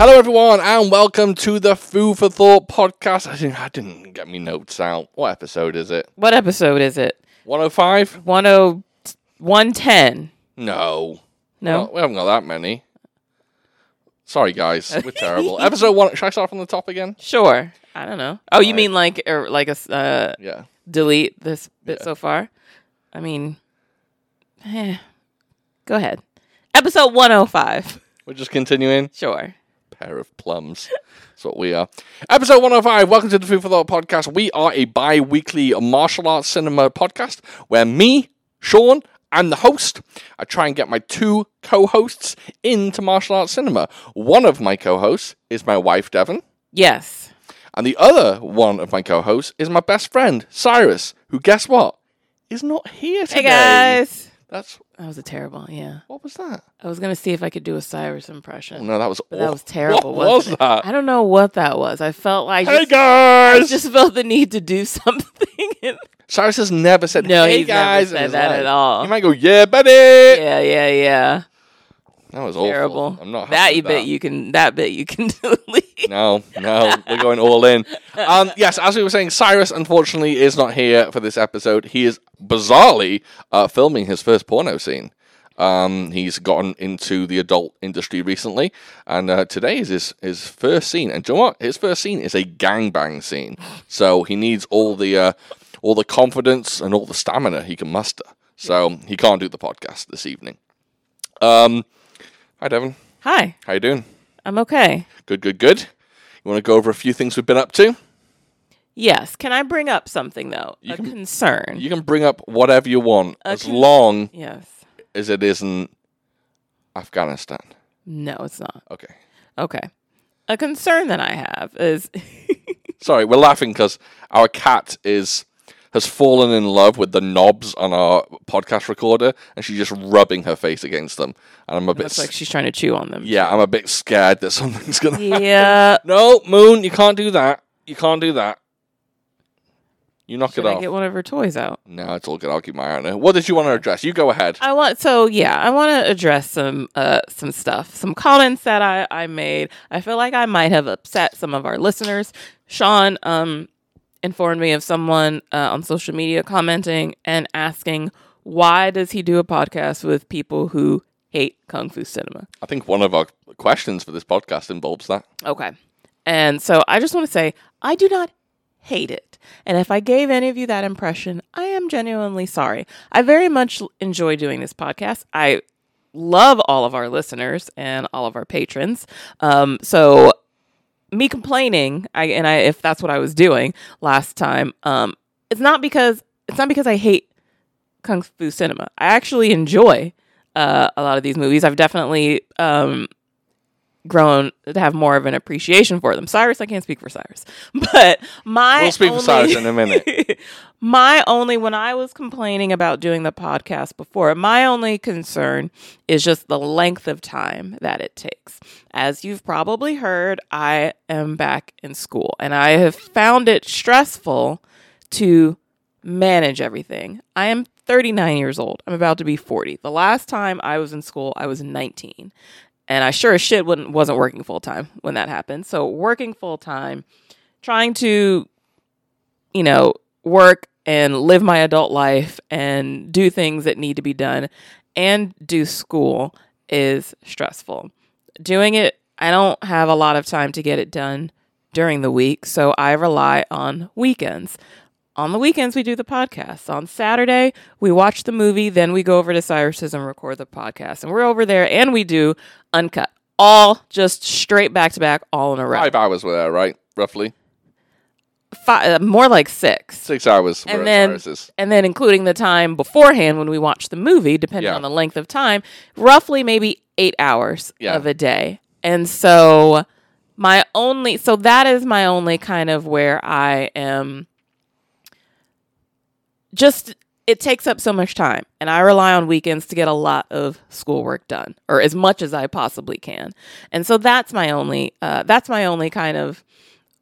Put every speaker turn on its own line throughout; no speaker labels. Hello, everyone, and welcome to the Food for Thought podcast. I didn't, I didn't get me notes out. What episode is it?
What episode is it?
105?
10 110.
No.
No.
Well, we haven't got that many. Sorry, guys. We're terrible. Episode one. Should I start from the top again?
Sure. I don't know. Oh, you mean like er, like a s- uh,
Yeah.
delete this bit so far? I mean, eh. go ahead. Episode 105.
We're just continuing.
Sure.
pair of plums. That's what we are. Episode 105. Welcome to the Food for Thought podcast. We are a bi weekly martial arts cinema podcast where me, Sean, and the host, I try and get my two co hosts into martial arts cinema. One of my co hosts is my wife, Devon,
Yes.
and the other one of my co hosts is my best friend, Cyrus, who, guess what? Is not here today.
Hey guys.
That's
That was a terrible. Yeah.
what was that?
I was going to see if I could do a Cyrus
Oh,
impression.
no, that was
But that
aw-
was terrible.
What was
wasn't it?
that?
I don't know what that was. I felt like
Hey
just, I
guys!
just felt the need to do something.
Cyrus has never said
No,
hey
he's never
guys in
said
his
that
life.
at all.
You might go, yeah, buddy.
yeah, yeah, yeah.
That was awful.
terrible.
I'm not happy
that
with
bit you can that bit you can delete.
No, no, we're going all in. Um, yes, as we were saying, Cyrus unfortunately is not here for this episode. He is bizarrely uh, filming his first porno scene. Um, he's gotten into the adult industry recently, and uh, today is his, his first scene. And do you know what? His first scene is a gangbang scene, so he needs all the uh, all the confidence and all the stamina he can muster. So he can't do the podcast this evening. Um, hi, Devon.
Hi,
How you doing?
I'm okay.
Good, good, good. You want to go over a few things we've been up to?
Yes, can I bring up something though? a
can-
concern.
You can bring up whatever you want as
Okay.
long
yes.
as it isn't Afghanistan.
No, it's not.
Okay.
Okay. A concern that I have is
Sorry, we're laughing because our cat is has fallen in love with the knobs on our podcast recorder, and she's just rubbing her face against them. And I'm a bit,
looks
s-
like she's trying to chew on them.
yeah, I'm a bit scared that something's gonna.
Yeah.
No, Moon, you can't do that. You can't do that. You knock
Should
it off.
I get one of her toys out?
no, it's all good. I'll keep my eye on her. What did you want to address? You go ahead.
I want so yeah, I want to address some uh some stuff, some comments that I I made. I feel like I might have upset some of our listeners. Sean um informed me of someone uh, on social media commenting and asking why does he do a podcast with people who hate kung fu cinema.
I think one of our questions for this podcast involves that.
Okay. And so I just want to say I do not hate it. And if I gave any of you that impression, I am genuinely sorry. I very much l- enjoy doing this podcast. I love all of our listeners and all of our patrons. Um, so me complaining, I and I if that's what I was doing last time, um, it's not because it's not because I hate kung fu cinema. I actually enjoy uh, a lot of these movies. I've definitely um, grown to have more of an appreciation for them. Cyrus, I can't speak for Cyrus, but my
We'll speak
only,
for Cyrus in a minute.
my only when I was complaining about doing the podcast before, my only concern is just the length of time that it takes. As you've probably heard, I am back in school and I have found it stressful to manage everything. I am 39 years old. I'm about to be 40. The last time I was in school, I was 19. And I sure as shit wouldn't, wasn't working full time when that happened. So, working full time, trying to you know, work and live my adult life and do things that need to be done and do school is stressful. Doing it, I don't have a lot of time to get it done during the week, so I rely on weekends. On the weekends, we do the podcast. On Saturday, we watch the movie, then we go over to Cyrus's and record the podcast. And we're over there and we do Uncut, all just straight back to back, all in a row.
Five hours were there, right? Roughly
Fi- uh, more like six.
six hours. were
And
at
then-
Cyrus's.
and then including the time beforehand when we watch the movie, depending
Yeah.
on the length of time, roughly maybe eight hours
Yeah.
of a day. And so my only so that is my only kind of where I am just it takes up so much time and I rely on weekends to get a lot of schoolwork done or as much as I possibly can. And so that's my only uh, that's my only kind of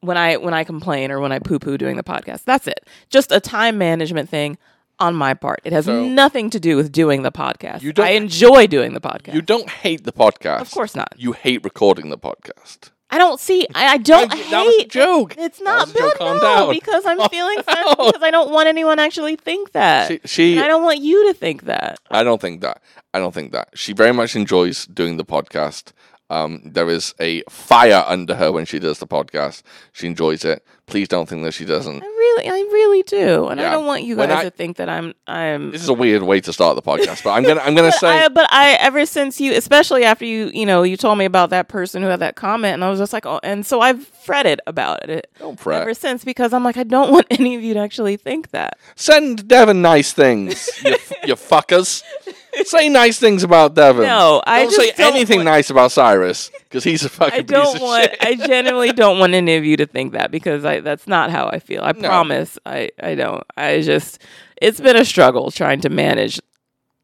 when I when I complain or when I poo poo doing the podcast. That's it. Just a time management thing. on my part. It has
So-
nothing to do with doing the podcast.
You don't-
I enjoy doing the podcast.
You don't hate the podcast.
of course not.
You hate recording the podcast.
I don't see. I, Oh, I don't
That-
hate.
that was a joke.
It's
That
not
was a joke.
good.
Calm
no,
down.
because I'm
Calm
feeling
down.
sensitive because I don't want anyone to actually think that.
She, she
And I don't want you to think that.
I don't think that. I don't think that. She very much enjoys doing the podcast. Um, there is a fire under her when she does the podcast. She enjoys it. Please don't think that she doesn't.
I really, I really do, and I
Yeah.
don't want you
When
guys
I-
to think that I'm. I'm.
This is a weird way to start the podcast, but I'm gonna I'm gonna
But
say
I, but I ever since you, especially after you, you know, you told me about that person who had that comment, and I was just like, oh, and so I've fretted about it
don't fret.
ever since because I'm like, I don't want any of you to actually think that.
Send Devon nice things, you, f- you fuckers. Say nice things about Devon.
No, I
don't
just
say
don't
anything
want-
nice about Cyrus because he's a fucking
I don't
piece of
want.
shit.
I genuinely don't want any of you to think that because I. That's not how I feel. I
No.
promise. I. I don't. I just. It's been a struggle trying to manage,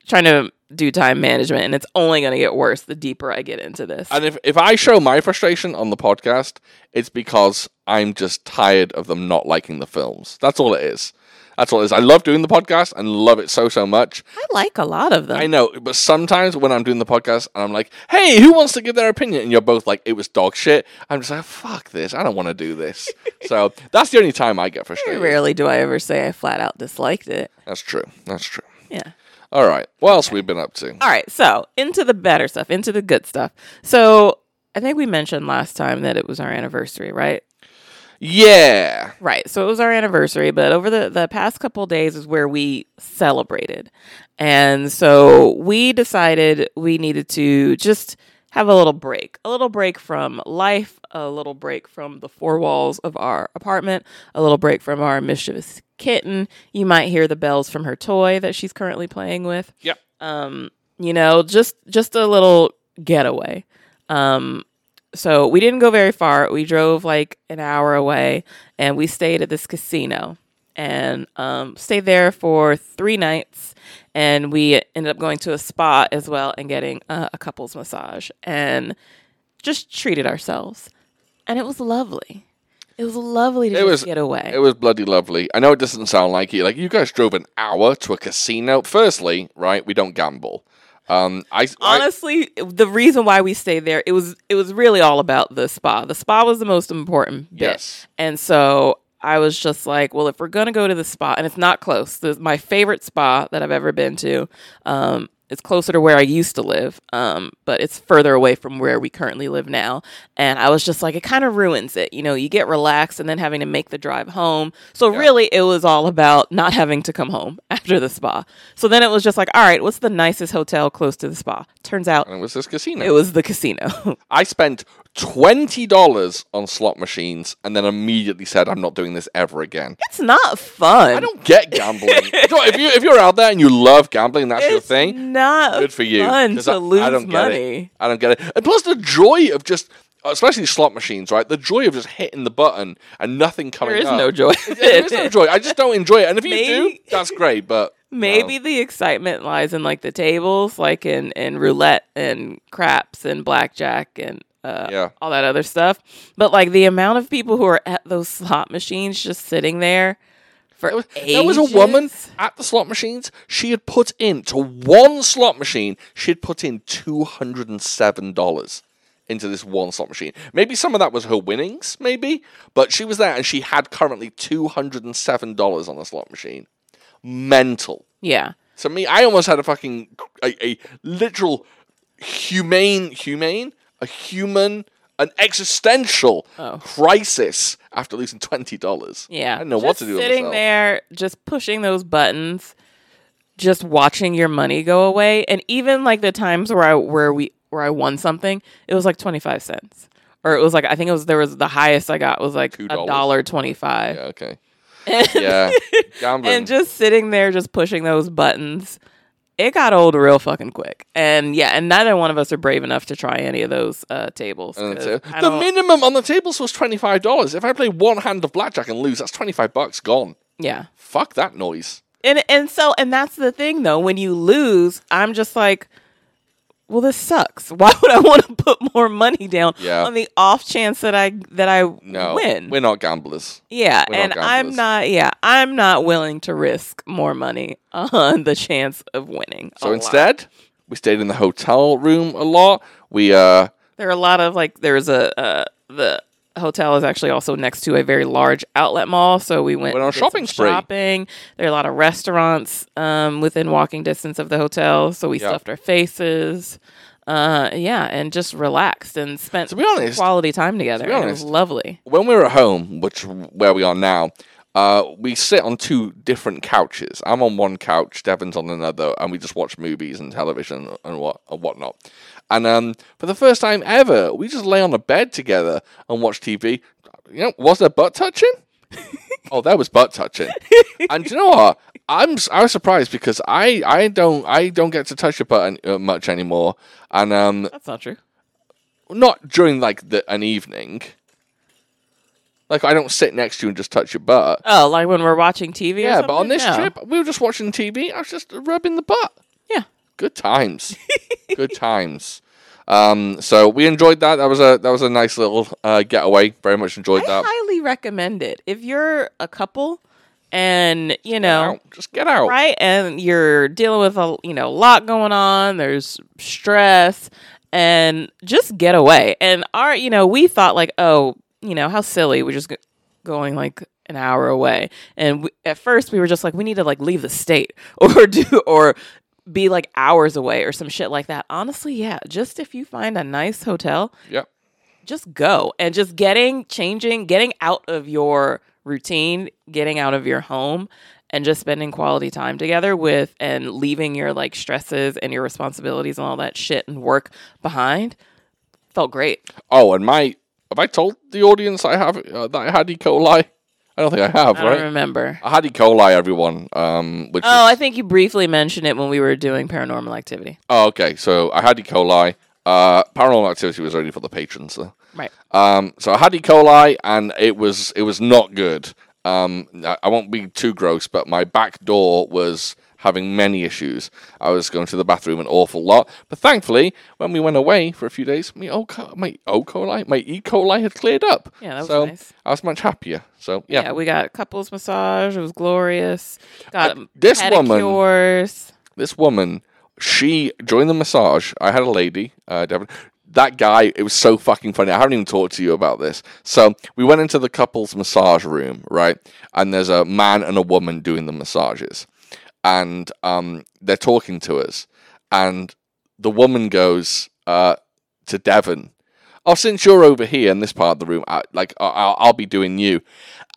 trying to do time management, and it's only going to get worse the deeper I get into this.
And if, if I show my frustration on the podcast, it's because I'm just tired of them not liking the films. That's all it is. That's all it is. I love doing the podcast and love it so, so much.
I like a lot of them.
I know, but sometimes when I'm doing the podcast and I'm like, hey, who wants to give their opinion? And you're both like, it was dog shit. I'm just like, fuck this. I don't want to do this. so that's the only time I get
Very
frustrated.
rarely do I ever say I flat out disliked it.
That's true. That's true.
Yeah.
All right. What else we've been up to?
All right. So into the better stuff, into the good stuff. So I think we mentioned last time that it was our anniversary, right?
Yeah.
Right. So it was our anniversary, but over the, the past couple days is where we celebrated. And so we decided we needed to just have a little break, a little break from life, a little break from the four walls of our apartment, a little break from our mischievous kitten. You might hear the bells from her toy that she's currently playing with.
Yep.
Um, you know, just just a little getaway. Um, so we didn't go very far. We drove like an hour away and we stayed at this casino and um, stayed there for three nights. And we ended up going to a spa as well and getting uh, a couple's massage and just treated ourselves. And it was lovely. It was lovely to
It
just
was-
get away.
It was bloody lovely. I know it doesn't sound like it. Like you guys drove an hour to a casino. Firstly, right, we don't gamble. Um, I, I
honestly the reason why we stayed there it was it was really all about the spa the spa was the most important bit.
Yes.
and so i was just like well if we're gonna go to the spa and it's not close this my favorite spa that i've ever been to um it's closer to where I used to live, um, but it's further away from where we currently live now. And I was just like, it kind of ruins it. You know, you get relaxed and then having to make the drive home. So, really, it was all about not having to come home after the spa. So then it was just like, all right, what's the nicest hotel close to the spa? Turns out
and it was this casino.
it was the casino.
I spent twenty dollars on slot machines, and then immediately said, "I'm not doing this ever again."
it's not fun.
I don't get gambling. You know, if you if you're out there and you love gambling, that's your
it's
thing.
not
good for you.
fun
'cause
to
I-
lose
I don't get it.
money.
I don't get it. And plus the joy of just, especially slot machines, right? The joy of just hitting the button and nothing coming.
There is
up.
no joy.
there is no joy. I just don't enjoy it. And if you do,
Maybe-
that's great. But no.
Maybe the excitement lies in like the tables, like in, in roulette and craps and blackjack and uh,
Yeah.
all that other stuff. But like the amount of people who are at those slot machines just sitting there for
There was, there was a woman
ages.
at the slot machines. She had put in to one slot machine. She had put in two hundred and seven dollars into this one slot machine. Maybe some of that was her winnings, maybe, but she was there and she had currently two hundred and seven dollars on the slot machine. Mental.
Yeah.
To me, I almost had a fucking a, a literal humane, humane, a human, an existential
Oh.
crisis after losing twenty dollars.
Yeah.
I didn't know
just
what to do. with
Sitting
myself.
there, just pushing those buttons, just watching your money go away. And even like the times where I where we where I won something, it was like twenty five cents. Or it was like I think it was there was the highest I got was like a
$2.
dollar twenty five.
Yeah, okay. yeah, gambling.
And just sitting there just pushing those buttons. It got old real fucking quick. And yeah, and neither one of us are brave enough to try any of those uh tables.
And
'cause
that's it.
I
the
don't-
minimum on the tables was twenty five dollars. If I play one hand of blackjack and lose, that's twenty five bucks gone.
yeah.
Fuck that noise.
and and so and that's the thing though when you lose i'm just like well this sucks why would i want to put more money down
Yeah.
on the off chance that i that i
No,
win
we're not gamblers.
yeah
we're not
and i'm
gamblers.
not yeah i'm not willing to risk more money on the chance of winning a
So
lot.
instead, we stayed in the hotel room a lot. We uh,
there are a lot of like there's a uh, the hotel is actually also next to a very large outlet mall so we went,
Went on a
and did some
shopping spree.
shopping there are a lot of restaurants um, within walking distance of the hotel so we
Yeah.
stuffed our faces uh, yeah and just relaxed and spent
To be honest-
quality time together
be
and it was
honest,
lovely
when we were at home, which where we are now, uh, we sit on two different couches. I'm on one couch, Devin's on another, and we just watch movies and television and what and whatnot. And um, for the first time ever, we just lay on a bed together and watch TV. You know, was there butt touching? oh, there was butt touching. and do you know what? I'm s- I was surprised because I, I don't I don't get to touch your butt an- uh, much anymore, and um,
that's not true
not during like the, an evening. Like I don't sit next to you and just touch your butt.
oh like when we're watching tv or
yeah, but on
something?
this
No.
trip, we were just watching TV. I was just rubbing the butt.
yeah
Good times. Good times. Um, so we enjoyed that. That was a that was a nice little uh, getaway. Very much enjoyed
i
that.
highly recommend it if you're a couple and you
Get
know
out. Just get out.
right and you're dealing with a you know lot going on there's stress and just get away and our you know we thought like oh you know how silly we're just go- going like an hour away and we, at first we were just like we need to like leave the state or do or be like hours away or some shit like that honestly yeah just if you find a nice hotel
Yep.
just go and just getting changing getting out of your routine getting out of your home and just spending quality time together with and leaving your like stresses and your responsibilities and all that shit and work behind felt great
Oh, and my have I told the audience I have uh, that I had E. coli? I don't think I have.
i
right?
don't remember
I had E. coli. Everyone. Um, which
oh
is-
i think you briefly mentioned it when we were doing paranormal activity
Oh, okay. So I had E. coli. Uh, paranormal activity was only for the patrons. Though.
right
Um, so I had E. coli, and it was it was not good. Um, I- I won't be too gross, but my back door was having many issues. I was going to the bathroom an awful lot, but thankfully, when we went away for a few days, my O. co- my O. coli, my E. coli had cleared up.
Yeah, that was
so
nice.
I was much happier. So
yeah.
yeah,
we got couples massage it was glorious got
this woman-
pedicures.
this woman, she during the massage, I had a lady, uh, Devin. That guy, it was so fucking funny. I haven't even talked to you about this. So we went into the couple's massage room, right? And there's a man and a woman doing the massages, and um, they're talking to us, and the woman goes uh, to Devon. Oh, since you're over here in this part of the room, I, like I- I'll, I'll be doing you.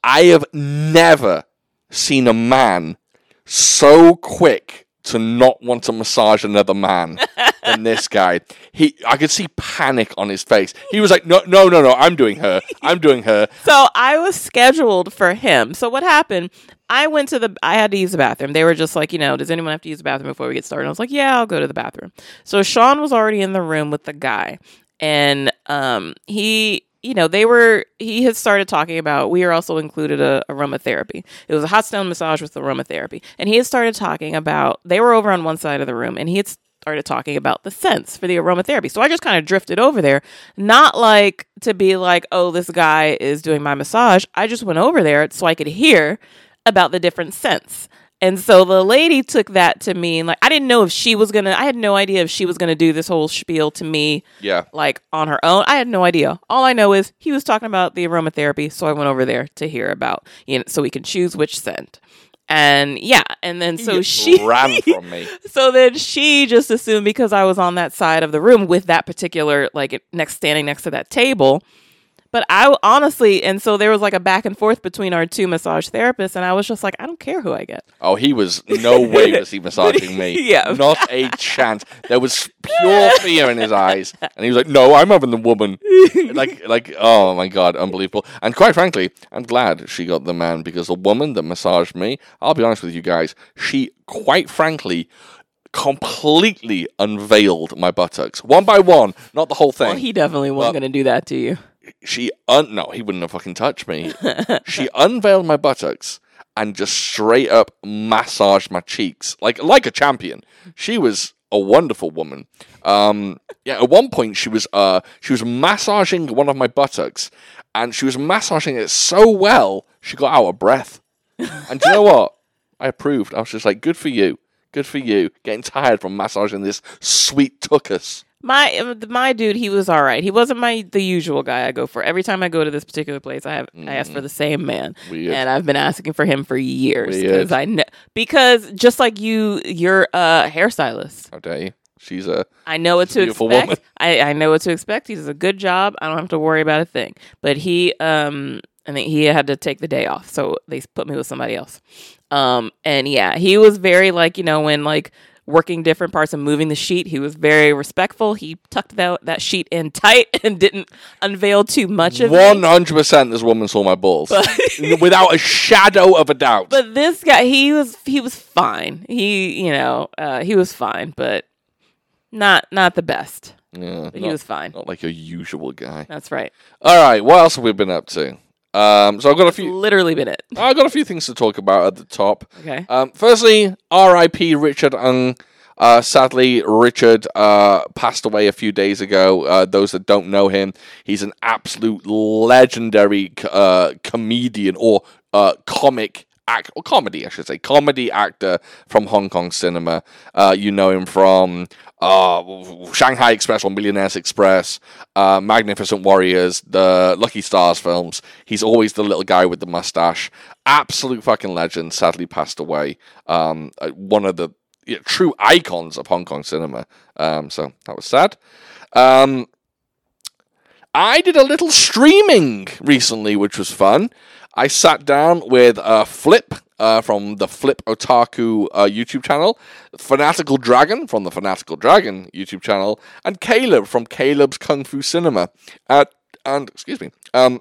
I have never seen a man so quick to not want to massage another man than this guy. He, I could see panic on his face. He was like, "No, no, no, no! I'm doing her. I'm doing her."
So I was scheduled for him. So what happened? I went to the. I had to use the bathroom. They were just like, you know, does anyone have to use the bathroom before we get started? I was like, yeah, I'll go to the bathroom. So Sean was already in the room with the guy, and um, he, you know, they were. He had started talking about. We are also included a aromatherapy. It was a hot stone massage with aromatherapy, and he had started talking about. They were over on one side of the room, and he had started talking about the scents for the aromatherapy. So I just kind of drifted over there, not like to be like, oh, this guy is doing my massage. I just went over there so I could hear about the different scents. And so the lady took that to mean like I didn't know if she was gonna. I had no idea if she was gonna do this whole spiel to me
Yeah,
like on her own. I had no idea. All I know is he was talking about the aromatherapy, so I went over there to hear about you know so we can choose which scent. And yeah, and then so
He
she
ran from me.
so then she just assumed because I was on that side of the room with that particular like it- next standing next to that table. But I honestly, and so there was like a back and forth between our two massage therapists, and I was just like, I don't care who I get.
Oh, he was no way was he massaging me.
Yeah.
not a chance. There was pure fear in his eyes, and he was like, "No, I'm having the woman." like, like, oh my god, unbelievable. And quite frankly, I'm glad she got the man because the woman that massaged me, I'll be honest with you guys, she quite frankly. Completely unveiled my buttocks one by one, not the whole thing.
Well, he definitely wasn't going to do that to you.
she un no, he wouldn't have fucking touched me. she unveiled my buttocks and just straight up massaged my cheeks like like a champion. She was a wonderful woman. Um, yeah, at one point she was uh, she was massaging one of my buttocks, and she was massaging it so well she got out of breath. And do you know what? I approved. I was just like, good for you, good for you. Getting tired from massaging this sweet tuckus.
My uh, my dude, he was all right. He wasn't my the usual guy I go for. Every time I go to this particular place, I have I ask for the same man,
Weird.
and I've been asking for him for years
Weird.
because I know because just like you, you're a hairstylist.
How dare you? She's a
I know what
a
to
beautiful woman.
expect. I, I know what to expect. He does a good job. I don't have to worry about a thing. But he um I think he had to take the day off, so they put me with somebody else. Um and yeah, he was very like, you know, when like working different parts and moving the sheet, he was very respectful. He tucked that that sheet in tight and didn't unveil too much of it.
one hundred percent. This woman saw my balls without a shadow of a doubt.
But this guy, he was he was fine. He, you know, uh he was fine, but not not the best.
yeah,
But he
not-
was fine.
not like your usual guy.
That's right.
All right, what else have we been up to? Um, so I've got a few.
Literally been it.
I've got a few things to talk about at the top.
Okay.
Um, firstly, R.I.P. Richard Ung. Uh, sadly, Richard uh, passed away a few days ago. Uh, those that don't know him, he's an absolute legendary c- uh, comedian or uh, comic act or comedy, I should say, comedy actor from Hong Kong cinema. Uh, you know him from uh, Shanghai Express or Millionaires Express, uh, Magnificent Warriors, the Lucky Stars films. He's always the little guy with the mustache. Absolute fucking legend. Sadly passed away. Um, uh, one of the yeah, true icons of Hong Kong cinema. Um, so that was sad. Um, I did a little streaming recently, which was fun. I sat down with uh, Flip uh, from the Flip Otaku uh, YouTube channel, Fanatical Dragon from the Fanatical Dragon YouTube channel, and Caleb from Caleb's Kung Fu Cinema. Uh, and excuse me, um,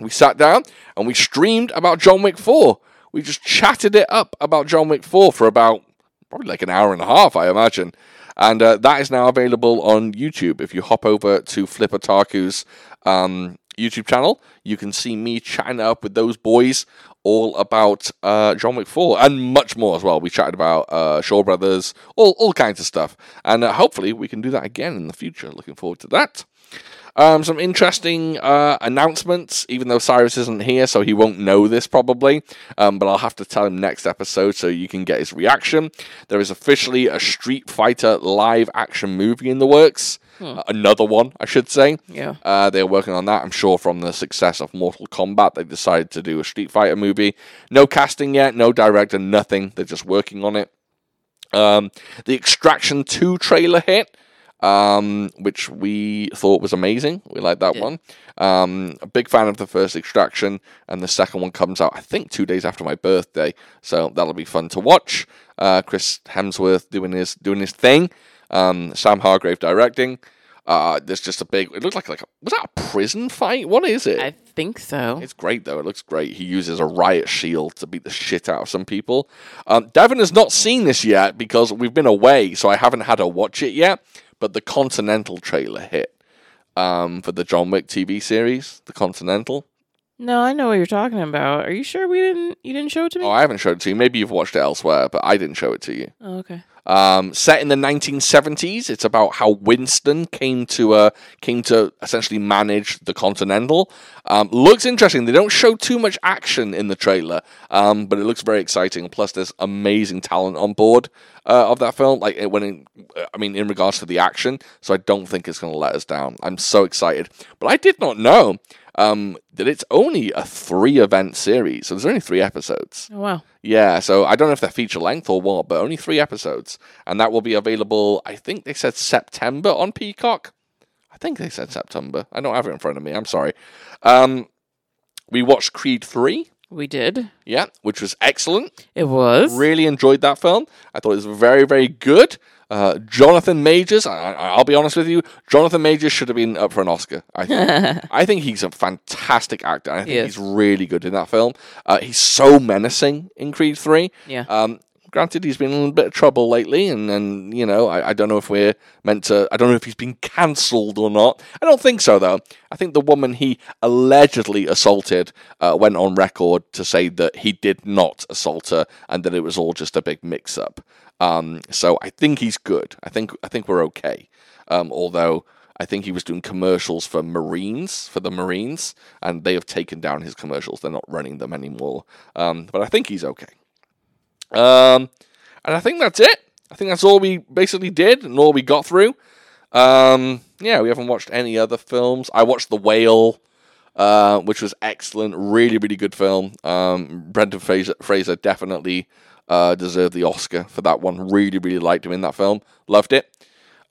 we sat down and we streamed about John Wick 4. We just chatted it up about John Wick 4 for about probably like an hour and a half, I imagine. And uh, that is now available on YouTube. If you hop over to Flip Otaku's um, YouTube channel, you can see me chatting up with those boys all about uh, John Wick 4 and much more as well. We chatted about uh, Shaw Brothers, all, all kinds of stuff. And uh, hopefully we can do that again in the future. Looking forward to that. Um, some interesting uh, announcements, even though Cyrus isn't here, so he won't know this probably. Um, but I'll have to tell him next episode so you can get his reaction. There is officially a Street Fighter live action movie in the works. Uh, another one, I should say.
Yeah.
Uh, they're working on that. I'm sure from the success of Mortal Kombat, they decided to do a Street Fighter movie. No casting yet, no director, nothing. They're just working on it. Um, the Extraction 2 trailer hit, um, which we thought was amazing. We liked that one. Um, a big fan of the first Extraction, and the second one comes out, I think, two days after my birthday. So that'll be fun to watch. Uh, Chris Hemsworth doing his doing his thing. Um, Sam Hargrave directing. Uh, there's just a big. It looked like like a, was that a prison fight? What is it?
I think so.
It's great though. It looks great. He uses a riot shield to beat the shit out of some people. Um, Devin has not seen this yet because we've been away, so I haven't had her watch it yet. But the Continental trailer hit um, for the John Wick TV series, the Continental.
No, I know what you're talking about. Are you sure we didn't? You didn't show it to me?
Oh, I haven't showed it to you. Maybe you've watched it elsewhere, but I didn't show it to you.
Oh, okay.
Um, set in the 1970s, it's about how Winston came to uh, came to essentially manage the Continental. Um, looks interesting. They don't show too much action in the trailer, um, but it looks very exciting. Plus, there's amazing talent on board uh, of that film. Like it- when, in, I mean, in regards to the action, so I don't think it's going to let us down. I'm so excited. But I did not know um, that it's only a three event series, so there's only three episodes.
Oh wow.
Yeah, so I don't know if they're feature length or what, but only three episodes, and that will be available. I think they said September on Peacock. I think they said September. I don't have it in front of me. I'm sorry. Um, we watched Creed three,
We did.
yeah, which was excellent.
It was.
Really enjoyed that film. I thought it was very, very good. Uh, Jonathan Majors, I, I- I'll be honest with you, Jonathan Majors should have been up for an Oscar. I think, I think he's a fantastic actor. I think
Yes.
he's really good in that film. Uh, he's so menacing in Creed 3.
Yeah.
Um, granted, he's been in a bit of trouble lately, and then you know, I, I don't know if we're meant to. I don't know if he's been cancelled or not. I don't think so, though. I think the woman he allegedly assaulted uh, went on record to say that he did not assault her, and that it was all just a big mix-up. Um, so I think he's good. I think I think we're okay. Um, although I think he was doing commercials for Marines, for the Marines, and they have taken down his commercials. They're not running them anymore. Um, but I think he's okay. Um, and I think that's it. I think that's all we basically did and all we got through. Um, yeah, we haven't watched any other films. I watched The Whale, uh, which was excellent. Really, really good film. Um, Brendan Fraser, Fraser definitely uh, deserved the Oscar for that one. Really, really liked him in that film. Loved it.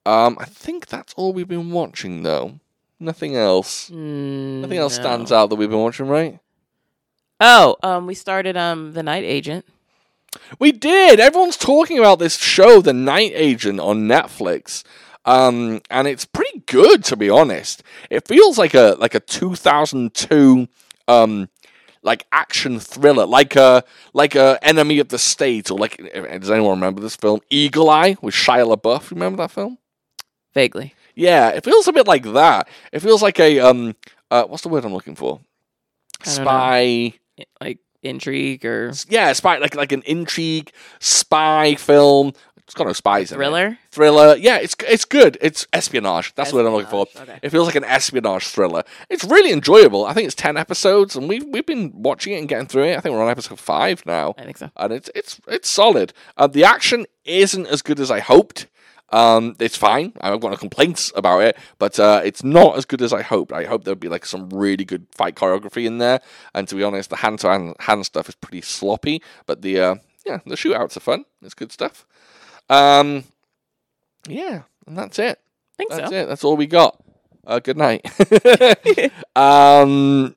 Um, I think that's all we've been watching, though. Nothing else.
Mm,
Nothing else stands out that we've been watching, right?
Oh, um, we started um the Night Agent.
We did. Everyone's talking about this show, The Night Agent, on Netflix. Um, and it's pretty good, to be honest. It feels like a like a 2002 um, like action thriller, like a like a Enemy of the State, or like does anyone remember this film, Eagle Eye with Shia LaBeouf? Remember that film?
Vaguely.
Yeah, it feels a bit like that. It feels like a um, uh, what's the word I'm looking for?
I don't know.
Spy.
I- Like intrigue or
Yeah, spy like like an intrigue spy film. It's got no spies in it.
thriller.
thriller. Yeah, it's it's good. It's espionage. That's what I'm looking for.
Espionage, okay.
It feels like an espionage thriller. It's really enjoyable. I think it's ten episodes, and we've we've been watching it and getting through it. I think we're on episode five now,
I think so.
and it's it's it's solid. Uh, the action isn't as good as I hoped. Um, it's fine. I've got no complaints about it, but uh, it's not as good as I hoped. I hope there'd be like some really good fight choreography in there. And to be honest, the hand to hand- hand stuff is pretty sloppy, but the uh, yeah, the shootouts are fun. It's good stuff. Um, yeah, and that's it.
I think
That's
so.
it. That's all we got. Uh, good night. um,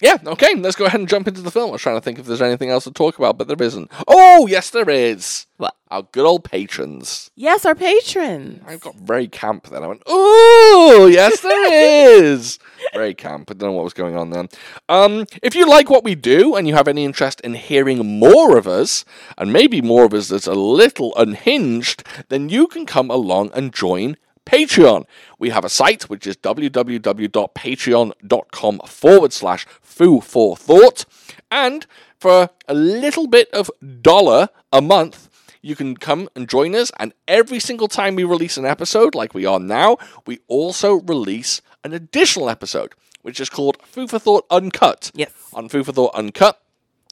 yeah, okay. Let's go ahead and jump into the film. I was trying to think if there's anything else to talk about, but there isn't. Oh, yes, there is.
What?
Our good old patrons.
Yes, our patrons.
I got very camp then. I went, ooh, yes, there is. Very camp. I don't know what was going on then. Um, if you like what we do and you have any interest in hearing more of us, and maybe more of us that's a little unhinged, then you can come along and join Patreon. We have a site which is www.patreon.com forward slash foo for thought. And for a little bit of dollar a month, you can come and join us. And every single time we release an episode, like we are now, we also release an additional episode, which is called Food for Thought Uncut.
Yes.
On Food for Thought Uncut,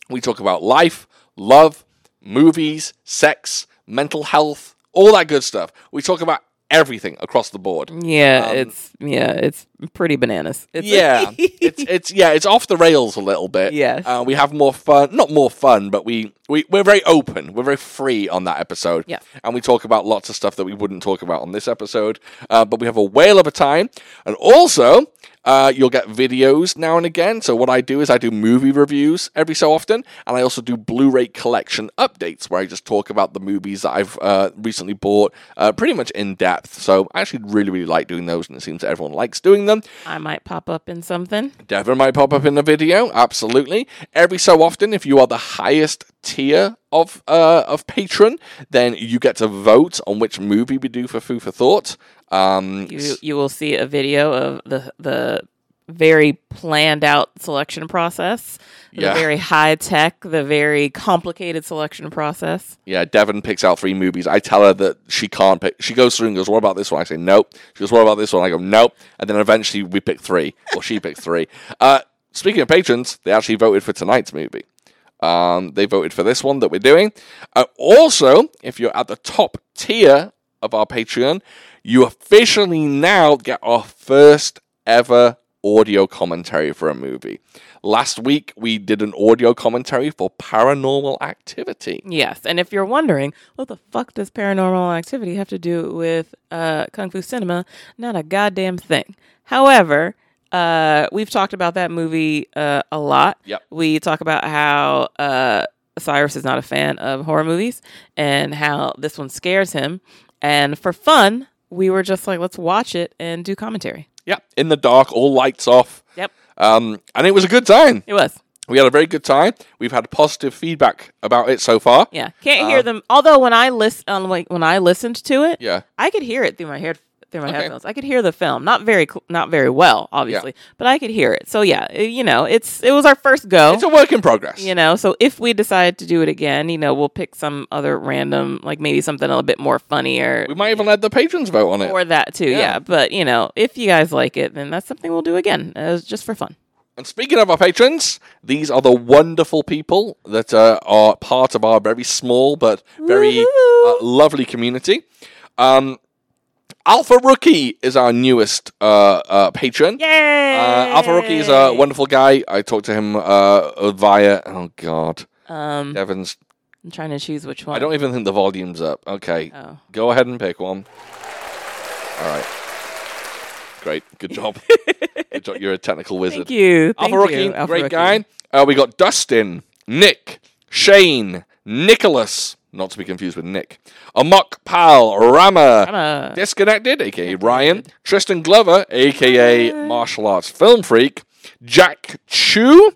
we talk about life, love, movies, sex, mental health, all that good stuff. We talk about everything across the board.
Yeah, it's yeah, it's pretty bananas. It's
Um, Yeah, it's it's yeah, it's off the rails a little bit.
Yes.
uh, we have more fun, not more fun, but we we we're very open, we're very free on that episode.
Yeah.
and we talk about lots of stuff that we wouldn't talk about on this episode. Uh, but we have a whale of a time, and also uh, you'll get videos now and again. So what I do is I do movie reviews every so often, and I also do Blu-ray collection updates where I just talk about the movies that I've uh, recently bought, uh, pretty much in depth. So I actually really really like doing those, and it seems that everyone likes doing them.
I might pop up in something.
Devon might pop up in a video, absolutely. Every so often, if you are the highest tier of uh, of patron, then you get to vote on which movie we do for Food for Thought. Um,
You you will see a video of the the very planned out selection process.
Yeah.
The very high tech, the very complicated selection process.
yeah, Devon picks out three movies. I tell her that she can't pick. She goes through and goes, "What about this one?" I say, "Nope." She goes, "What about this one?" I go, "Nope." And then eventually we pick three, or she picks three. Uh, speaking of patrons, they actually voted for tonight's movie. Um, they voted for this one that we're doing. Uh, also, if you're at the top tier of our Patreon, you officially now get our first ever audio commentary for a movie. Last week, we did an audio commentary for Paranormal Activity.
Yes. And if you're wondering, what the fuck does paranormal activity have to do with uh, Kung Fu Cinema? Not a goddamn thing. However, uh, we've talked about that movie uh, a lot.
Yep.
We talk about how uh, Cyrus is not a fan of horror movies and how this one scares him. And for fun, we were just like, let's watch it and do commentary.
Yeah, in the dark, all lights off.
Yep.
Um, and it was a good time.
It was.
We had a very good time. We've had positive feedback about it so far.
Yeah. Can't hear them. Although when I listen, um, like when I listened to it,
Yeah.
I could hear it through my head through my
Okay.
headphones. I could hear the film, not very, cl- not very well, obviously, but I could hear it. So yeah, it- you know, it's it was our first go.
It's a work in progress.
you know, so if we decide to do it again, you know, we'll pick some other random, like maybe something a little bit more funnier
We might even let the patrons vote on it.
or that too.
Yeah.
Yeah. but you know, if you guys like it, then that's something we'll do again, uh, just for fun.
And speaking of our patrons, these are the wonderful people that uh, are part of our very small but very uh,
Woohoo!
lovely community. Um, Alpha Rookie is our newest uh, uh, patron.
Yay!
Uh, Alpha Rookie is a wonderful guy. I talked to him uh, via. Oh God,
Um,
Evans.
I'm trying to choose which one.
I don't even think the volume's up. Okay,
Oh.
go ahead and pick one. All right. Great. Good job. Good job. You're a technical wizard.
Thank you. Thank
Alpha Rookie,
you, Alpha
great
Rookie.
guy. Uh, we got Dustin, Nick, Shane, Nicholas, not to be confused with Nick, Amok Pal, Rama,
Rama.
Disconnected, aka Ryan, Tristan Glover, aka Martial Arts Film Freak, Jack Chu,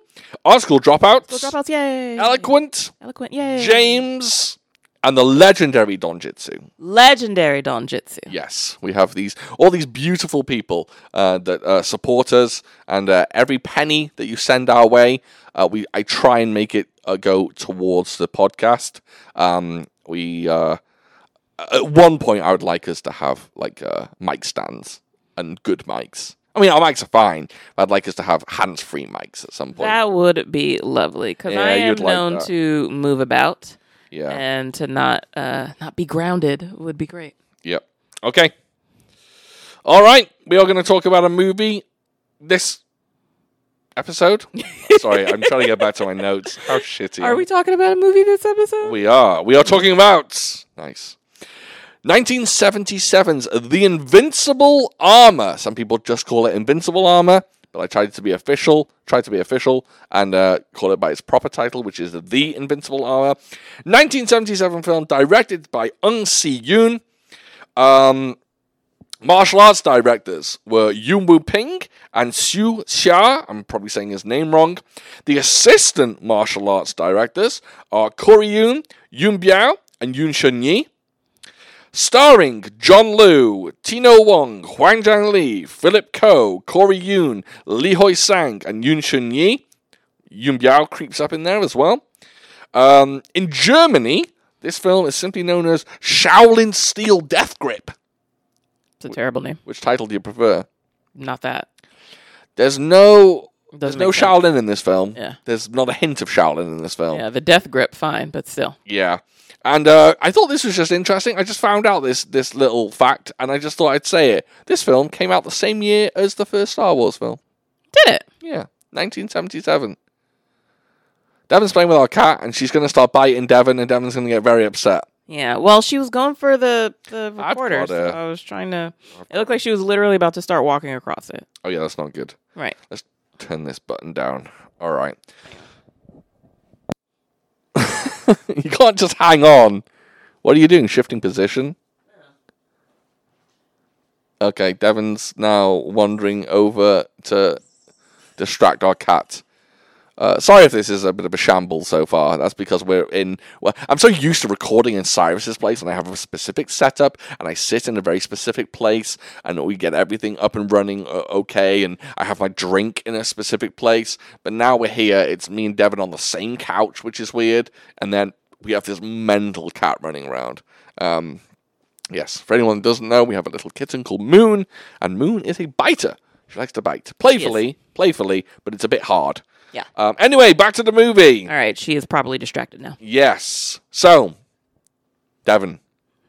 Art School Dropouts,
Go dropouts, yay!
Eloquent,
Eloquent, yay!
James, and the legendary Donjitsu.
Legendary Donjitsu.
Yes, we have these all these beautiful people uh, that uh, support us, and uh, every penny that you send our way, uh, we I try and make it uh, go towards the podcast. Um, we uh, at one point I would like us to have like uh, mic stands and good mics. I mean, our mics are fine. But I'd like us to have hands-free mics at some point.
That would be lovely because
Yeah,
I am
you'd like
known
that.
to move about
yeah.
and to not uh, not be grounded would be great.
Yep. Okay. All right. We are going to talk about a movie this episode. Sorry, I'm trying to get back to my notes. How shitty.
Are we talking about a movie this episode?
We are. We are talking about. Nice. 1977's The Invincible Armor. Some people just call it Invincible Armor, but I tried to be official, tried to be official, and uh, call it by its proper title, which is The Invincible Armor. 1977 film directed by Ung Si Yoon. Um, martial arts directors were Yun Wu Ping and Xu Xia. I'm probably saying his name wrong. The assistant martial arts directors are Corey Yun, Yun Biao, and Yun Shun Yi. Starring John Liu, Tino Wong, Huang Zhang Li, Philip Ko, Corey Yoon, Li Hoi Sang, and Yun Shun Yi. Yun Biao creeps up in there as well. Um, in Germany, this film is simply known as Shaolin Steel Death Grip.
It's a terrible name.
Which title do you prefer?
Not that.
There's no there's
Doesn't
no
make sense.
Shaolin in this film.
Yeah.
There's not a hint of Shaolin in this film. Yeah.
Yeah, the death grip, fine, but still.
And uh, I thought this was just interesting. I just found out this this little fact, and I just thought I'd say it. This film came out the same year as the first Star Wars film.
Did it?
Yeah, 1977. Devon's playing with our cat, and she's going to start biting Devon, and Devon's going to get very upset.
Yeah. Well, she was going for the the
I've
recorder.
got
So
a-
I was trying to. It looked like she was literally about to start walking across it.
Oh yeah, that's not good.
Right.
Let's turn this button down. All right. you can't just hang on. What are you doing? Shifting position? Okay, Devon's now wandering over to distract our cat. Uh, sorry if this is a bit of a shamble so far. That's because we're in. Well, I'm so used to recording in Cyrus's place, and I have a specific setup, and I sit in a very specific place, and we get everything up and running uh, okay, and I have my drink in a specific place. But now we're here. It's me and Devin on the same couch, which is weird. And then we have this mental cat running around. Um, Yes, for anyone who doesn't know, we have a little kitten called Moon, and Moon is a biter. She likes to bite playfully, playfully, but it's a bit hard.
Yeah.
Um, anyway, back to the movie.
All right. She is probably distracted now.
Yes. So, Devon,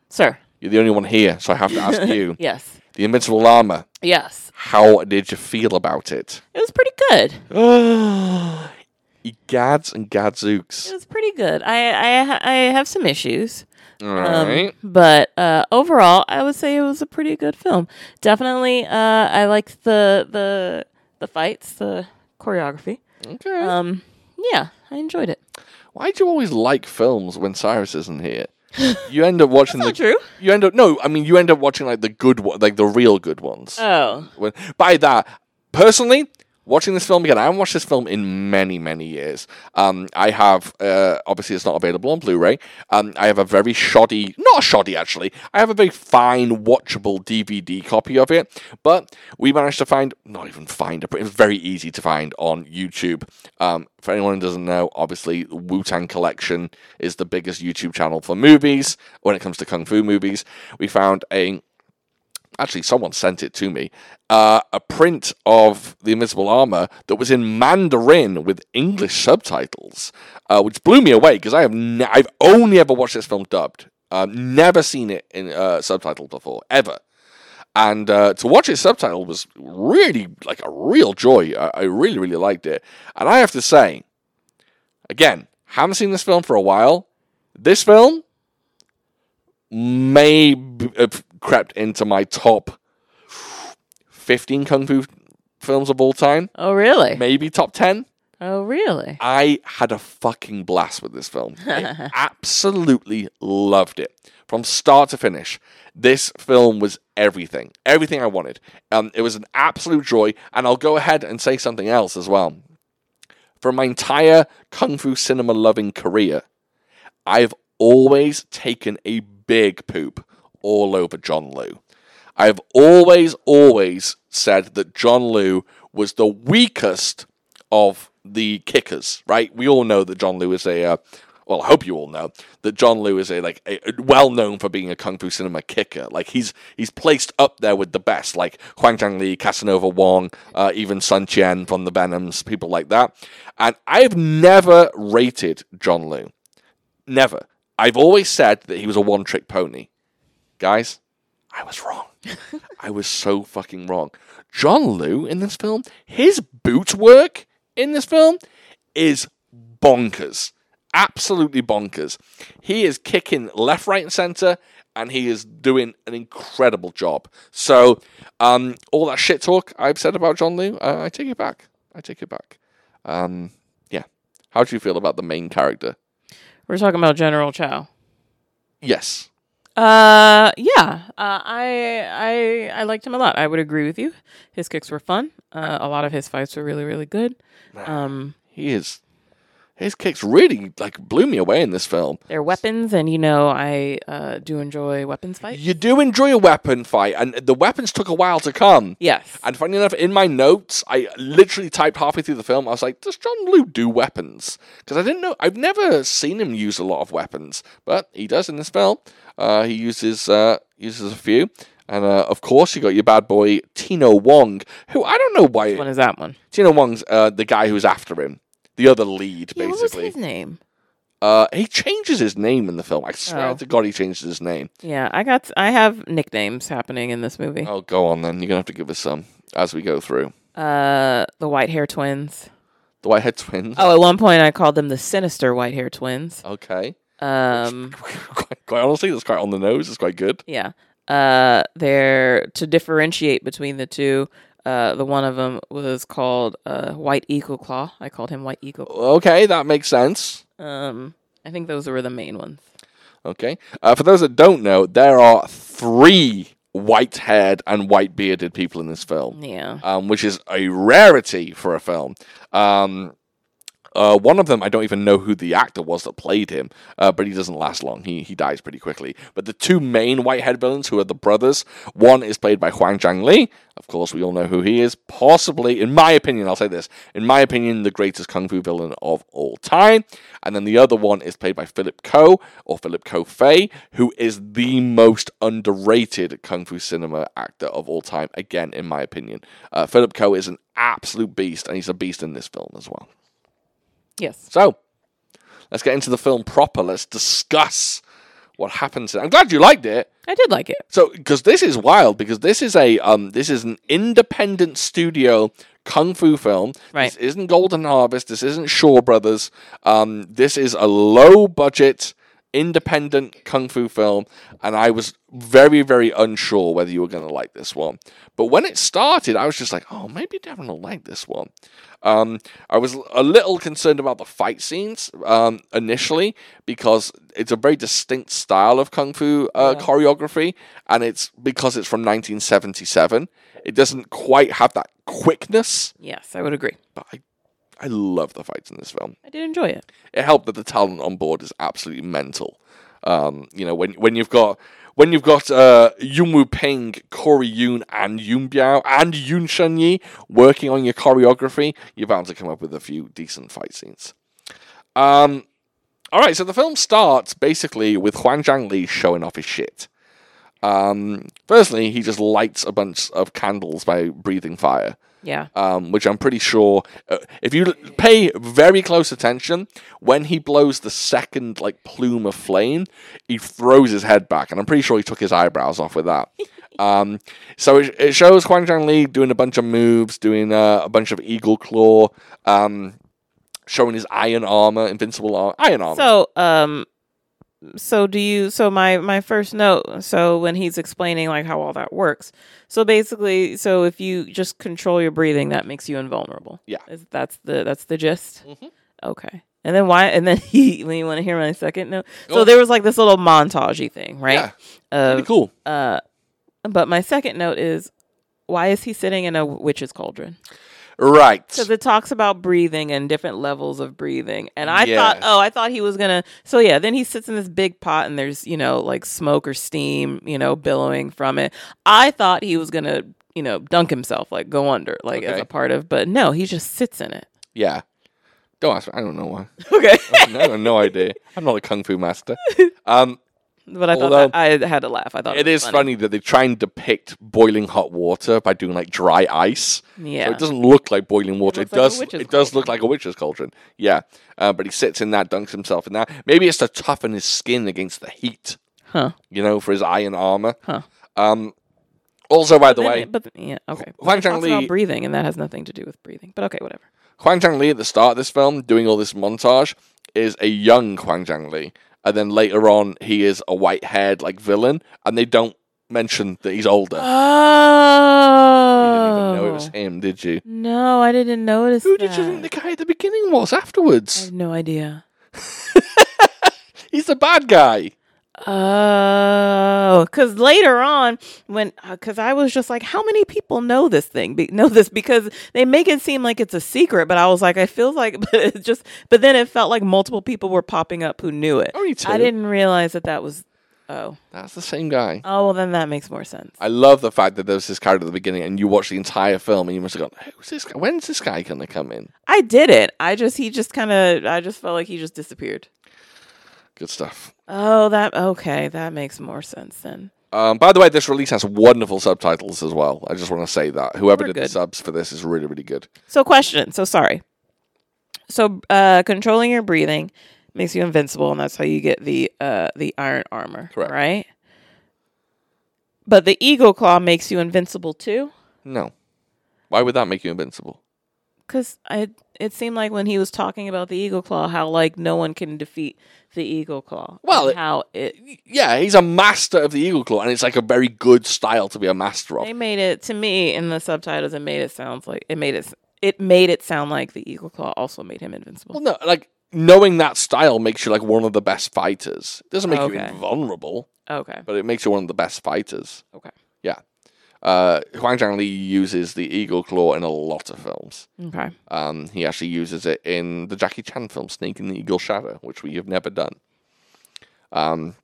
Sir.
you're the only one here, so I have to ask you.
Yes.
The Invincible Armor,
Yes.
how did you feel about it?
It was pretty good.
Gads and gadzooks.
It was pretty good. I I ha- I have some issues.
All right.
Um, but uh, overall, I would say it was a pretty good film. Definitely, uh, I liked the the the fights, the choreography.
okay.
Um, yeah, I enjoyed it.
Why do you always like films when Cyrus isn't here? You end up watching
That's
the
not true.
You end up no, I mean you end up watching like the good one, like the real good ones.
Oh,
When- by that, personally, watching this film again, I haven't watched this film in many, many years. Um, I have, uh, obviously, it's not available on Blu ray. Um, I have a very shoddy, not shoddy actually, I have a very fine, watchable DVD copy of it, but we managed to find, not even find it, but it was very easy to find on YouTube. Um, for anyone who doesn't know, obviously, Wu Tang Collection is the biggest YouTube channel for movies when it comes to Kung Fu movies. We found a actually someone sent it to me uh, a print of the invisible armor that was in mandarin with english subtitles uh, which blew me away because i have n- i've only ever watched this film dubbed um, never seen it in uh, subtitled before ever and uh, to watch it subtitled was really like a real joy I-, I really really liked it and i have to say again haven't seen this film for a while this film may b- have crept into my top 15 kung fu films of all time,
Oh, really?
maybe top 10.
Oh, really?
I had a fucking blast with this film. I absolutely loved it from start to finish. This film was everything, everything I wanted. Um, it was an absolute joy, and I'll go ahead and say something else as well. For my entire kung fu cinema loving career, I've always taken a big poop all over John Liu. I've always, always said that John Liu was the weakest of the kickers, right? We all know that John Liu is a, uh, well, I hope you all know that John Liu is a like a, well known for being a kung fu cinema kicker. Like he's he's placed up there with the best, like Huang Tang Li, Casanova Wong, uh, even Sun Qian from the Venoms, people like that. And I've never rated John Liu. Never. I've always said that he was a one trick pony. Guys, I was wrong. I was so fucking wrong. John Liu in this film, his boot work in this film is bonkers. Absolutely bonkers. He is kicking left, right, and center, and he is doing an incredible job. So, um, all that shit talk I've said about John Liu, uh, I take it back. I take it back. Um, yeah. How do you feel about the main character?
We're talking about General Chow.
Yes.
Uh, yeah. Uh, I I I liked him a lot. I would agree with you. His kicks were fun. Uh, a lot of his fights were really really good. Um,
He is. His kicks really like blew me away in this film.
they're weapons, and you know I uh do enjoy weapons fights.
You do enjoy a weapon fight, and the weapons took a while to come.
Yes.
And funny enough, in my notes, I literally typed halfway through the film. I was like, "Does John Liu do weapons?" Because I didn't know. I've never seen him use a lot of weapons, but he does in this film. Uh, he uses uh, uses a few, and uh, of course, you got your bad boy Tino Wong, who I don't know why
Which one is that one?
Tino Wong's uh, the guy who's after him, the other lead,
Yeah, what was
basically.
his name?
Uh, he changes his name in the film. I swear
Oh.
to God, he changes his name.
Yeah, I got I have nicknames happening in this movie.
Oh, go on then. You're gonna have to give us some as we go through.
Uh, the white hair twins.
The Whitehead twins.
Oh, at one point I called them the sinister white hair twins.
Okay.
Um,
quite, quite honestly, that's quite on the nose. It's quite good.
Yeah. Uh, they're to differentiate between the two. Uh, the one of them was called uh, White Eagle Claw. I called him White Eagle.
Okay, that makes sense.
Um, I think those were the main ones.
Okay. Uh, for those that don't know, there are three white-haired and white-bearded people in this film.
Yeah.
um, which is a rarity for a film. Um, uh, one of them, I don't even know who the actor was that played him, uh, but he doesn't last long. He he dies pretty quickly. But the two main whitehead villains, who are the brothers, one is played by Huang Zhang Li. Of course, we all know who he is. Possibly, in my opinion, I'll say this: in my opinion, the greatest kung fu villain of all time. And then the other one is played by Philip Ko or Philip Ko Fei, who is the most underrated kung fu cinema actor of all time. Again, in my opinion, uh, Philip Ko is an absolute beast, and he's a beast in this film as well.
Yes.
So, let's get into the film proper. Let's discuss what happens. I'm glad you liked it.
I did like it.
So, because this is wild, because this is a um, this is an independent studio kung fu film.
Right.
This isn't Golden Harvest. This isn't Shaw Brothers. Um, this is a low budget independent kung fu film, and I was very very unsure whether you were going to like this one. But when it started, I was just like, oh, maybe Devin will like this one. Um, I was a little concerned about the fight scenes um, initially because it's a very distinct style of kung fu uh, choreography, and it's because it's from 1977. It doesn't quite have that quickness.
Yes, I would agree.
But I, I love the fights in this film.
I did enjoy it.
It helped that the talent on board is absolutely mental. Um, you know when when you've got when you've got uh, Yunwoo Ping, Corey Yoon, and Yoon Biao and Yoon Shanyi working on your choreography, you're bound to come up with a few decent fight scenes. Um, all right, so the film starts basically with Huang Zhang Li showing off his shit. Um, firstly, he just lights a bunch of candles by breathing fire,
Yeah.
um, which I'm pretty sure, uh, if you l- pay very close attention, when he blows the second like plume of flame, he throws his head back, and I'm pretty sure he took his eyebrows off with that. um, so it, it shows Huang Zhang Li doing a bunch of moves, doing uh, a bunch of eagle claw. Um, Showing his iron armor, invincible ar- iron armor.
So, um, so do you? So my my first note. So when he's explaining like how all that works. So basically, so if you just control your breathing, that makes you invulnerable.
Yeah.
Is, that's the that's the gist.
Mhm.
Okay. And then why? And then he. When you want to hear my second note. So
Go.
there was like this little montagey thing, right?
Pretty
Of
cool.
uh, but my second note is. Why is he sitting in a witch's cauldron?
Right.
Because it talks about breathing and different levels of breathing. And I thought,
Yes.
oh, I thought he was going to. So, yeah, then he sits in this big pot and there's, you know, like smoke or steam, you know, billowing from it. I thought he was going to, you know, dunk himself, like go under, like as
Okay.
a part of. But no, he just sits in it.
yeah. Don't ask me. I don't know why.
Okay.
I have no idea. I'm not a kung fu master. Um,
but I
Although-
thought that, I had to laugh. I thought
it is funny. that they try and depict boiling hot water by doing like dry ice.
Yeah.
So it doesn't look like boiling water. It,
looks like a
does.
witch's
it does look like a witch's cauldron. Yeah. Uh, but he sits in that, dunks himself in that. Maybe it's to toughen his skin against the heat.
Huh.
You know, for his iron armor.
Huh.
Um. Also, by the
Then
way,
it- but yeah, okay. But
Huang
it talks
Zhongli-
about breathing, and that has nothing to do with breathing. But okay, whatever.
Huang Zhang Li at the start of this film, doing all this montage, is a young Huang Zhang Li. And then later on, he is a white haired like villain, and they don't mention that he's older. You didn't
Oh,
even know it was him, did you?
no, I didn't notice.
Who
that.
did you think the guy at the beginning was
I
afterwards?
have no idea.
He's the bad guy.
Oh, because later on, when because I was just like, how many people know this thing? Be- know this because they make it seem like it's a secret, but I was like, I feel like, but it just, but then it felt like multiple people were popping up who knew it.
Only two.
I didn't realize that that was. Oh,
That's the same guy.
oh well, then that makes more sense.
I love the fact that there was this character at the beginning, and you watched the entire film, and you must have gone, "Who's this guy? When's this guy going to come in?"
I did it. I just he just kind of I just felt like he just disappeared.
Good stuff.
Oh, that okay, that makes more sense then.
Um, by the way, this release has wonderful subtitles as well. I just want to say that whoever
We're
did the
good.
subs for this is really, really good.
So question. So sorry. So uh controlling your breathing makes you invincible and that's how you get the uh the iron armor,
Correct.
right? But the eagle claw makes you invincible too
No. Why would that make you invincible?
cuz I it seemed like when he was talking about the eagle claw how like no one can defeat the eagle claw.
Well,
and
it-
how it
Yeah, he's a master of the Eagle Claw, and it's like a very good style to be a master of.
they made it to me in the subtitles it made it sound like it made it it made it sound like the eagle claw also made him invincible.
Well, no, like knowing that style makes you like one of the best fighters. It doesn't make you
Okay.
invulnerable,
Okay.
but it makes you one of the best fighters.
Okay.
Yeah. Uh, Huang Zhang Li uses the Eagle Claw in a lot of films.
Okay.
Um, he actually uses it in the Jackie Chan film Snake in the Eagle Shadow, which we have never done. Um,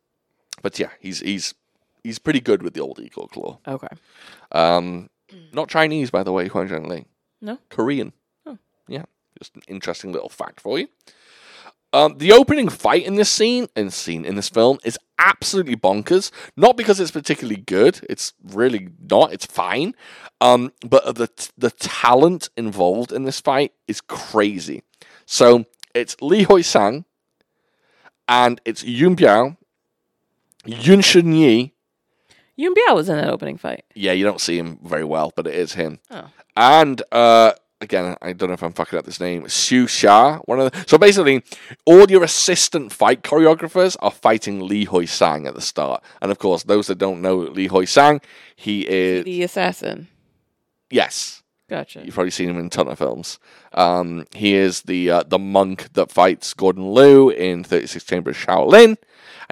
but yeah, he's he's he's pretty good with the old Eagle Claw.
Okay.
Um, not Chinese, by the way, Huang Zhongli.
Mm. No?
Korean.
Oh.
Yeah. Just an interesting little fact for you. Um, the opening fight in this scene and scene in this film is absolutely bonkers. Not because it's particularly good; it's really not. It's fine, um, but the the talent involved in this fight is crazy. So it's Lee Hoi Sang, and it's Yun Biao, Yun Shun Yi,
Yun Biao was in that opening fight.
yeah, you don't see him very well, but it is him.
Oh.
And uh, again, I don't know if I'm fucking up this name. Xu Xia, one of the. So basically, all your assistant fight choreographers are fighting Lee Hoi Sang at the start, and of course, those that don't know Lee Hoi Sang, he is
The assassin.
yes,
Gotcha.
you've probably seen him in a ton of films. Um, he is the uh, the monk that fights Gordon Liu in Thirty Six Chambers of Shaolin, and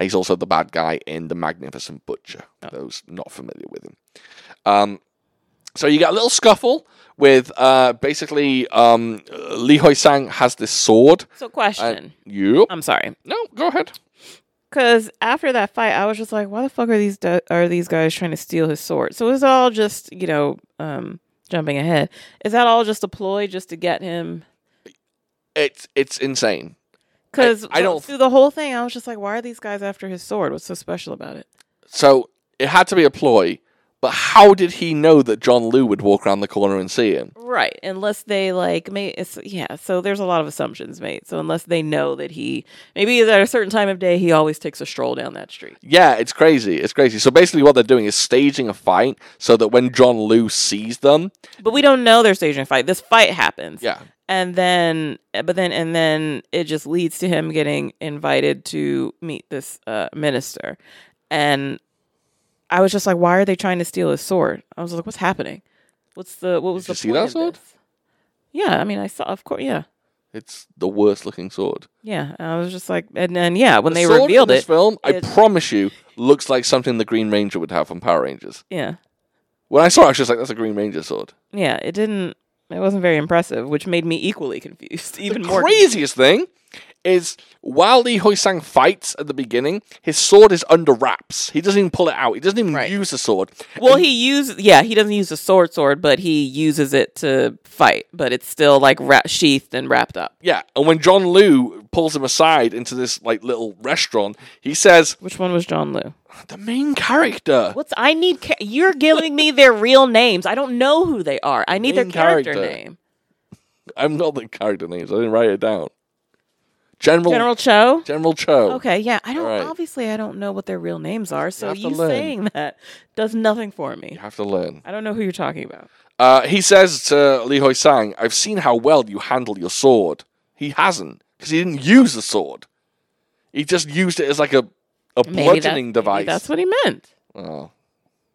he's also the bad guy in The Magnificent Butcher. for Those not familiar with him. Um, so you get a little scuffle with uh, basically um, Li Hoi Sang has this sword.
So, question.
You
I'm sorry,
no, go ahead.
because after that fight, I was just like, why the fuck are these du- are these guys trying to steal his sword? So it was all just you know um, jumping ahead. Is that all just a ploy just to get him?
It's it's insane.
Because
I don't-
through the whole thing, I was just like, why are these guys after his sword? What's so special about it?
So it had to be a ploy. But how did he know that John Liu would walk around the corner and see him?
Right, unless they like may it's, yeah. So there's a lot of assumptions made. So unless they know that he maybe at a certain time of day he always takes a stroll down that street.
Yeah, it's crazy. It's crazy. So basically, what they're doing is staging a fight so that when John Liu sees them,
But we don't know they're staging a fight. This fight happens.
yeah,
and then eh, but then and then it just leads to him getting invited to meet this uh, minister and i was just like why are they trying to steal his sword i was like what's happening what's the what was
Did
the
you see
point
that
of
sword?
this? yeah i mean i saw of course yeah
it's the worst looking sword.
yeah and i was just like and then yeah when
The
they
sword
revealed
in this
it
film, I
it's-
promise you, looks like something the Green Ranger would have from Power Rangers.
yeah
When I saw it, I was just like, "That's a Green Ranger sword."
yeah it didn't it wasn't very impressive which made me equally confused even more
Craziest thing is while Lee Hoi Sang fights at the beginning, his sword is under wraps. He doesn't even pull it out. He doesn't even
Right.
use the sword.
Well, he uses yeah, he doesn't use a sword sword, but he uses it to fight. But it's still like wra- sheathed and wrapped up.
Yeah, and when John Liu pulls him aside into this like little restaurant, he says,
Which one was John Liu?
"The main character."
What's I need? Ca- you're giving me their real names. I don't know who they are. I need
Main
their character,
character.
name.
I'm not the character names. I didn't write it down. General General,
General Cho.
Cho.
Okay, yeah, I don't.
Oh. Alright.
Obviously, I don't know what their real names are. So
have to
you,
learn.
saying that does nothing for me.
You have to learn.
I don't know who you're talking about.
Uh, he says to Li Hoi Sang, "I've seen how well you handle your sword." He hasn't because he didn't use the sword. He just used it as like a a
Maybe that-
bludgeoning
maybe
device.
that's what he meant.
Oh,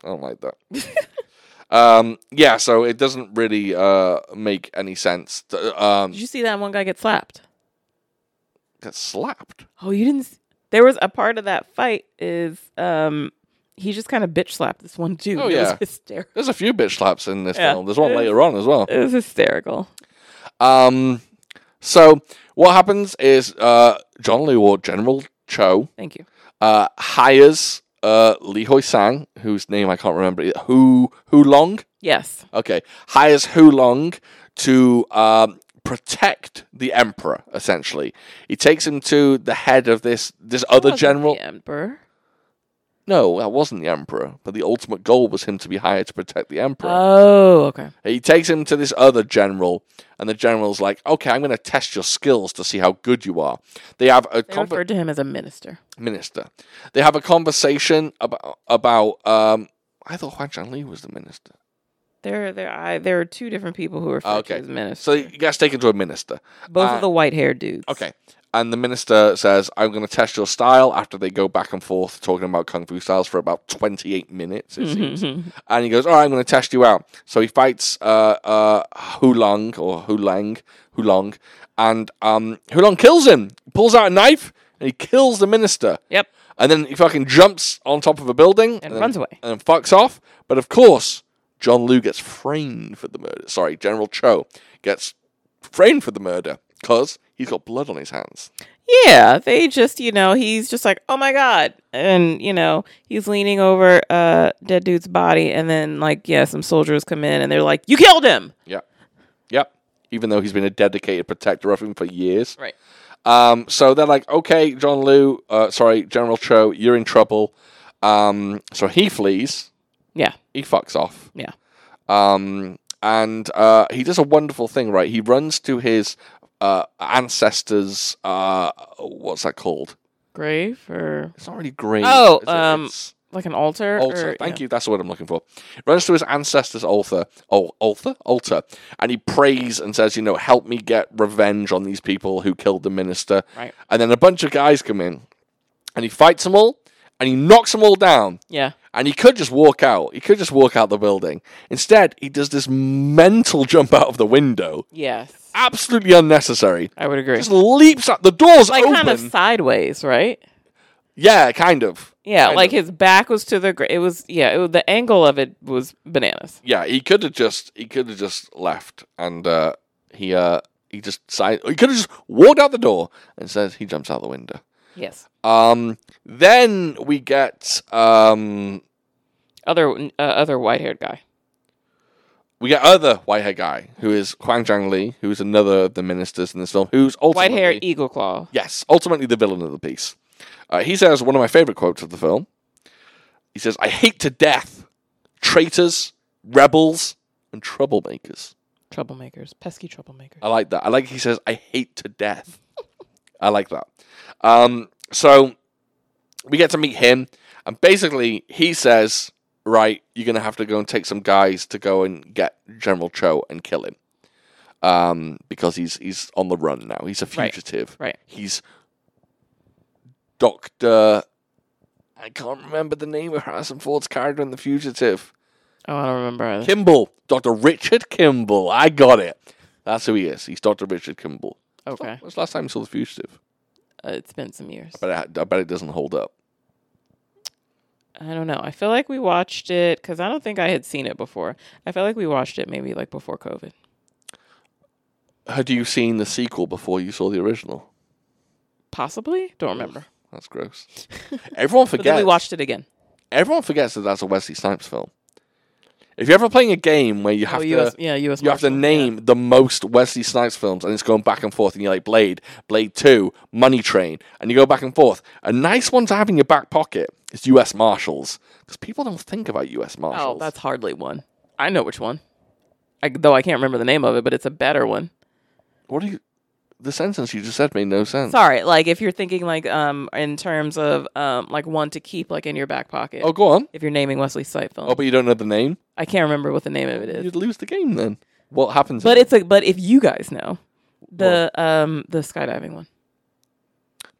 I don't like that. um, yeah, so it doesn't really uh, make any sense. T- Um,
Did you see that one guy get slapped?
get slapped.
Oh, you didn't. s- There was a part of that fight is um he just kind of bitch slapped this one dude.
Oh,
it
yeah.
was hysterical.
There's a few bitch slaps in this
Yeah.
film. There's one
It is-
later on as well.
It was hysterical.
Um, so what happens is uh, John Liu or General Cho
Thank you.
uh, hires uh, Li Hoi Sang, whose name I can't remember, Hu Hu Long.
Yes,
Okay, hires Hu Long to um, protect the emperor. Essentially, he takes him to the head of this this other
Wasn't
Oh, general.
the emperor.
No, that wasn't the emperor. But the ultimate goal was him to be hired to protect the emperor.
Oh, okay.
He takes him to this other general, and the general's like, "Okay, I'm going to test your skills to see how good you are." They have a
They
conver-
referred to him as a minister.
minister. They have a conversation about about. Um, I thought Huan Chan Li was the minister.
There, there, I, there are two different people who referred
Okay.
to as minister.
So he gets taken to a minister.
Both
uh,
of the white-haired dudes.
Okay. And the minister says, I'm going to test your style after they go back and forth talking about Kung Fu styles for about 28 minutes, it seems. And he goes, All right, I'm going to test you out. So he fights uh, uh, Hulong or Hulang, Hulong, and um, Hulong kills him, pulls out a knife, and he kills the minister.
Yep.
And then he fucking jumps on top of a building
And
then-
runs away.
and then fucks off. But of course, John Liu gets framed for the murder. Sorry, General Cho gets framed for the murder because he's got blood on his hands.
Yeah, they just, you know, he's just like, oh my God. And, you know, he's leaning over uh dead dude's body. And then, like, yeah, some soldiers come in and they're like, you killed him.
Yeah, yep. Even though he's been a dedicated protector of him for years.
Right.
Um, so they're like, okay, John Liu, uh, sorry, General Cho, you're in trouble. Um, so he flees.
Yeah.
He fucks off.
Yeah.
Um, and uh, he does a wonderful thing, right? He runs to his uh, ancestors. Uh, what's that called?
Grave or
It's not really grave.
Oh,
is it?
um, er,
It's
like an altar?
altar. Thank you. That's the word I'm looking for. Runs to his ancestors' altar, oh, altar, altar, and he prays and says, "You know, help me get revenge on these people who killed the minister."
Right.
And then a bunch of guys come in, and he fights them all, and he knocks them all down.
Yeah.
And he could just walk out. He could just walk out the building. Instead, he does this mental jump out of the window.
Yes.
Absolutely unnecessary.
I would agree.
Just leaps up. The door's
like
open.
kind of sideways, right?
yeah, kind of.
Yeah,
Kind
like
of.
his back was to the. Gra- it was yeah. It was, the angle of it was bananas.
Yeah, he could have just he could have just left, and uh, he uh, he just signed. He could have just walked out the door and says he jumps out the window.
Yes.
Um, then we get um,
Other uh, other white haired guy.
we get other white hair guy who is Huang Zhang Li, who's another of the ministers in this film, who's
White
ultimately
haired eagle claw.
Yes, ultimately the villain of the piece. Uh, he says one of my favorite quotes of the film. He says, "I hate to death traitors, rebels, and troublemakers."
Troublemakers. Pesky troublemakers.
I like that. I like he says, "I hate to death." I like that. Um, so we get to meet him, and basically he says, "Right, you're gonna have to go and take some guys to go and get General Cho and kill him, um, because he's he's on the run now. He's a
Right.
fugitive.
Right.
He's Doctor. I can't remember the name of Harrison Ford's character in The Fugitive.
Oh, I don't remember. either.
Kimball, Doctor Richard Kimball. I got it. That's who he is. He's Doctor Richard Kimball.
okay.
When's the last time you saw The Fugitive?
Uh, it's been some years.
But I, I bet it doesn't hold up.
I don't know. I feel like we watched it because I don't think I had seen it before. I feel like we watched it maybe like before COVID.
Had you seen the sequel before you saw the original?
Possibly. Don't remember.
That's gross. Everyone
But then we
forgets.
watched it again.
everyone forgets that that's a Wesley Snipes film. If you're ever playing a game where you have
oh,
to
US, yeah, US.
you have to
Marshals,
name the most Wesley Snipes films, and it's going back and forth, and you're like Blade, Blade Two, Money Train, and you go back and forth. A nice one to have in your back pocket is U.S. Marshals, because people don't think about U.S.
yeah.
Marshals.
Oh, that's hardly one. I know which one. I, though I can't remember the name of it, but it's a better one.
what do you? The sentence you just said made no sense.
Sorry, like if you're thinking like um in terms of um like one to keep like in your back pocket.
Oh, go on.
If you're naming Wesley Snipes film,
Oh, but you don't know the name.
I can't remember what the name of it is.
You'd lose the game then. What happens?
But
is
it's like, but if you guys know the um the skydiving one,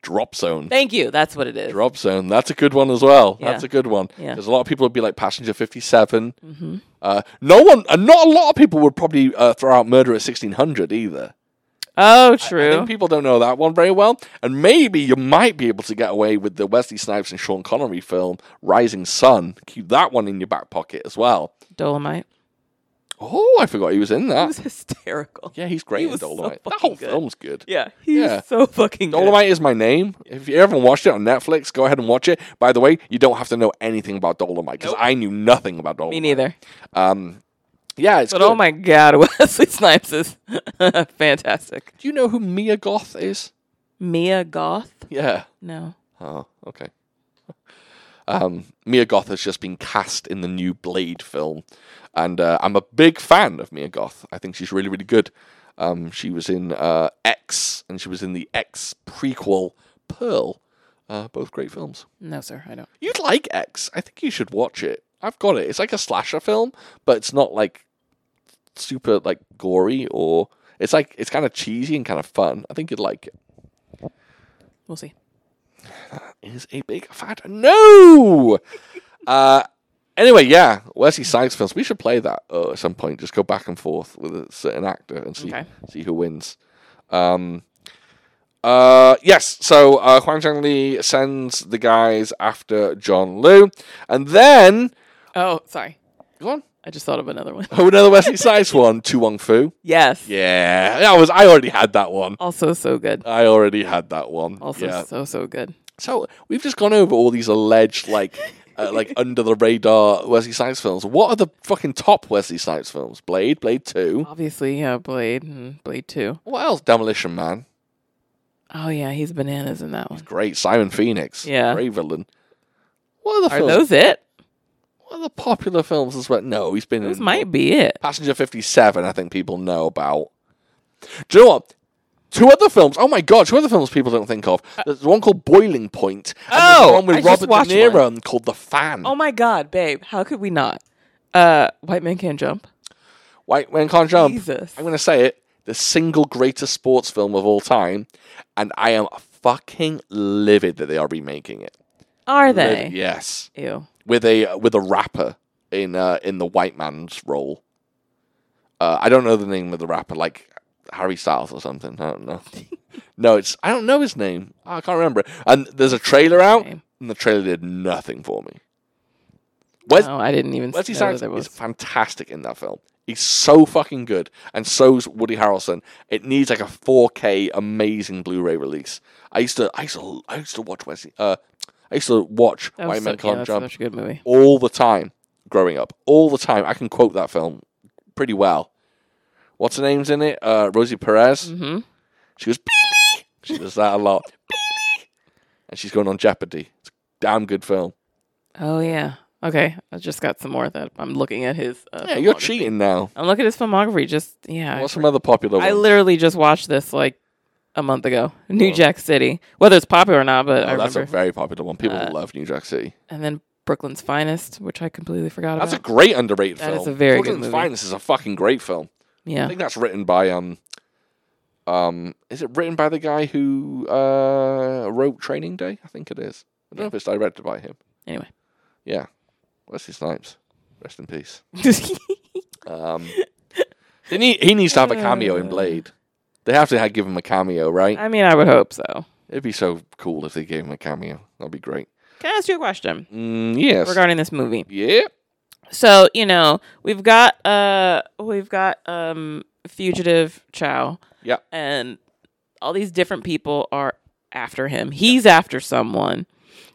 drop zone.
thank you. That's what it is.
Drop zone. That's a good one as well. That's
Yeah.
a good one.
Yeah. Mm-hmm.
There's a lot of people would be like passenger 57. Uh, no one, and not a lot of people would probably uh, throw out murder at 1600 either.
Oh,
I
true.
think people don't know that one very well. And maybe you might be able to get away with the Wesley Snipes and Sean Connery film, Rising Sun. Keep that one in your back pocket as well.
Dolomite.
Oh, I forgot he was in
It
that.
was hysterical.
Yeah, he's great
he
in
was so
Dolomite. that
fucking
whole
good.
film's good.
Yeah, he's
Yeah.
so fucking good.
Dolomite is my name. If you haven't watched it on Netflix, go ahead and watch it. By the way, you don't have to know anything about Dolomite because I knew nothing about Dolomite.
Me neither.
Um, yeah, it's
But
good.
oh my god, Wesley Snipes is fantastic.
Do you know who Mia Goth is?
Mia Goth?
Yeah.
No.
Oh, okay. Um, Mia Goth has just been cast in the new Blade film, and uh, I'm a big fan of Mia Goth. I think she's really, really good. Um, she was in uh, X, and she was in the X prequel Pearl. Uh, both great films.
No, sir, I don't.
You'd like X. I think you should watch it. I've got it. It's like a slasher film, but it's not like super like gory or it's like it's kind of cheesy and kind of fun. I think you'd like it.
We'll see.
Is a big fat no. uh anyway, yeah, Wesley Snipes films. We should play that uh, at some point. Just go back and forth with a certain actor and see
Okay.
see who wins. Um uh yes, so uh Huang Zhang Li sends the guys after John Liu and then
Oh, sorry.
Go on.
I just thought of another one.
Oh, another Wesley Snipes one. Tu Wong Fu.
Yes.
Yeah, that was. I already had that one.
Also so good.
I already had that one.
Also
yeah.
so so good.
So we've just gone over all these alleged, like, uh, like under the radar Wesley Snipes films. What are the fucking top Wesley Snipes films? Blade, Blade Two.
Obviously, yeah, Blade and Blade 2.
What else? Demolition Man.
Oh yeah, he's bananas in that one.
Great. Simon Phoenix.
Yeah.
Great villain. What are the
Are
films?
those it?
What are the popular films as well? No, he's been
Those
in
might be it.
Passenger 57, I think people know about. Do you know what? Two other films. Oh my god, two other films people don't think of. There's one called Boiling Point. And
Uh, Oh,
there's one
I
with
just
Robert
watched
De Niro called The Fan.
Oh my god, babe, how could we not? Uh, White Man Can't Jump.
White Man Can't Jump.
Jesus.
I'm going to say it. The single greatest sports film of all time. And I am fucking livid that they are remaking it.
Are
Livid,
they?
yes.
Ew.
With a with a rapper in uh, in the white man's role. Uh, I don't know the name of the rapper, like Harry Styles or something. I don't know. no, it's I don't know his name. I can't remember. And there's a trailer out.
Same.
and the trailer did nothing for me. Wes,
no, I didn't even
Wesley
know that
Snipes
there was.
is fantastic in that film. He's so fucking good, and so's Woody Harrelson. It needs like a 4K amazing Blu-ray release. I used to, I used to, I used to watch Wesley. Uh, I used to watch
That
Why
was
Men
so, yeah,
Can't
that's
Jump
such a good movie.
all the time growing up. All the time. I can quote that film pretty well. What's her name's in it? Uh, Rosie Perez.
Mhm.
She goes, "Beep." she does that a lot. "Beep." and she's going on Jeopardy. It's a damn good film.
Oh yeah. Okay, I just got some more that I'm looking at his. Uh,
Yeah, you're
filmography.
cheating now.
I'm looking at his filmography. Just yeah. I
What's some other popular
I
ones?
literally just watched this like a month ago. New
Wow.
Jack City. Whether it's popular or not, but I
Oh, that's
remember.
a very popular one. People
Uh,
love New Jack City.
and then Brooklyn's Finest, which I completely forgot
That's a
about.
great underrated
That
film.
is a very good
Children's
movie.
Finest is a fucking great film. I
yeah.
think that's written by um um is it written by the guy who uh wrote Training Day? I think it is. I don't know if it's directed by him.
Anyway.
Yeah. Wesley Snipes. Rest in peace. Um they need, he needs to have a cameo in
Uh.
Blade. They have to ha give him a cameo, right?
I mean, I would hope so.
It'd be so cool if they gave him a cameo. That'd be great.
Can I ask you a question
Mm, yes.
regarding this movie?
yeah.
So you know, we've got uh, we've got um, fugitive Chow.
Yeah.
And all these different people are after him. He's after someone.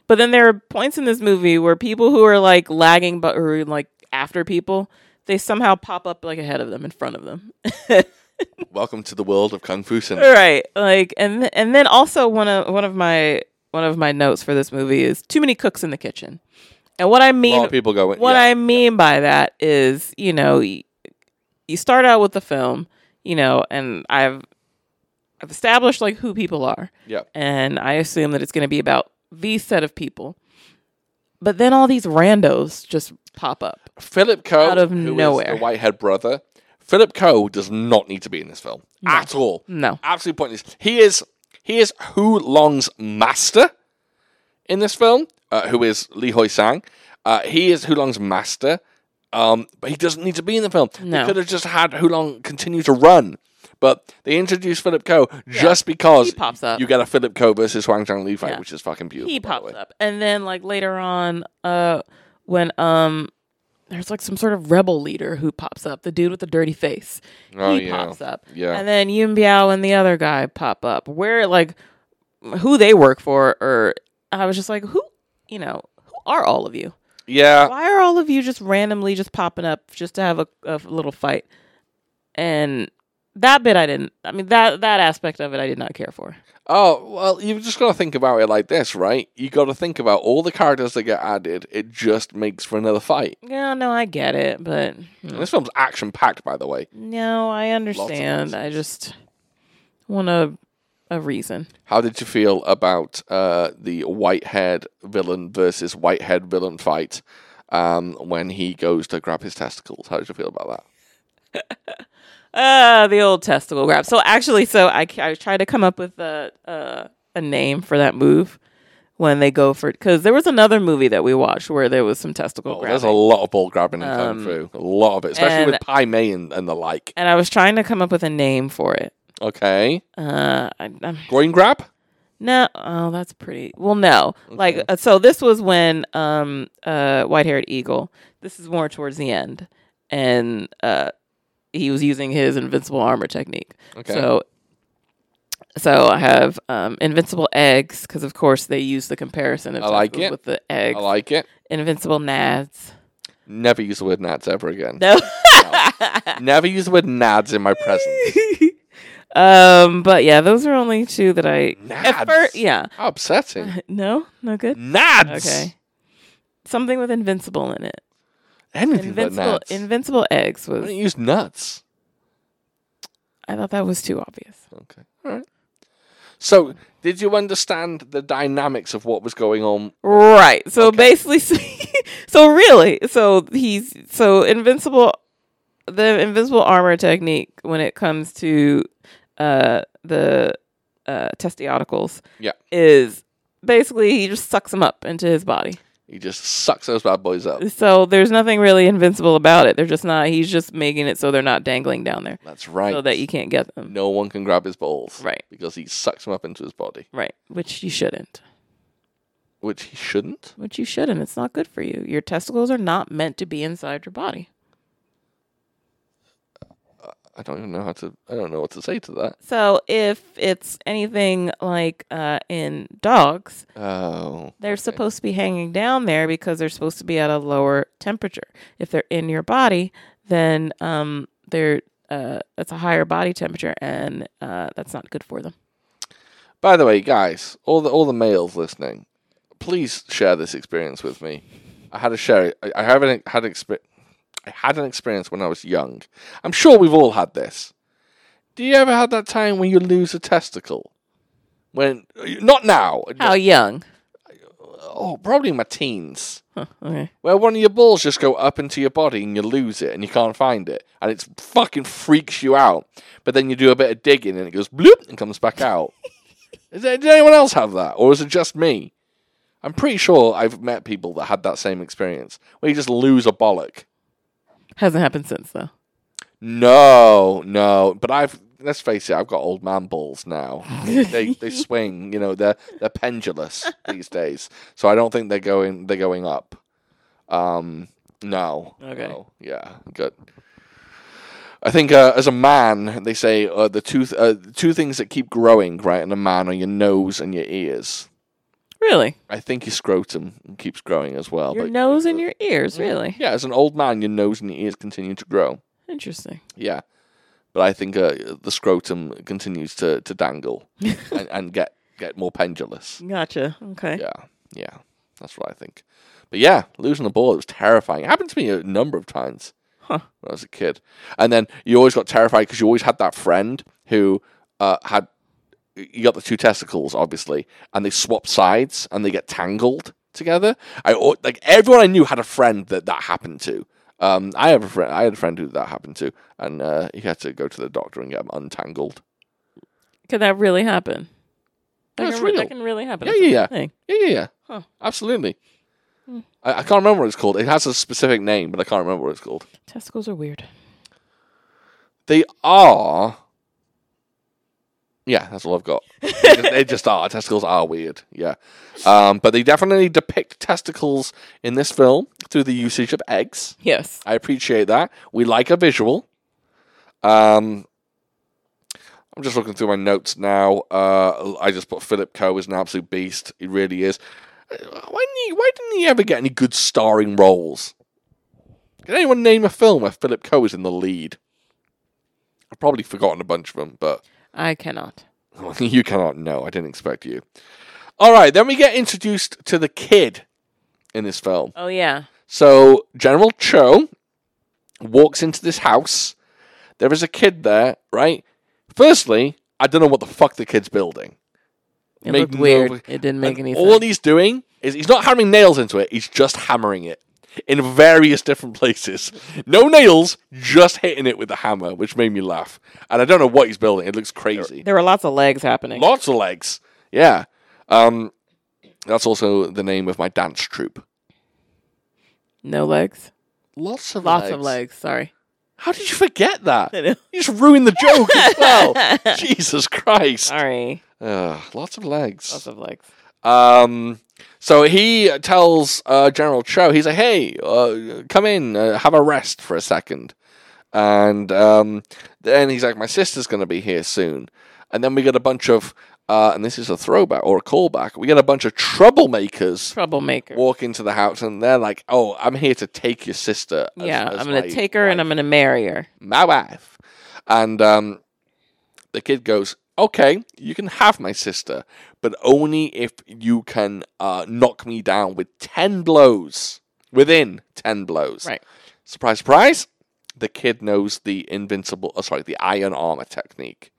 But then there are points in this movie where people who are like lagging, but who are like after people, they somehow pop up like ahead of them, in front of them.
Welcome to the world of Kung Fu cinema.
right like and th- and then also one of one of my one of my notes for this movie is too many cooks in the kitchen and what i
a
mean
lot of people going.
what
yeah.
i mean by that is you know y- you start out with the film you know and i've i've established like who people are
Yeah.
and i assume that it's going to be about these set of people but then all these randos just pop up
Philip Coe,
Out of
who is
nowhere.
the Whitehead brother. Philip Coe does not need to be in this film at all.
no
Absolutely pointless. He is he is Hu Long's master in this film, uh, who is Li Hoi Sang. Uh, he is Hu Long's master, um, but he doesn't need to be in the film. They
No.
could have just had Hu Long continue to run, but they introduced Philip Coe just because
he pops up.
You get a Philip Coe versus Huang Zhang Li fight,
Yeah.
which is fucking beautiful.
he
by the
pops
way.
up and then like later on uh when um there's like some sort of rebel leader who pops up the dude with the dirty face
Oh,
he
yeah.
pops up
Yeah.
and then yun biao and the other guy pop up where like who they work for or i was just like who you know who are all of you
Yeah,
why are all of you just randomly just popping up just to have a, a little fight and that bit i didn't i mean that that aspect of it i did not care for
Oh, well, you've just got to think about it like this, right? you got to think about all the characters that get added. It just makes for another fight.
yeah no i get it but you know.
And this film's action packed, by the way.
No, I understand. I just want a a reason.
How did you feel about uh, the white-haired villain versus white-haired villain fight um, when he goes to grab his testicles? How did you feel about that?
Uh, the old testicle grab. So actually, so I ca- I tried to come up with a uh, a name for that move when they go for because there was another movie that we watched where there was some testicle
Oh,
grab,
there's a lot of ball grabbing in
Um,
Kung Fu. A lot of it, especially with
and-
Pai Mei and, and the like.
and I was trying to come up with a name for it.
Okay.
Uh, I, I'm
Groin grab?
No, oh, that's pretty. Well, no, like uh, so. This was when um uh white haired eagle. This is more towards the end, and uh he was using his invincible armor technique.
Okay.
So, so I have um invincible eggs because of course they use the comparison of
I like
testicles
it.
with the eggs.
I like it.
invincible nads.
Never use the word nads ever again.
No.
Never use the word nads in my presence.
um, but yeah, those are only two that I
Nads.
at first. Yeah,
How upsetting.
no, no good.
Nads.
Okay. Something with invincible in it.
Anything
Invincible
but nads.
invincible eggs
I didn't
was
use nuts.
I thought that was too obvious.
Okay. All right. So, did you understand the dynamics of what was going on?
Right. So basically so really, so he's so invincible the invincible armor technique when it comes to uh the uh testicles
Yeah.
is basically he just sucks them up into his body.
He just sucks those bad boys up.
So there's nothing really invincible about it. They're just not he's just making it so they're not dangling down there
That's right.
so that you can't get them.
no one can grab his balls.
Right.
Because he sucks them up into his body.
Right, which you shouldn't.
which he shouldn't.
which you shouldn't. It's not good for you. Your testicles are not meant to be inside your body.
I don't even know how to. I don't know what to say to that.
So if it's anything like uh, in dogs,
Oh,
they're
okay.
supposed to be hanging down there because they're supposed to be at a lower temperature. If they're in your body, then um, they're uh, that's a higher body temperature, and uh, that's not good for them.
By the way, guys, all the all the males listening, please share this experience with me. I had a share. I, I haven't had exp. I had an experience when I was young. I'm sure we've all had this. Do you ever have that time when you lose a testicle? When not now.
How young?
Oh, probably in my teens.
Huh, okay.
Where one of your balls just go up into your body and you lose it and you can't find it and it's fucking freaks you out. But then you do a bit of digging and it goes bloop and comes back out. is there, did anyone else have that or is it just me? I'm pretty sure I've met people that had that same experience where you just lose a bollock.
Hasn't happened since though.
No, no. But I've let's face it, I've got old man balls now. they they swing, you know, they're they're pendulous these days. So I don't think they're going they're going up. Um no.
Okay.
no. Yeah, good. I think uh, as a man, they say uh, the two th- uh, the two things that keep growing, right, in a man are your nose and your ears.
Really?
I think your scrotum keeps growing as well.
Your
but- uh,
nose and your ears, really?
yeah, as an old man, your nose and your ears continue to grow.
Interesting.
Yeah, but I think uh, the scrotum continues to to dangle and, and get get more pendulous.
Gotcha. Okay.
Yeah, yeah, that's what I think. But yeah, losing the ball it was terrifying. It happened to me a number of times
Huh.
when I was a kid, and then you always got terrified because you always had that friend who uh, had you got the two testicles obviously, and they swap sides and they get tangled together. I al- like everyone I knew had a friend that that happened to. Um, I have a friend. I had a friend who that happened to, and uh, he had to go to the doctor and get them untangled.
Can that really happen? That,
That's
can, re-
real.
that can really happen.
Yeah,
That's a
yeah, yeah.
thing.
Yeah, yeah, yeah.
Huh.
Absolutely. I, I can't remember what it's called. It has a specific name, but I can't remember what it's called.
Testicles are weird.
They are. Yeah, that's all I've got. they, just, they just are. Testicles are weird. Yeah. Um, but they definitely depict testicles in this film through the usage of eggs.
Yes.
I appreciate that. We like a visual. Um, I'm just looking through my notes now. Uh, I just put Philip Coe is an absolute beast. He really is. Uh, Why didn't he, why didn't he ever get any good starring roles? Can anyone name a film where Philip Coe is in the lead? I've probably forgotten a bunch of them, but
I cannot.
you cannot know. I didn't expect you. All right, then we get introduced to the kid in this film.
Oh yeah.
So General Cho walks into this house. There is a kid there, right? Firstly, I don't know what the fuck the kid's building.
It
Make
looked weird.
no-
It didn't make
And
any
all
sense.
he's doing is he's not hammering nails into it, he's just hammering it in various different places. No nails, just hitting it with a hammer, which made me laugh. And I don't know what he's building. It looks crazy.
There were lots of legs happening.
Lots of legs. Yeah. Um, that's also the name of my dance troupe.
no legs.
Lots of
Lots of legs. Sorry.
How did you forget that?
I know.
You just ruined the joke as well. Jesus Christ.
Sorry.
Ugh, lots of
Lots
legs.
of legs.
Um, so he tells uh, General Cho, he's like, hey, uh, come in, uh, have a rest for a second. And um, then he's like, my sister's going to be here soon. And then we get a bunch of, uh, and this is a throwback or a callback, we get a bunch of troublemakers
Troublemaker.
walk into the house and they're like, oh, I'm here to take your sister. as-
yeah,
as
I'm gonna
my
take her and
wife."
I'm gonna marry her.
my wife. And um, the kid goes, okay, you can have my sister, but only if you can uh, knock me down with 10 blows, within 10 blows.
Right.
Surprise, surprise. The kid knows the invincible, oh, sorry, the iron armor technique.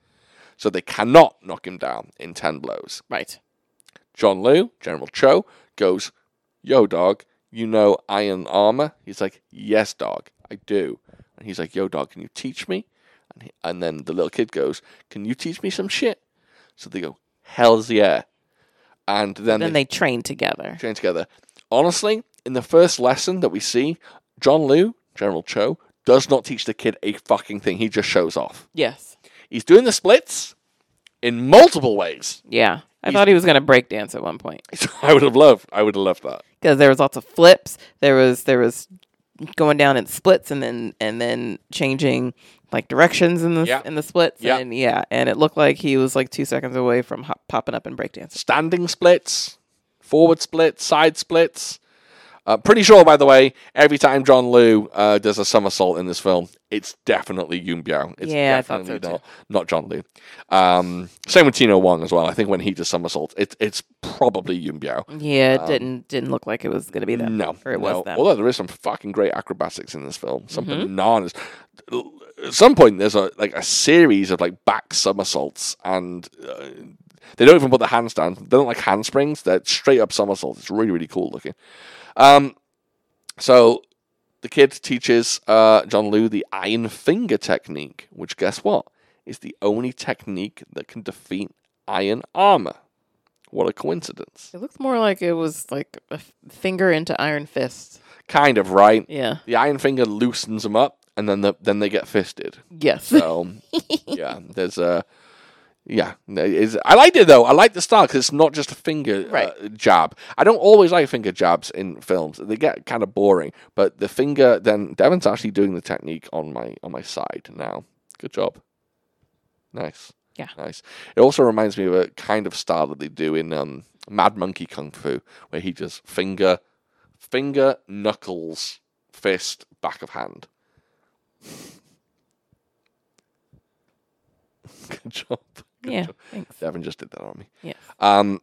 So they cannot knock him down in 10 blows.
Right.
John Liu, General Cho, goes, Yo, dog, you know iron armor? He's like, Yes, dog, I do. And he's like, Yo, dog, can you teach me? And, he, and then the little kid goes, Can you teach me some shit? So they go, Hell's yeah. And then,
Then
they
they train together.
train together. Honestly, in the first lesson that we see, John Liu, General Cho, does not teach the kid a fucking thing. He just shows off.
Yes.
He's doing the splits in multiple ways
Yeah. I thought he was going to break dance at one point
I would have loved. I would have loved that.
because there was lots of flips. There was there was going down in splits and then and then changing like directions in the
Yeah.
in the splits.
Yeah.
And yeah, and it looked like he was like two seconds away from hop- popping up and breakdancing.
Standing splits, forward splits, side splits. Uh, pretty sure, by the way, every time John Liu uh, does a somersault in this film, it's definitely Yun Biao. It's
Yeah, I thought
definitely
so too.
not, not John Liu. Um, same with Tino Wong as well. I think when he does somersaults, it's it's probably Yun Biao.
Yeah, it didn't didn't look like it was going to be that.
Um, No,
or it
no.
was that.
Although there is some fucking great acrobatics in this film, some
Mm-hmm.
bananas. At some point, there's a like a series of like back somersaults, and uh, they don't even put the hands down. They don't like handsprings; they're straight up somersaults. It's really really cool looking. Um, so the kid teaches uh, John Liu the iron finger technique, which guess what is the only technique that can defeat iron armor. What a coincidence!
it looks more like it was like a f- finger into iron fist.
Kind of right.
Yeah.
the Iron Finger loosens them up, and then the, then they get fisted.
Yes.
So yeah, there's a yeah. there Is I liked it though. I like the style because it's not just a finger uh,
Right.
jab. I don't always like finger jabs in films. They get kind of boring. But the finger, then Devin's actually doing the technique on my on my side now. Good job. Nice.
Yeah.
Nice. It also reminds me of a kind of style that they do in um, Mad Monkey Kung Fu, where he does finger, finger, knuckles, fist, back of hand. Good job. Good
yeah.
job.
Thanks.
Devin just did that on me.
Yes.
Um,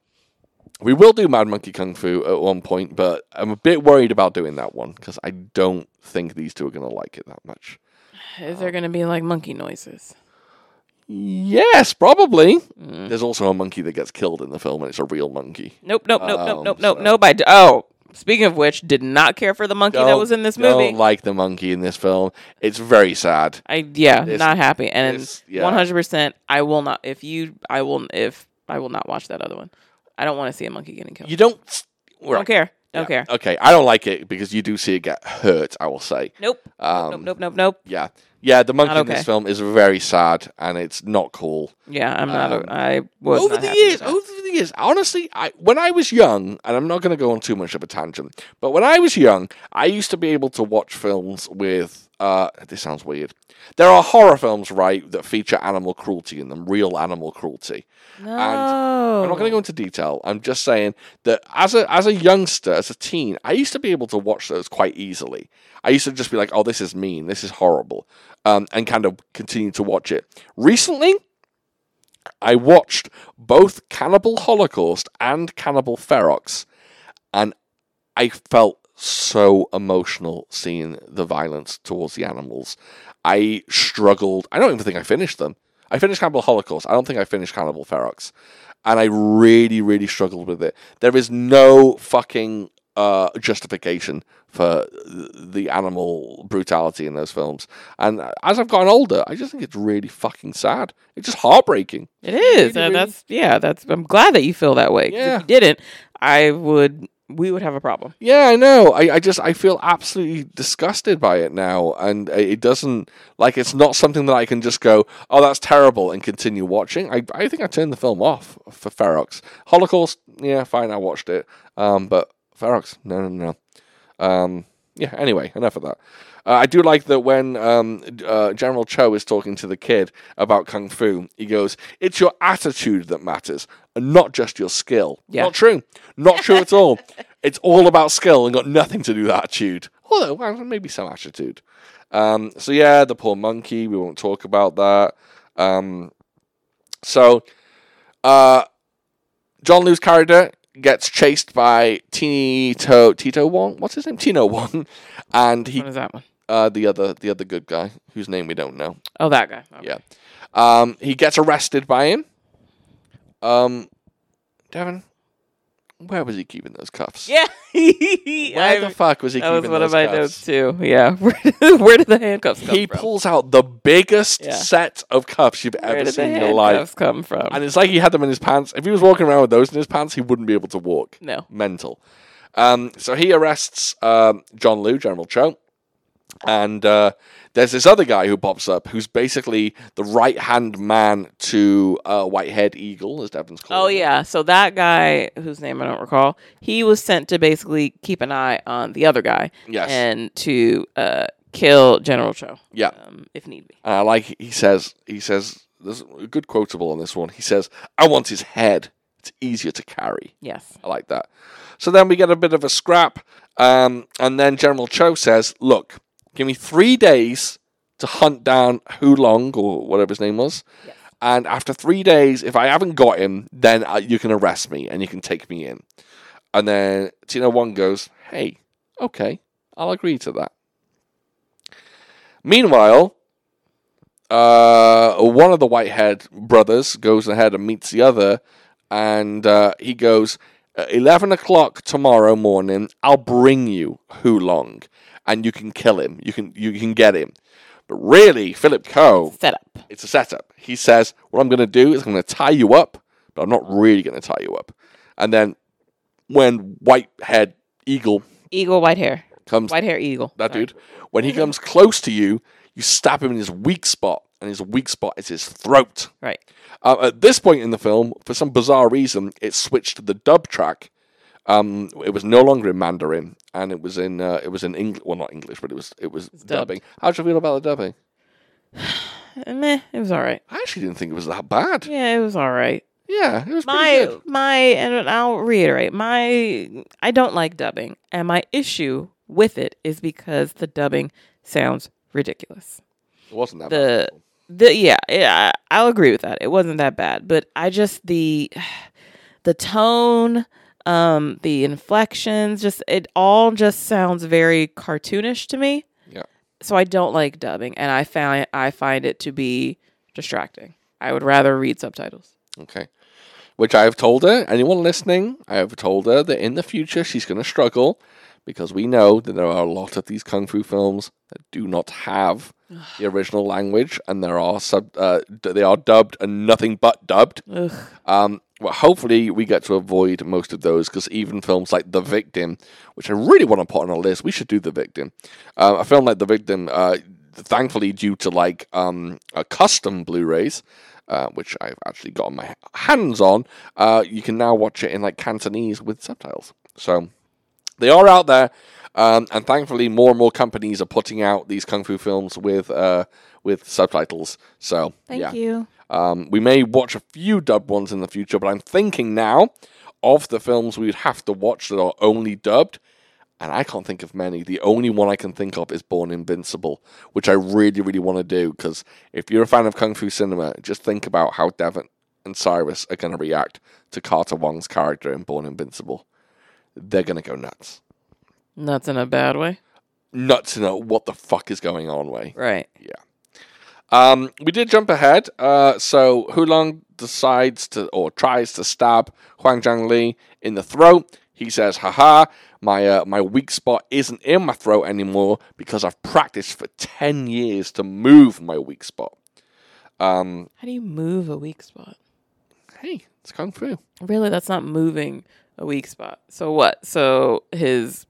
we will do Mad Monkey Kung Fu at one point, but I'm a bit worried about doing that one because I don't think these two are going to like it that much.
Is there going to be like monkey noises?
Yes, probably.
Mm.
There's also a monkey that gets killed in the film, and it's a real monkey.
Nope, nope, nope,
Um,
nope, nope, nope, nope. I d- oh, speaking of which, did not care for the monkey that
Don't-
was in this
don't
movie.
like the monkey in this film. It's very sad.
I yeah,
It's-
not happy, and
it's- yeah.
one hundred percent. I will not. If you, I will. If I will not watch that other one. I don't want to see a monkey getting killed.
You Uh, don't.
don't care. Don't care.
Okay, I don't like it because you do see it get hurt. I will say.
Nope.
Um,
nope. Nope. Nope. Nope.
Yeah, yeah. The monkey
Not
in this
okay.
film is very sad, and it's not cool.
Yeah, I'm not.
um,
a, I was
over
not
the oh,
happy with
years,
that.
over the years, honestly, I when I was young, and I'm not going to go on too much of a tangent, but when I was young, I used to be able to watch films with. Uh, this sounds weird. There are horror films, right, that feature animal cruelty in them, real animal cruelty.
No.
I'm not going to go into detail. I'm just saying that as a as a youngster, as a teen, I used to be able to watch those quite easily. I used to just be like, "Oh, this is mean. This is horrible," um, and kind of continue to watch it. Recently, I watched both Cannibal Holocaust and Cannibal Ferox, and I felt so emotional seeing the violence towards the animals. I struggled. I don't even think I finished them. I finished Cannibal Holocaust. I don't think I finished Cannibal Ferox. And I really, really struggled with it. There is no fucking uh, justification for th- the animal brutality in those films. And as I've gotten older, I just think it's really fucking sad. It's just heartbreaking.
It is.
Really,
and
really.
that's yeah. That's. I'm glad that you feel that way. 'cause
Yeah.
If you didn't, I would. We would have a problem.
Yeah, I know. I, I just I feel absolutely disgusted by it now, and it doesn't like it's not something that I can just go, oh, that's terrible, and continue watching. I I think I turned the film off for Ferox. Holocaust, yeah, fine, I watched it, um, but Ferox, no, no, no. Um, yeah. Anyway, enough of that. Uh, I do like that when um, uh, General Cho is talking to the kid about kung fu, he goes, "It's your attitude that matters, and not just your skill."
Yeah.
Not true. Not true at all. It's all about skill and got nothing to do with attitude. Although, well, maybe some attitude. Um, so yeah, the poor monkey. We won't talk about that. Um, so, uh, John Liu's character gets chased by Tito Tito Wong. What's his name? Tino Wong, and he
What is that one?
uh, the other the other good guy whose name we don't know.
Oh, that guy. Okay.
Yeah. Um, he gets arrested by him. Um, Devin, where was he keeping those cuffs?
Yeah.
Where
I-
the fuck was he
that
keeping
was one
those
of my
cuffs?
notes too. Yeah. Where did, where did the handcuffs come
He
from?
pulls out the biggest
Yeah.
set of cuffs you've
where
ever
did the
seen in your life.
handcuffs come from?
And it's like he had them in his pants. If he was walking around with those in his pants, he wouldn't be able to walk.
no.
Mental. Um, so he arrests um, John Liu, General Cho, And uh, there's this other guy who pops up who's basically the right hand man to uh, Whitehead Eagle, as Devon's called.
Oh yeah, so that guy whose name I don't recall, he was sent to basically keep an eye on the other guy
Yes.
and to uh, kill General Cho,
Yeah.
um, if need be.
And I like he says he says there's a good quotable on this one. He says, "I want his head. It's easier to carry."
Yes.
I like that. So then we get a bit of a scrap, um, and then General Cho says, "Look, give me three days to hunt down Hulong or whatever his name was,
Yes.
and after three days, if I haven't got him, then uh, you can arrest me and you can take me in." And then Tina One goes, "Hey, okay, I'll agree to that." Meanwhile, uh, one of the Whitehead brothers goes ahead and meets the other, and uh, he goes, "At 11 o'clock tomorrow morning, I'll bring you Hulong, and you can kill him. You can, you can get him. But really, Philip Coe,
Set up.
it's a setup. He says, What I'm going to do is I'm going to tie you up, but I'm not really going to tie you up. And then when Whitehead Eagle
Eagle, white hair,
comes
white Mm-hmm. hair, eagle.
that
Sorry.
dude. When he comes close to you, you stab him in his weak spot, and his weak spot is his throat.
Right.
Uh, at this point in the film, for some bizarre reason, it switched to the dub track. Um, it was no longer in Mandarin, and it was in uh, it was in English. Well, not English, but it was it was
dubbed.
dubbing. How do you feel about the dubbing?
Eh, Meh, it was all right.
I actually didn't think it was that bad.
Yeah, it was all right.
Yeah, it was pretty
My
good.
my and I'll reiterate, my I don't like dubbing and my issue with it is because the dubbing sounds ridiculous.
It wasn't that bad.
the the yeah, yeah I, i'll agree with that it wasn't that bad but i just the the tone um the inflections just it all just sounds very cartoonish to me
Yeah.
so i don't like dubbing and i find i find it to be distracting i would rather read subtitles
Okay. Which I have told her, anyone listening, I have told her that in the future she's going to struggle because we know that there are a lot of these kung fu films that do not have the original language and there are sub uh, d- they are dubbed and nothing but dubbed.
Ugh.
Um well hopefully we get to avoid most of those because even films like The Victim, which I really want to put on a list, we should do The Victim. Uh, a film like The Victim uh thankfully due to like um a custom Blu-rays uh, which I've actually gotten my hands on, uh, you can now watch it in like Cantonese with subtitles. So they are out there, um, and thankfully, more and more companies are putting out these kung fu films with uh, with subtitles. So
thank
yeah,
you
Um, we may watch a few dubbed ones in the future, but I'm thinking now of the films we'd have to watch that are only dubbed. And I can't think of many. The only one I can think of is Born Invincible, which I really, really want to do. Because if you're a fan of Kung Fu cinema, just think about how Devon and Cyrus are going to react to Carter Wong's character in Born Invincible. They're going to go nuts.
that's in a bad way
Nuts to know what the fuck is going on, way.
right
Um, we did jump ahead. Uh, so Hulong decides to or tries to stab Huang Zhangli in the throat. He says, "Haha, my uh, my weak spot isn't in my throat anymore because I've practiced for ten years to move my weak spot." Um,
how do you move a weak spot
hey, it's kung fu.
really that's not moving a weak spot so what so his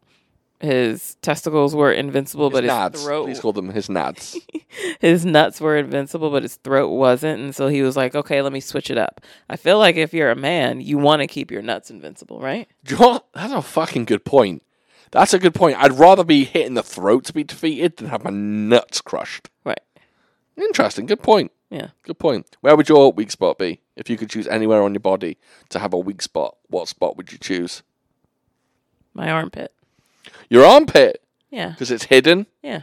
his testicles were invincible
His
but his
nads. Please
throat
call them his nads.
his nuts were invincible but his throat wasn't and so he was like okay let me switch it up i feel like if you're a man you want to keep your nuts invincible right
Do you know what? That's a fucking good point. That's a good point. I'd rather be hit in the throat to be defeated than have my nuts crushed.
right
Interesting. Good point.
yeah
Good point. Where would your weak spot be? If you could choose anywhere on your body to have a weak spot, what spot would you choose?
my armpit
Your armpit,
yeah
because it's hidden.
yeah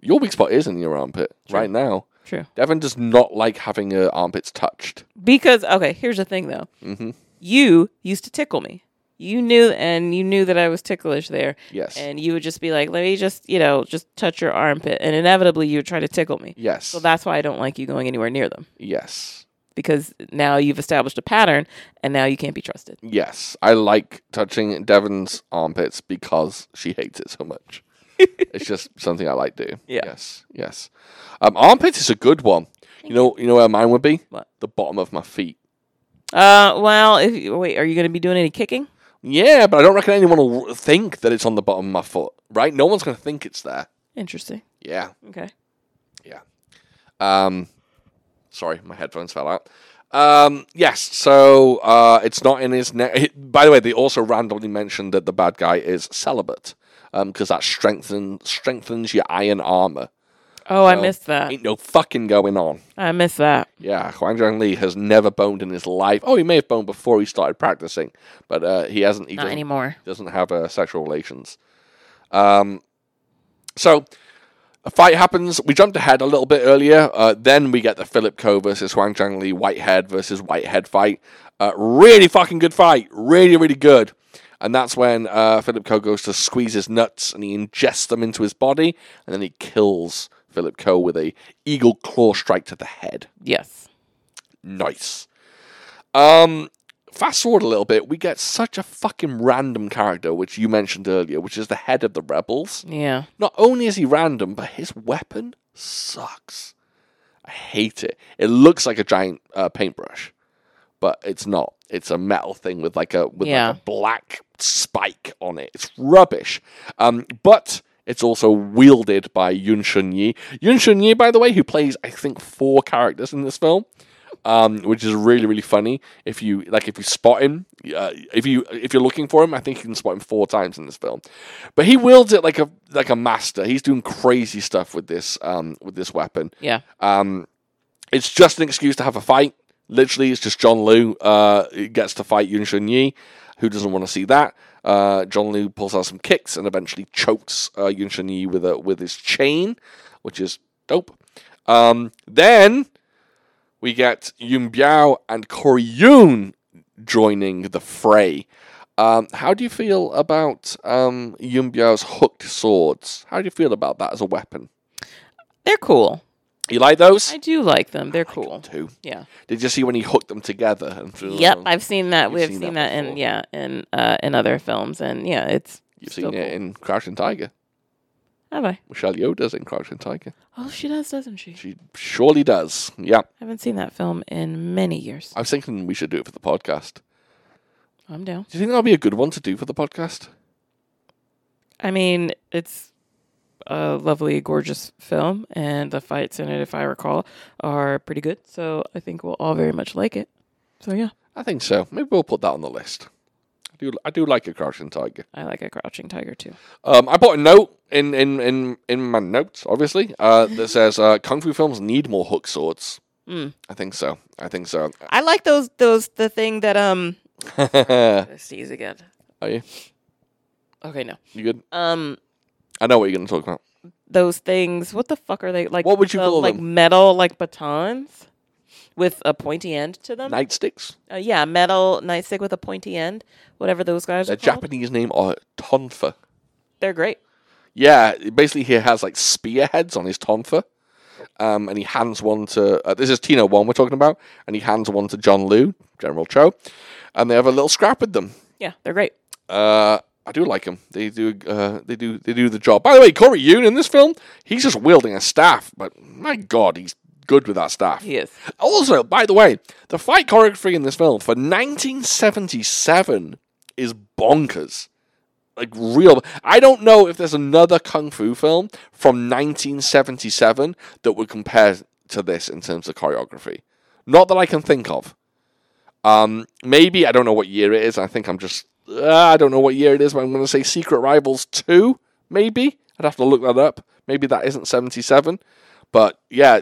Your weak spot is in your armpit
True.
right now.
true
Devon does not like having her armpits touched.
because okay here's the thing though
Mhm.
you used to tickle me you knew and you knew that i was ticklish there
Yes.
and you would just be like let me just you know just touch your armpit and inevitably you would try to tickle me
yes.
So that's why I don't like you going anywhere near them
yes.
because now you've established a pattern and now you can't be trusted.
Yes. I like touching Devon's armpits because she hates it so much. it's just something I like doing.
Yeah.
Yes. Yes. Um, armpits is a good one. You know, you know where mine would be?
What?
The bottom of my feet.
Uh, well, if you- wait, are you going to be doing any kicking?
Yeah, but I don't reckon anyone will think that it's on the bottom of my foot, right? No one's going to think it's there.
Interesting.
Yeah.
Okay.
Um, sorry, my headphones fell out. Um, yes, so uh, it's not in his neck. By the way, they also randomly mentioned that the bad guy is celibate because that strengthen, strengthens your iron armor.
Oh, I
Well,
missed that.
Ain't no fucking going on.
I missed that.
Yeah, Huang Zhang Li has never boned in his life. Oh, he may have boned before he started practicing, but uh, he hasn't. He
Not
doesn't,
anymore.
doesn't have uh, sexual relations. Um, so a fight happens. We jumped ahead a little bit earlier. Uh, then we get the Philip Ko versus Huang Zhang Li Whitehead versus Whitehead fight. Uh, really fucking good fight. Really, really good. And that's when uh, Philip Ko goes to squeeze his nuts and he ingests them into his body, and then he kills Philip Ko with a eagle claw strike to the head.
Yes.
Nice. Um, fast forward a little bit, we get such a fucking random character, which you mentioned earlier, which is the head of the rebels.
Yeah.
Not only is he random, but his weapon sucks. I hate it. It looks like a giant uh, paintbrush, but it's not. It's a metal thing with like a with
Yeah.
like a black spike on it. It's rubbish. Um, but it's also wielded by Yun Shun Yi. Yun Shun Yi, by the way, who plays I think four characters in this film um, which is really really funny. If you like, if you spot him, uh, if you if you're looking for him, I think you can spot him four times in this film. But he wields it like a like a master. He's doing crazy stuff with this um, with this weapon.
Yeah.
Um, it's just an excuse to have a fight. Literally, it's just John Liu uh, gets to fight Yun Shun Yi. Who doesn't want to see that? Uh, John Liu pulls out some kicks and eventually chokes uh, Yun Shun Yi with a with his chain, which is dope. Um, then we get Yun Biao and Corey Yoon joining the fray. Um, how do you feel about um, Yun Biao's hooked swords? How do you feel about that as a weapon?
They're cool.
You like those?
I do like them. They're
I like
cool.
them too.
Yeah.
Did you see when he hooked them together? And threw them
Yep.
on?
I've seen that.
You've
We've
seen
seen,
that
that,
before.
in yeah in uh, in other films and yeah it's
You've seen
still
it
cool.
in Crouching Tiger.
Have I?
Michelle Yeoh does it in Crouching Tiger.
Oh, she does, doesn't she?
She surely does. Yeah.
I haven't seen that film in many years.
I was thinking we should do it for the podcast.
I'm down.
Do you think that'll be a good one to do for the podcast?
I mean, it's a lovely, gorgeous film, and the fights in it, if I recall, are pretty good. So I think we'll all very much like it. So yeah,
I think so. Maybe we'll put that on the list. I do. I do like a Crouching Tiger.
I like a crouching tiger too.
Um, I put a note in in in in my notes, obviously, uh, that says uh, kung fu films need more hook swords.
Mm.
I think so. I think so.
I like those those the thing that um.
Are
Sneeze again.
you?
Okay, no.
You good?
Um,
I know what you're going to talk about.
those things. What the fuck are they like?
What would you
the,
call
like
them?
metal like batons with a pointy end to them?
Nightsticks.
Uh, yeah, metal nightstick with a pointy end. Whatever those guys
Their
are called.
Japanese name are tonfa.
They're great.
Yeah, basically he has like spearheads on his tonfa, um, and he hands one to uh, this is Tino one we're talking about, and he hands one to John Liu, General Cho, and they have a little scrap with them.
Yeah, they're great.
Uh, I do like him. They do. Uh, they do. They do the job. By the way, Corey Yoon in this film, he's just wielding a staff, but my god, he's good with that staff.
He is.
Also, by the way, the fight choreography in this film for 1977 is bonkers. Like real. I don't know if there's another kung fu film from 1977 that would compare to this in terms of choreography. Not that I can think of. Um, maybe I don't know what year it is. I think I'm just uh, I don't know what year it is, but I'm going to say Secret Rivals two. Maybe I'd have to look that up. Maybe that isn't seventy seven, but yeah,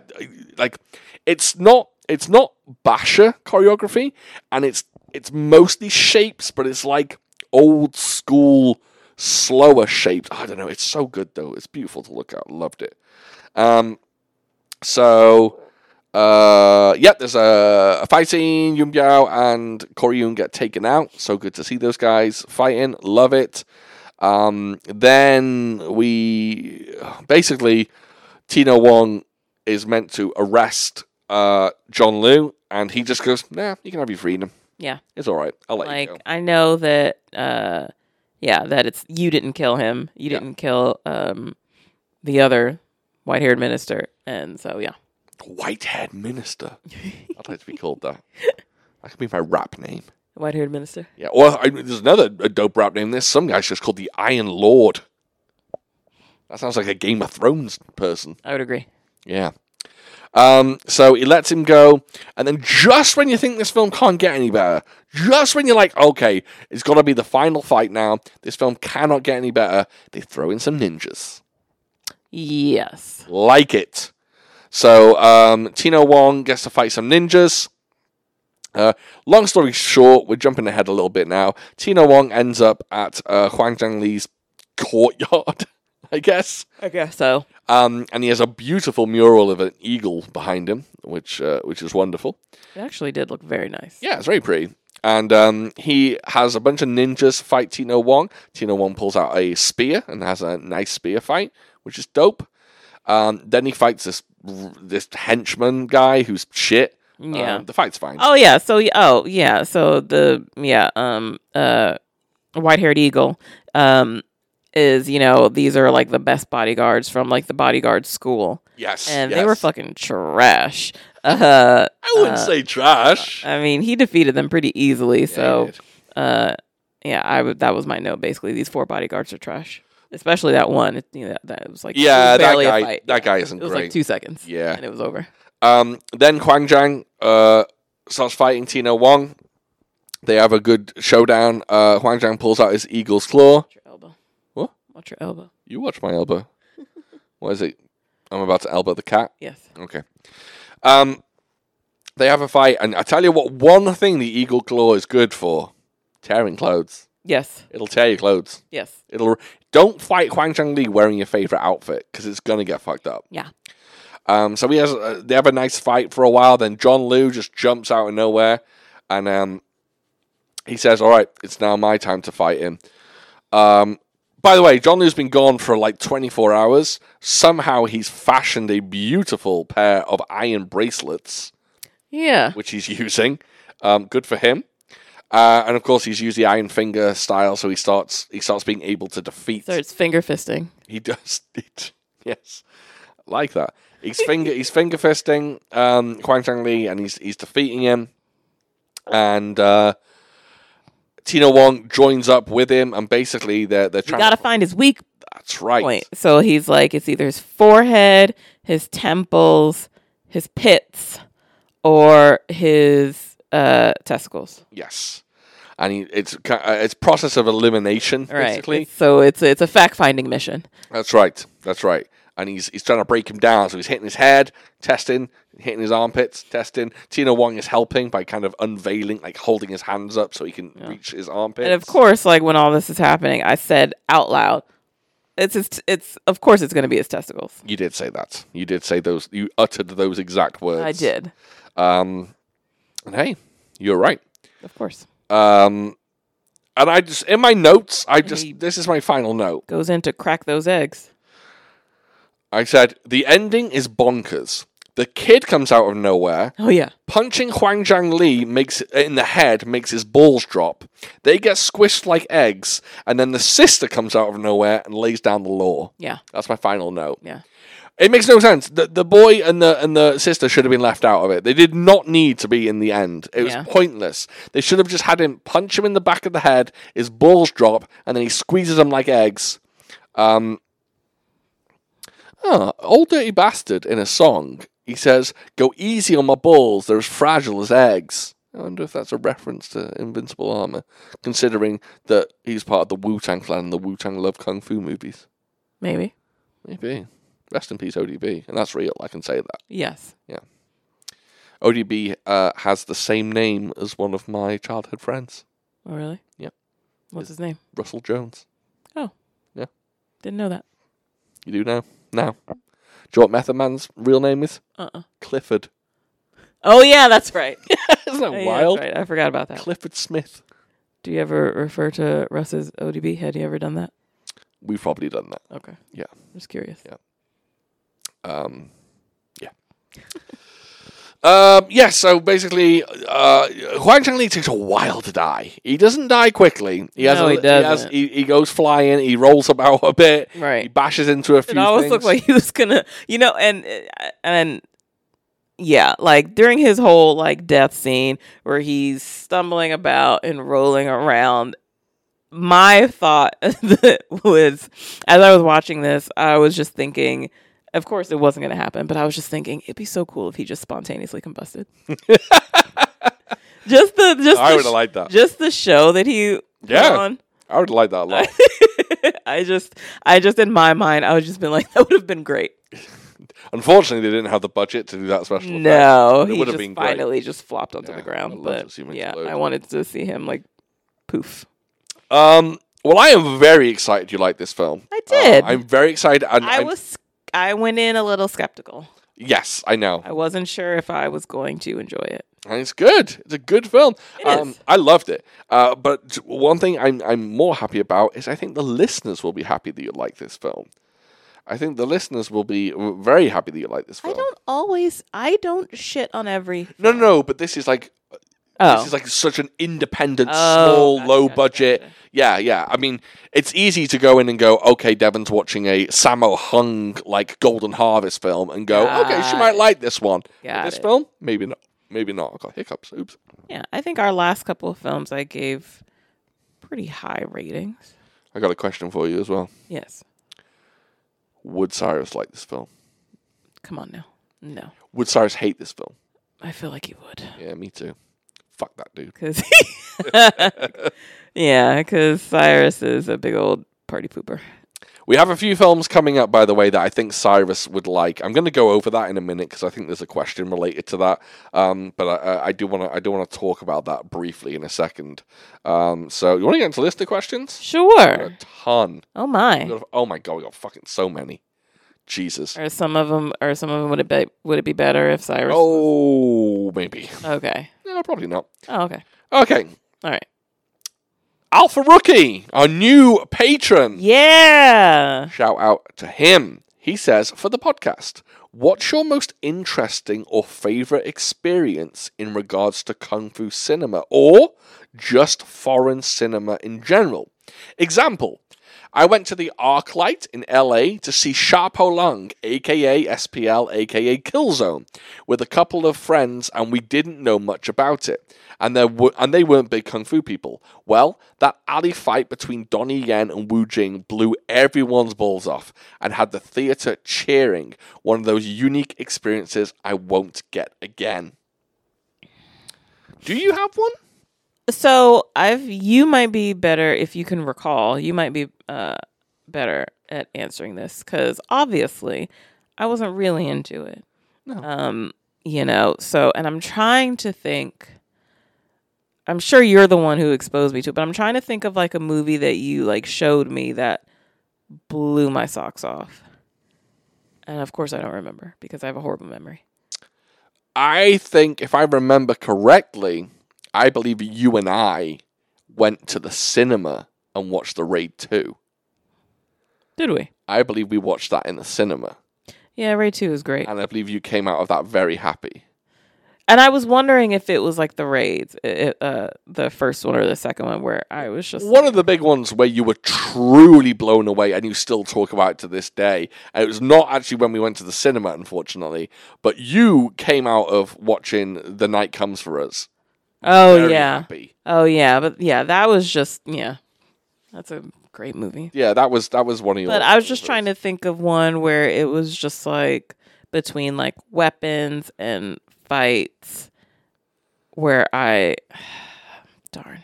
like it's not it's not basher choreography, and it's it's mostly shapes, but it's like old school slower shapes. I don't know. It's so good though. It's beautiful to look at. Loved it. Um, so. Uh, yeah, there's a, a fight scene. Yun Biao and Corey Yoon get taken out. So good to see those guys fighting. Love it. Um, then we basically Tino Wong is meant to arrest uh, John Liu, and he just goes, "Nah, you can have your freedom.
Yeah.
It's all right. I'll let
like
you go."
I know that uh yeah, that it's you didn't kill him. You
Yeah.
didn't kill um the other white haired minister. And so yeah.
White haired minister. I'd like to be called that. That could be my rap name.
White haired minister.
Yeah. Well, I, there's another dope rap name. There's some guy's just called the Iron Lord. That sounds like a Game of Thrones person.
I would agree.
Yeah. Um, so he lets him go, and then just when you think this film can't get any better, just when you're like, okay, it's got to be the final fight now, this film cannot get any better, they throw in some ninjas.
Yes.
Like it. So um, Tino Wong gets to fight some ninjas. Uh, long story short, we're jumping ahead a little bit now. Tino Wong ends up at uh, Huang Zhangli's courtyard, I guess.
I guess so.
Um, and he has a beautiful mural of an eagle behind him, which uh, which is wonderful.
It actually did look very nice.
Yeah, it's very pretty. And um, he has a bunch of ninjas fight Tino Wong. Tino Wong pulls out a spear and has a nice spear fight, which is dope. Um, then he fights this this henchman guy who's shit.
Yeah.
Um, the fight's fine.
Oh yeah. So y- oh yeah. So the yeah um uh white haired eagle um is you know these are like the best bodyguards from like the bodyguard school
yes,
and they were
yes.
fucking trash. Uh,
I wouldn't
uh,
say trash.
I mean he defeated them pretty easily.
Yeah,
Uh, So
he did.
uh yeah I would that was my note basically. These four bodyguards are trash. Especially that one. It, you know, that, that was like it
yeah,
was
that
barely a
guy,
fight.
that guy isn't
It was
great.
like two seconds.
Yeah.
and it was over.
Um, then Huang Zhang uh, starts fighting Tino Wong. They have a good showdown. Uh, Huang Zhang pulls out his eagle's claw.
Watch your elbow.
What?
Watch your elbow.
You watch my elbow. what is it? I'm about to elbow the cat.
Yes.
Okay. Um, they have a fight, and I tell you what, one thing the eagle claw is good for tearing clothes.
Yes.
It'll tear your clothes.
Yes.
It'll don't fight Huang Zhang Li wearing your favorite outfit because it's gonna get fucked up.
Yeah.
Um, so he has uh, they have a nice fight for a while. Then John Liu just jumps out of nowhere, and um, he says, "All right, it's now my time to fight him." Um, by the way, John Liu's been gone for like 24 hours. Somehow he's fashioned a beautiful pair of iron bracelets,
Yeah.
which he's using. Um, good for him. Uh, and of course, he's used the iron finger style, so he starts he starts being able to defeat.
So it's finger fisting.
He does it. Yes, I like that. He's finger he's finger fisting um, Huang Zhang Li, and he's he's defeating him. And uh, Tina Wong joins up with him, and basically they're they're
You
trying.
gotta
to,
find his weak
that's right.
point. So he's like, it's either his forehead, his temples, his pits, or his uh, testicles.
Yes, and he, it's ki- uh, it's process of elimination
Right.
basically.
It's- So it's it's a fact finding mission.
That's right. That's right. And he's he's trying to break him down. So he's hitting his head, testing, hitting his armpits, testing. Tina Wong is helping by kind of unveiling, like holding his hands up so he can reach his armpits.
And of course, like when all this is happening, I said out loud, it's his t- it's of course it's gonna be his testicles.
You did say that. You did say those. You uttered those exact words.
I did,
Um, and hey, you're right.
of course.
Um, and I just in my notes, I just
Hey.
this is my final note.
Goes in to crack those eggs.
I said the ending is bonkers. The kid comes out of nowhere.
Oh yeah.
Punching Huang Zhang Li makes in the head makes his balls drop. They get squished like eggs, and then the sister comes out of nowhere and lays down the law.
Yeah.
That's my final note.
Yeah.
It makes no sense. The, the boy and the and the sister should have been left out of it. They did not need to be in the end. It was
Yeah.
pointless. They should have just had him punch him in the back of the head. His balls drop, and then he squeezes them like eggs. Um, oh, old dirty bastard in a song. He says, "Go easy on my balls. They're as fragile as eggs." I wonder if that's a reference to Invincible Armor, considering that he's part of the Wu Tang Clan and the Wu Tang love kung fu movies.
Maybe.
Maybe. Rest in peace, ODB. And that's real. I can say that.
Yes.
ODB uh, has the same name as one of my childhood friends,
Oh really?
Yep.
What's his name?
Russell Jones.
Didn't know that.
You do know? Now. Do you know what Method Man's real name is?
Uh uh
Clifford.
Oh yeah, that's right.
Isn't that
Yeah, that's
wild?
right. I forgot about that.
Clifford Smith.
Do you ever refer to Russ's ODB? Had you ever done that?
We've probably done that.
Okay.
Yeah.
I'm just curious.
Yeah. Um, yeah. um, yeah, so basically, uh, Huang Changli takes a while to die. He doesn't die quickly. He has
No,
a,
he
has,
doesn't.
he, he goes flying, he rolls about a bit,
Right.
he bashes into a few
It almost
things.
looked like he was gonna, you know, and uh, and yeah, like during his whole like death scene where he's stumbling about and rolling around, my thought that was as I was watching this, I was just thinking, of course it wasn't going to happen, but I was just thinking it'd be so cool if he just spontaneously combusted. just the just
I would
the
have
sh-
liked that.
just the show that he was
Yeah.
on.
I would have liked that a lot.
I just I just in my mind I was just been like that would have been great.
Unfortunately, they didn't have the budget to do that special. effect.
No,
It
he
would've
just
been great.
finally just flopped onto
Yeah,
the
I'd
ground.
love to
But
see him
yeah,
explode.
I wanted to see him like poof.
Um, well, I am very excited you like this film.
I did.
Uh, I'm very excited. And
I
I'm-
was I went in a little skeptical.
Yes, I know.
I wasn't sure if I was going to enjoy it.
And it's good. It's a good film.
It
um,
is.
I loved it. Uh, but one thing I'm I'm more happy about is I think the listeners will be happy that you like this film. I think the listeners will be very happy that you like this
I
film.
don't always I don't shit on every
No, no, no. But this is like
Oh.
this is like such an independent, small,
Oh, gotcha,
low
gotcha,
budget.
gotcha.
Yeah, yeah. I mean, it's easy to go in and go, okay, Devon's watching a Sammo Hung like Golden Harvest film, and go, okay, she
Got
might
it.
like this one. But
Got
this
it.
film, maybe not. Maybe not. I got hiccups. Oops.
yeah, I think our last couple of films I gave pretty high ratings.
I got a question for you as well.
Yes.
Would Cyrus like this film?
Come on now. No.
Would Cyrus hate this film?
I feel like he would.
Yeah, me too. Fuck that dude.
Cause yeah, because Cyrus is a big old party pooper.
We have a few films coming up, by the way, that I think Cyrus would like. I'm going to go over that in a minute because I think there's a question related to that. Um, but I, I- I do want to I do want to talk about that briefly in a second. Um, so you want to get into list of questions? We've got
Sure.
a ton.
Oh
We've
my.
got- oh my god, we got fucking so many. Jesus.
Or some of them. Or some of them would it be would it be better if Cyrus?
Oh, maybe.
Okay.
No, probably not.
Oh, okay.
Okay.
All right.
Alpha Rookie, our new patron.
Yeah.
Shout out to him. He says, for the podcast, what's your most interesting or favorite experience in regards to Kung Fu cinema or just foreign cinema in general? Example, I went to the Arclight in LA to see Sharpo Lung, aka SPL, aka Killzone, with a couple of friends, and we didn't know much about it. And there were, and they weren't big kung fu people. Well, that alley fight between Donnie Yen and Wu Jing blew everyone's balls off and had the theater cheering. One of those unique experiences I won't get again. Do you have one?
So I've you might be better if you can recall. You might be uh better at answering this because obviously I wasn't really into it.
No.
Um, you know. So and I'm trying to think. I'm sure you're the one who exposed me to it, but I'm trying to think of like a movie that you like showed me that blew my socks off. And of course I don't remember because I have a horrible memory.
I think, if I remember correctly, I believe you and I went to the cinema and watched The Raid 2.
Did we?
I believe we watched that in the cinema.
Yeah, Ray 2 is great.
And I believe you came out of that very happy.
And I was wondering if it was like the raids, i- i- uh, the first one or the second one, where I was just
One of the big ones where you were truly blown away and you still talk about it to this day. And it was not actually when we went to the cinema, unfortunately, but you came out of watching The Night Comes For Us.
oh
very
yeah,
Happy.
oh yeah, but yeah, that was just yeah, that's a great movie.
Yeah, that was that was one of your
But I was just trying to think of one where it was just like between like weapons and fights, where I, darn,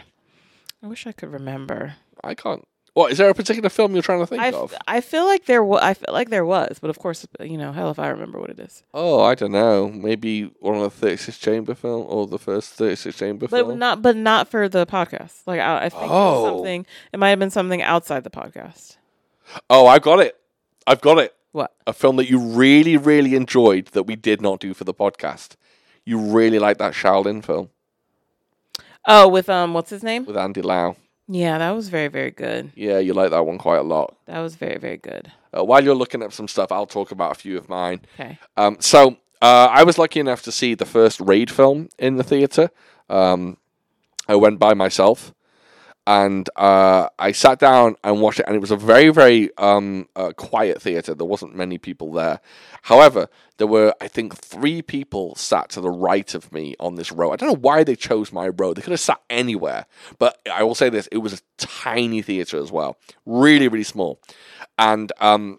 I wish I could remember.
I can't What is there a particular film you're trying to think
I, f-
of?
I feel like there was I feel like there was, but of course you know hell if I remember what it is.
Oh, I don't know. Maybe one of the 36 chamber film or the first 36 chamber
But
film.
not, but not for the podcast. Like I, I think it was
Oh.
something. It might have been something outside the podcast.
oh, I've got it. I've got it.
What?
A film that you really, really enjoyed that we did not do for the podcast. You really like that Shaolin film
Oh, with um, what's his name?
with Andy Lau.
Yeah, that was very, very good.
Yeah, you like that one quite a lot.
That was very, very good.
Uh, while you're looking up some stuff, I'll talk about a few of mine.
Okay.
Um, so uh, I was lucky enough to see the first Raid film in the theater. Um, I went by myself. and uh, I sat down and watched it, and it was a very, very um, uh, quiet theater. There wasn't many people there. However, there were, I think, three people sat to the right of me on this row. I don't know why they chose my row. They could have sat anywhere, but I will say this: it was a tiny theater as well, really, really small, and. Um,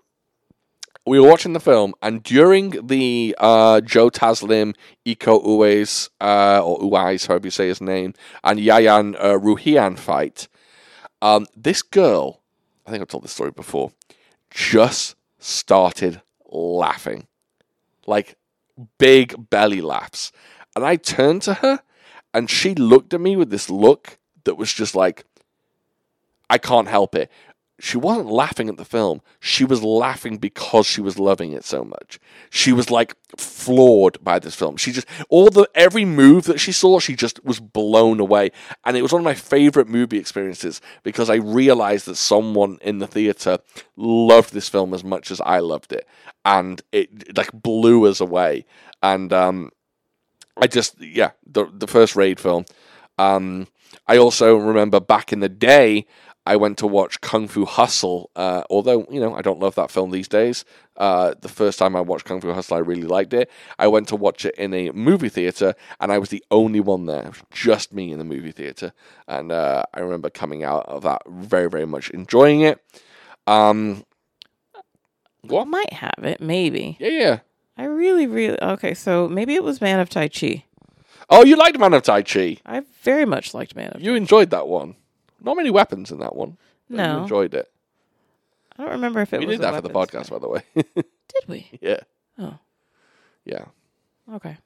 we were watching the film, and during the uh, Joe Taslim, Iko Uwais, uh, or Uwais, however you say his name, and Yayan uh, Ruhian fight, um, this girl, I think I've told this story before, just started laughing. Like big belly laughs. And I turned to her, and she looked at me with this look that was just like, I can't help it she wasn't laughing at the film. She was laughing because she was loving it so much. She was like floored by this film. She just all the every move that she saw, she just was blown away. And it was one of my favorite movie experiences because I realized that someone in the theater loved this film as much as I loved it, and it like blew us away. And um, I just yeah, the the first raid film. Um, I also remember back in the day. I went to watch Kung Fu Hustle. Uh, although you know I don't love that film these days. Uh, the first time I watched Kung Fu Hustle, I really liked it. I went to watch it in a movie theater, and I was the only one there. It was just me in the movie theater, and uh, I remember coming out of that very, very much enjoying it. Um,
I
what?
might have it, maybe.
Yeah, yeah.
I really, really. Okay, so maybe it was Man of Tai Chi.
Oh, you liked Man of Tai Chi.
I very much liked Man of.
You enjoyed that one. Not many weapons in that one. but you
No.
enjoyed it.
I don't remember if it
We
was.
did
a
that for the
weapons
podcast,
guy.
by the way.
Did we?
yeah,
Oh,
yeah.
okay.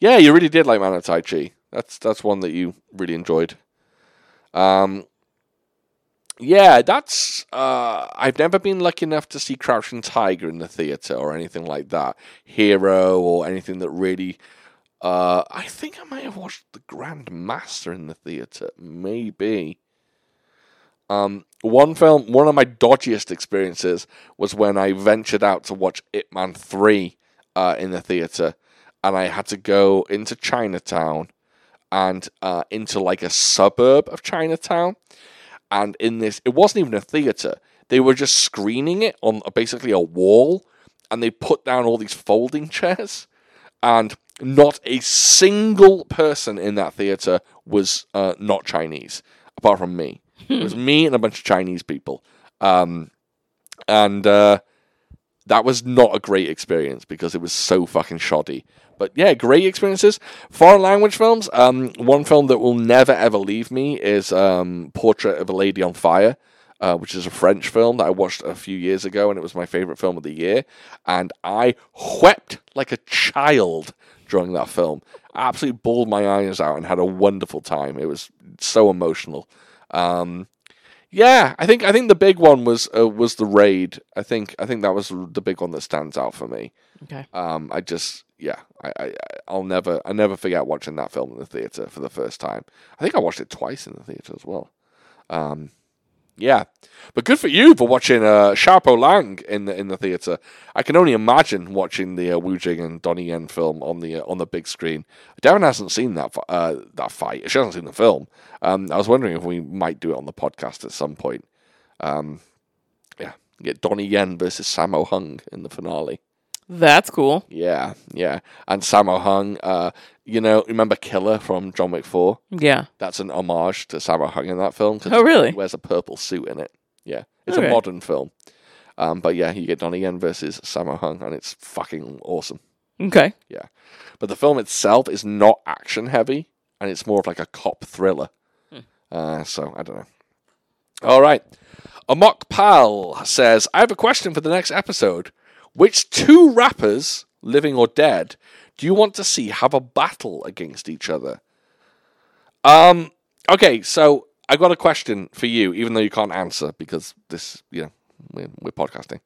Yeah, you really did like Man of Tai Chi. That's that's one that you really enjoyed. Um, yeah, that's. Uh, I've never been lucky enough to see Crouching Tiger in the theater or anything like that. Hero or anything that really. Uh, I think I might have watched The Grand Master in the theater, maybe. Um, one film, one of my dodgiest experiences was when I ventured out to watch Ip Man Three uh, in the theater and I had to go into Chinatown and uh, into like a suburb of Chinatown. And in this, it wasn't even a theater. They were just screening it on uh, basically a wall, and they put down all these folding chairs, and not a single person in that theater was uh, not Chinese, apart from me. it was me and a bunch of Chinese people, um, and uh, that was not a great experience because it was so fucking shoddy. But yeah, great experiences. Foreign language films. Um, one film that will never ever leave me is um, Portrait of a Lady on Fire, uh, which is a French film that I watched a few years ago, and it was my favorite film of the year. And I wept like a child during that film. Absolutely bawled my eyes out and had a wonderful time. It was so emotional. Um, yeah, I think I think the big one was uh, was the raid. I think I think that was the big one that stands out for me.
Okay.
Um, I just yeah, I, I I- I'll never I never forget watching that film in the theater for the first time. I think I watched it twice in the theater as well. Um, yeah, but good for you for watching uh, Sharpo Lang in the in the theater. I can only imagine watching the uh, Wu Jing and Donnie Yen film on the uh, on the big screen. Darren hasn't seen that fi- uh, that fight. She hasn't seen the film. Um, I was wondering if we might do it on the podcast at some point. Um, yeah, get Donnie Yen versus Sammo Hung in the finale.
That's cool.
Yeah, yeah. And Sammo Hung, uh, you know, remember Killer from John Wick 4?
Yeah.
That's an homage to Sammo Hung in that film. 'cause
Oh, really?
He wears a purple suit in it. Yeah. It's a
Okay.
modern film. Um, but yeah, you get Donnie Yen versus Sammo Hung, and it's fucking awesome.
Okay.
But the film itself is not action heavy, and it's more of like a cop thriller.
Hmm.
Uh, so I don't know. All right. Amok Pal says, I have a question for the next episode. Which two rappers, living or dead, do you want to see have a battle against each other? Um, okay, so I got a question for you, even though you can't answer because this, you know, we're, we're podcasting.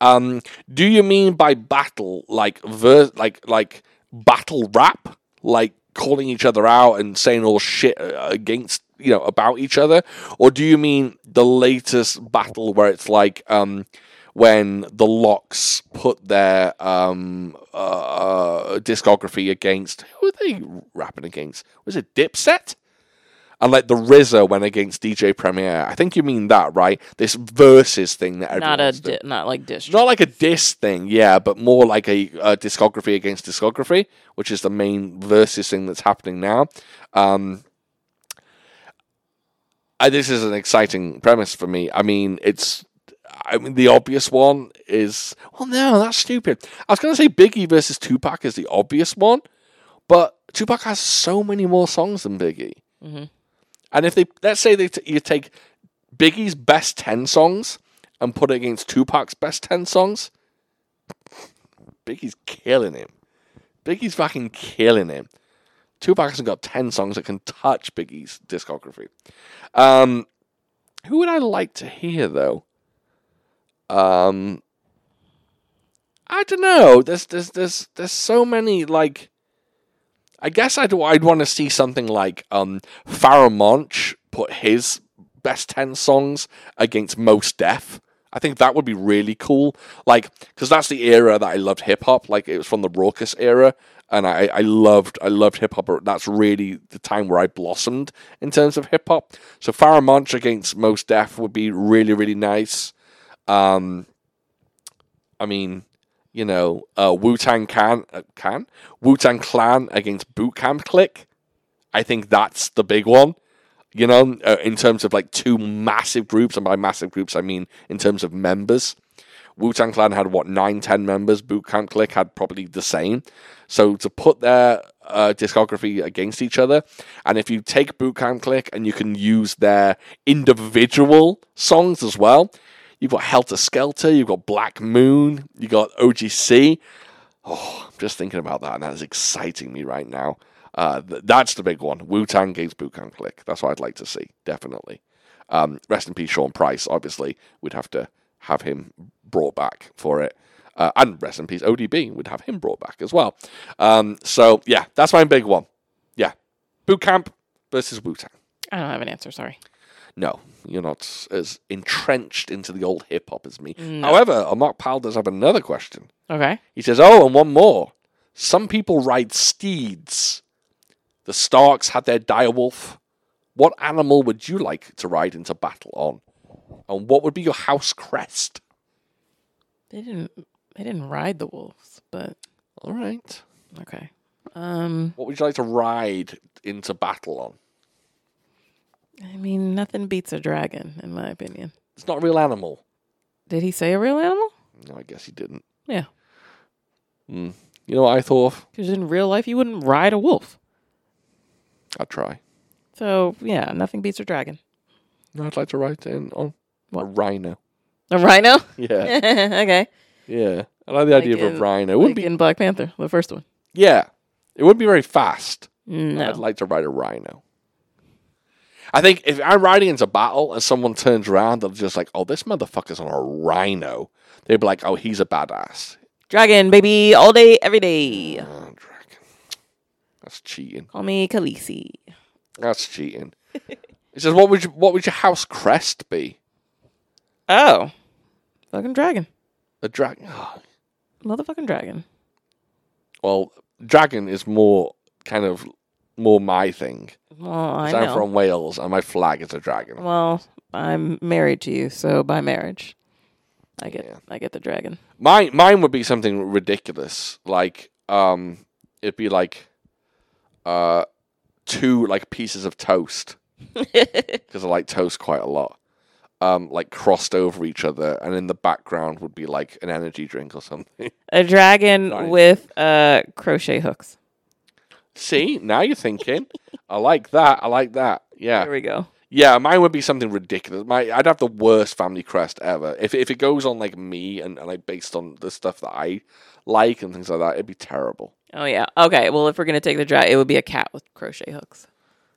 Um, do you mean by battle like ver- like like battle rap, like calling each other out and saying all shit uh, against you know about each other, or do you mean the latest battle where it's like um when the locks put their um uh discography against who were they rapping against? Was it Dipset? And like the RZA went against DJ Premier. I think you mean that, right? This versus thing that
Not a
everyone's
di- not like dish.
not like a diss thing, yeah, but more like a, a discography against discography, which is the main versus thing that's happening now. Um, I, this is an exciting premise for me. I mean, it's. I mean, the obvious one is. Well, no, that's stupid. I was going to say Biggie versus Tupac is the obvious one, but Tupac has so many more songs than Biggie.
Mhm.
And if they let's say they t- you take Biggie's best ten songs and put it against Tupac's best ten songs, Biggie's killing him. Biggie's fucking killing him. Tupac hasn't got ten songs that can touch Biggie's discography. Um, who would I like to hear though? Um, I don't know. There's there's there's there's so many like. I guess I'd I'd want to see something like um Pharrell Monch put his best ten songs against Most Def. I think that would be really cool. Like, because that's the era that I loved hip hop. Like, it was from the raucous era, and I, I loved I loved hip hop. That's really the time where I blossomed in terms of hip hop. So Pharrell Monch against Most Def would be really really nice. Um, I mean, you know, uh, Wu Tang Can uh, Can Wu Tang Clan against Boot Camp Click. I think that's the big one. You know, uh, in terms of like two massive groups, and by massive groups I mean in terms of members. Wu Tang Clan had what nine, ten members. Boot Camp Click had probably the same. So to put their uh, discography against each other, and if you take Boot Camp Click and you can use their individual songs as well, you've got Helter Skelter, you've got Black Moon, you got OGC. Oh, I'm just thinking about that, and that is exciting me right now. Uh, th- that's the big one. Wu Tang Gates Boot Camp Click. That's what I'd like to see, definitely. Um, rest in peace, Sean Price. Obviously, we'd have to have him brought back for it. Uh, and rest in peace, ODB. We'd have him brought back as well. Um, so, yeah, that's my big one. Yeah. Boot Camp versus Wu Tang.
I don't have an answer. Sorry.
No, you're not as entrenched into the old hip hop as me.
No.
However, Mark Powell does have another question.
Okay.
He says, Oh, and one more. Some people ride steeds. The Starks had their direwolf. What animal would you like to ride into battle on? And what would be your house crest?
They didn't. They didn't ride the wolves, but
All right.
okay. Um,
What would you like to ride into battle on?
I mean, nothing beats a dragon, in my opinion.
It's not a real animal.
Did he say a real animal?
No, I guess he didn't.
Yeah,
Mm. You know what I thought? of?
because in real life you wouldn't ride a wolf.
I'd try.
So yeah, nothing beats a dragon.
No, I'd like to ride in on
What?
a rhino.
A rhino.
Yeah.
okay.
Yeah, I like the idea
Like
of a
in-
rhino. It wouldn't
Like
be
in Black Panther, the first one.
yeah, it wouldn't be very fast. I'd
No.
like to ride a rhino. I think if I'm riding into battle and someone turns around, they're just like, "Oh, this motherfucker's on a rhino." They'd be like, "Oh, he's a badass."
Dragon, baby, all day, every day.
Oh, dragon. That's cheating.
Call me Khaleesi.
That's cheating. He says, "What would you, what would your house crest be?
Oh. Fucking dragon.
A dragon?
Motherfucking dragon.
Well, dragon is more kind of more my thing.
Well, I
'Cause
know.
I'm from Wales, and my flag is a dragon.
well, I'm married to you, so by marriage, I get
Yeah.
I get the dragon.
Mine, mine would be something ridiculous. Like, um, it'd be like, uh, two like pieces of toast because I like toast quite a lot. Um, like crossed over each other, and in the background would be like an energy drink or something.
A dragon
Nice.
with uh crochet hooks.
See, now you're thinking. I like that. I like that.
There
Yeah,
we go.
yeah. Mine would be something ridiculous. My, I'd have the worst family crest ever. If if it goes on like me and, and like based on the stuff that I like and things like that, it'd be terrible.
Oh yeah. Okay. Well, if we're gonna take the dragon, it would be a cat with crochet hooks.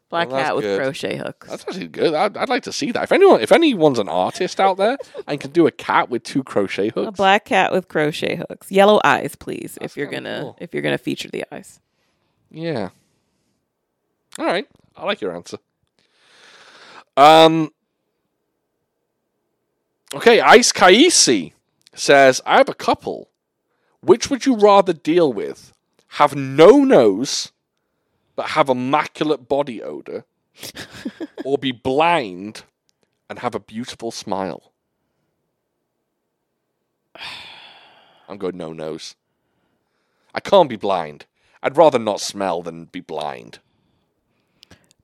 Black
Well, that's
cat with
good.
crochet hooks.
That's actually good. I'd, I'd like to see that. If anyone, if anyone's an artist out there and can do a cat with two crochet
a
hooks,
black cat with crochet hooks. Yellow eyes, please.
That's
if you're
kinda
gonna
cool.
if you're gonna feature the eyes.
yeah. All right, I like your answer. Um. Okay, Ice Kaisi says, "I have a couple. Which would you rather deal with? Have no nose, but have immaculate body odor, or be blind and have a beautiful smile? I'm going no nose. I can't be blind. I'd rather not smell than be blind.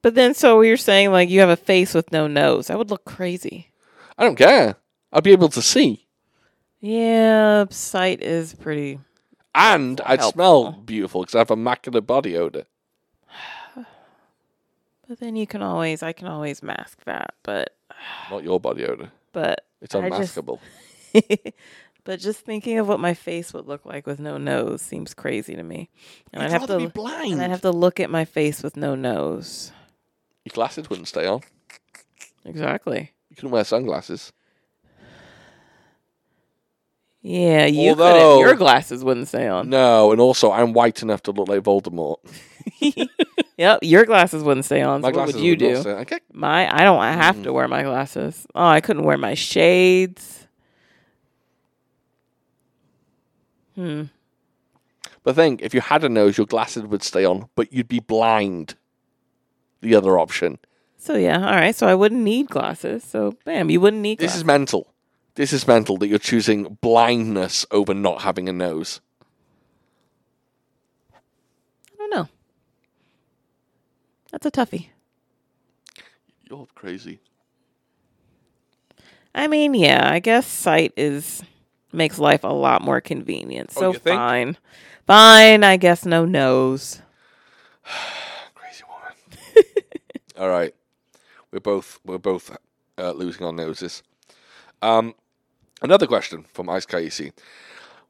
But then, so you're saying like you have a face with no nose? That would look crazy.
I don't care. I'd be able to see.
Yeah, sight is pretty.
And I'd smell beautiful because I have immaculate body odor.
But then you can always, I can always mask that. But
Not your body odor.
but
It's
I just-
unmaskable.
but just thinking of what my face would look like with no nose seems crazy to me. And
I'd
I'd have
rather be
to,
blind.
and I'd have to look at my face with no nose.
Your glasses wouldn't stay on.
Exactly.
You couldn't wear sunglasses.
Yeah, you
Although-
couldn't. Your glasses wouldn't stay on.
No, and also I'm white enough to look like Voldemort.
Yep, your glasses wouldn't stay on. So what would you
would not
do?
stay on. Mm. I get
My, I don't have to wear my glasses. Oh, I couldn't wear my shades. Hmm.
But think if you had a nose, your glasses would stay on, but you'd be blind. The other option.
So yeah, all right. So I wouldn't need glasses. So bam, you wouldn't need.
This
Glasses.
is mental. This is mental that you're choosing blindness over not having a nose.
I don't know. That's a toughie.
You're crazy.
I mean, yeah, I guess sight is makes life a lot more convenient.
Oh,
So
you think?
fine, fine. I guess no nose.
Crazy woman. All right, we're both we're both uh, losing our noses. Um, another question from Ice Kaisi.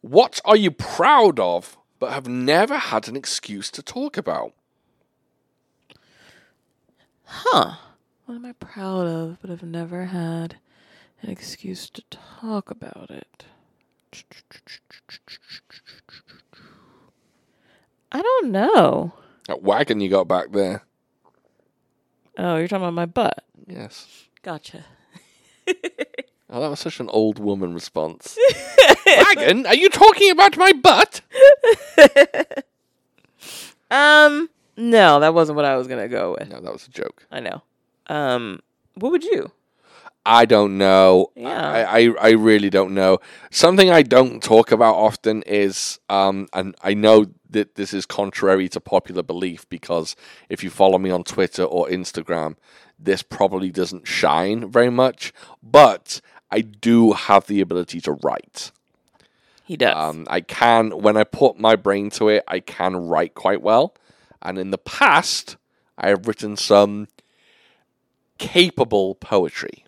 What are you proud of but have never had an excuse to talk about?
Huh. What am I proud of, but I've never had an excuse to talk about it? I don't know.
That wagon you got back there.
Oh, you're talking about my butt.
Yes.
Gotcha.
Oh, that was such an old woman response. Wagon, are you talking about my butt?
Um, no, that wasn't what I was gonna go with.
No, that was a joke.
I know. Um, what would you?
I don't know.
Yeah.
I, I, I really don't know. Something I don't talk about often is, um, and I know that this is contrary to popular belief because if you follow me on Twitter or Instagram, this probably doesn't shine very much, but I do have the ability to write.
He does.
Um, I can, when I put my brain to it, I can write quite well. And in the past, I have written some capable poetry.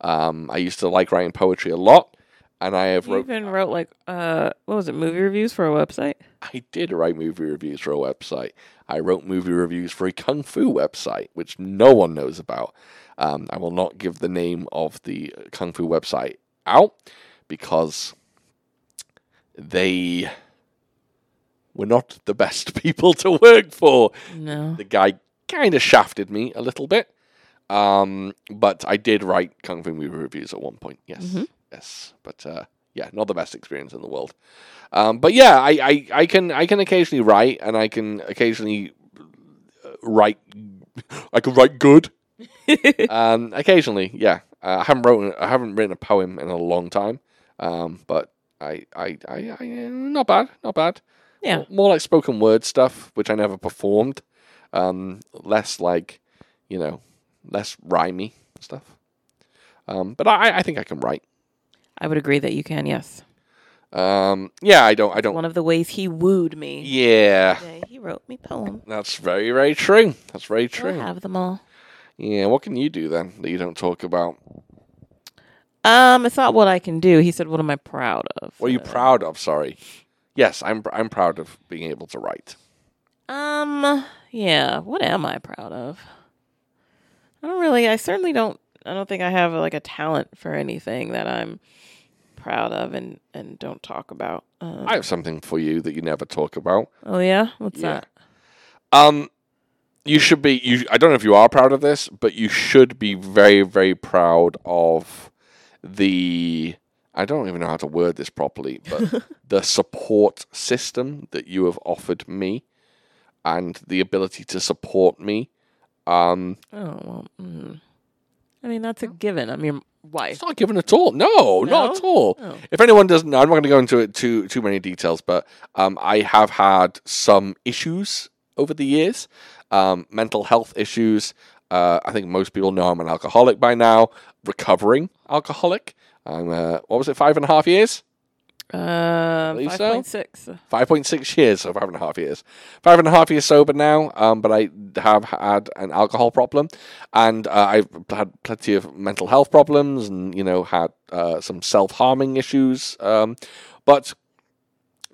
Um, I used to like writing poetry a lot, and I have
you
wrote.
even wrote like uh, what was it? Movie reviews for a website.
I did write movie reviews for a website. I wrote movie reviews for a kung fu website, which no one knows about. Um, I will not give the name of the kung fu website out because they were not the best people to work for.
No.
The guy kind of shafted me a little bit, um, but I did write kung fu movie reviews at one point. Yes,
Mhm.
yes, but uh, yeah, not the best experience in the world. Um, but yeah, I, I, I can I can occasionally write, and I can occasionally uh, write. I can write good. um, occasionally, yeah. Uh, I haven't written I haven't written a poem in a long time, um, but I I, I I uh, not bad, not bad.
Yeah.
M- more like spoken word stuff, which I never performed. Um, less like, you know, less rhymey stuff. Um, but I, I think I can write.
I would agree that you can. Yes.
Um, yeah, I don't. I don't.
One of the ways he wooed me.
Yeah,
Yeah, he wrote me poems.
that's very, very true. That's very
I
true.
have them all.
Yeah. What can you do then that you don't talk about?
Um, it's not what I can do. He said, "What am I proud of?"
What are you
Uh,
proud of? Sorry. Yes, I'm. I'm proud of being able to write.
Um, yeah, what am I proud of? I don't really I certainly don't I don't think I have like a talent for anything that I'm proud of and and don't talk about. Um,
I have something for you that you never talk about.
oh yeah, what's
Yeah.
that?
Um, you should be. You. I don't know if you are proud of this, but you should be very, very proud of the. I don't even know how to word this properly, but the support system that you have offered me, and the ability to support me, Um,
Oh well. mm. I mean, that's a given. I'm your wife.
It's not given at all. No,
No?
not at all.
Oh.
If anyone doesn't know, I'm not going to go into it too too many details, but um, I have had some issues over the years, um, mental health issues. Uh, I think most people know I'm an alcoholic by now, recovering alcoholic. I'm uh, what was it, five and a half years?
Uh,
believe
five
so.
point six.
Five point six years, so five and a half years. Five and a half years sober now, um, but I have had an alcohol problem, and uh, I've had plenty of mental health problems, and you know had uh, some self harming issues. Um, but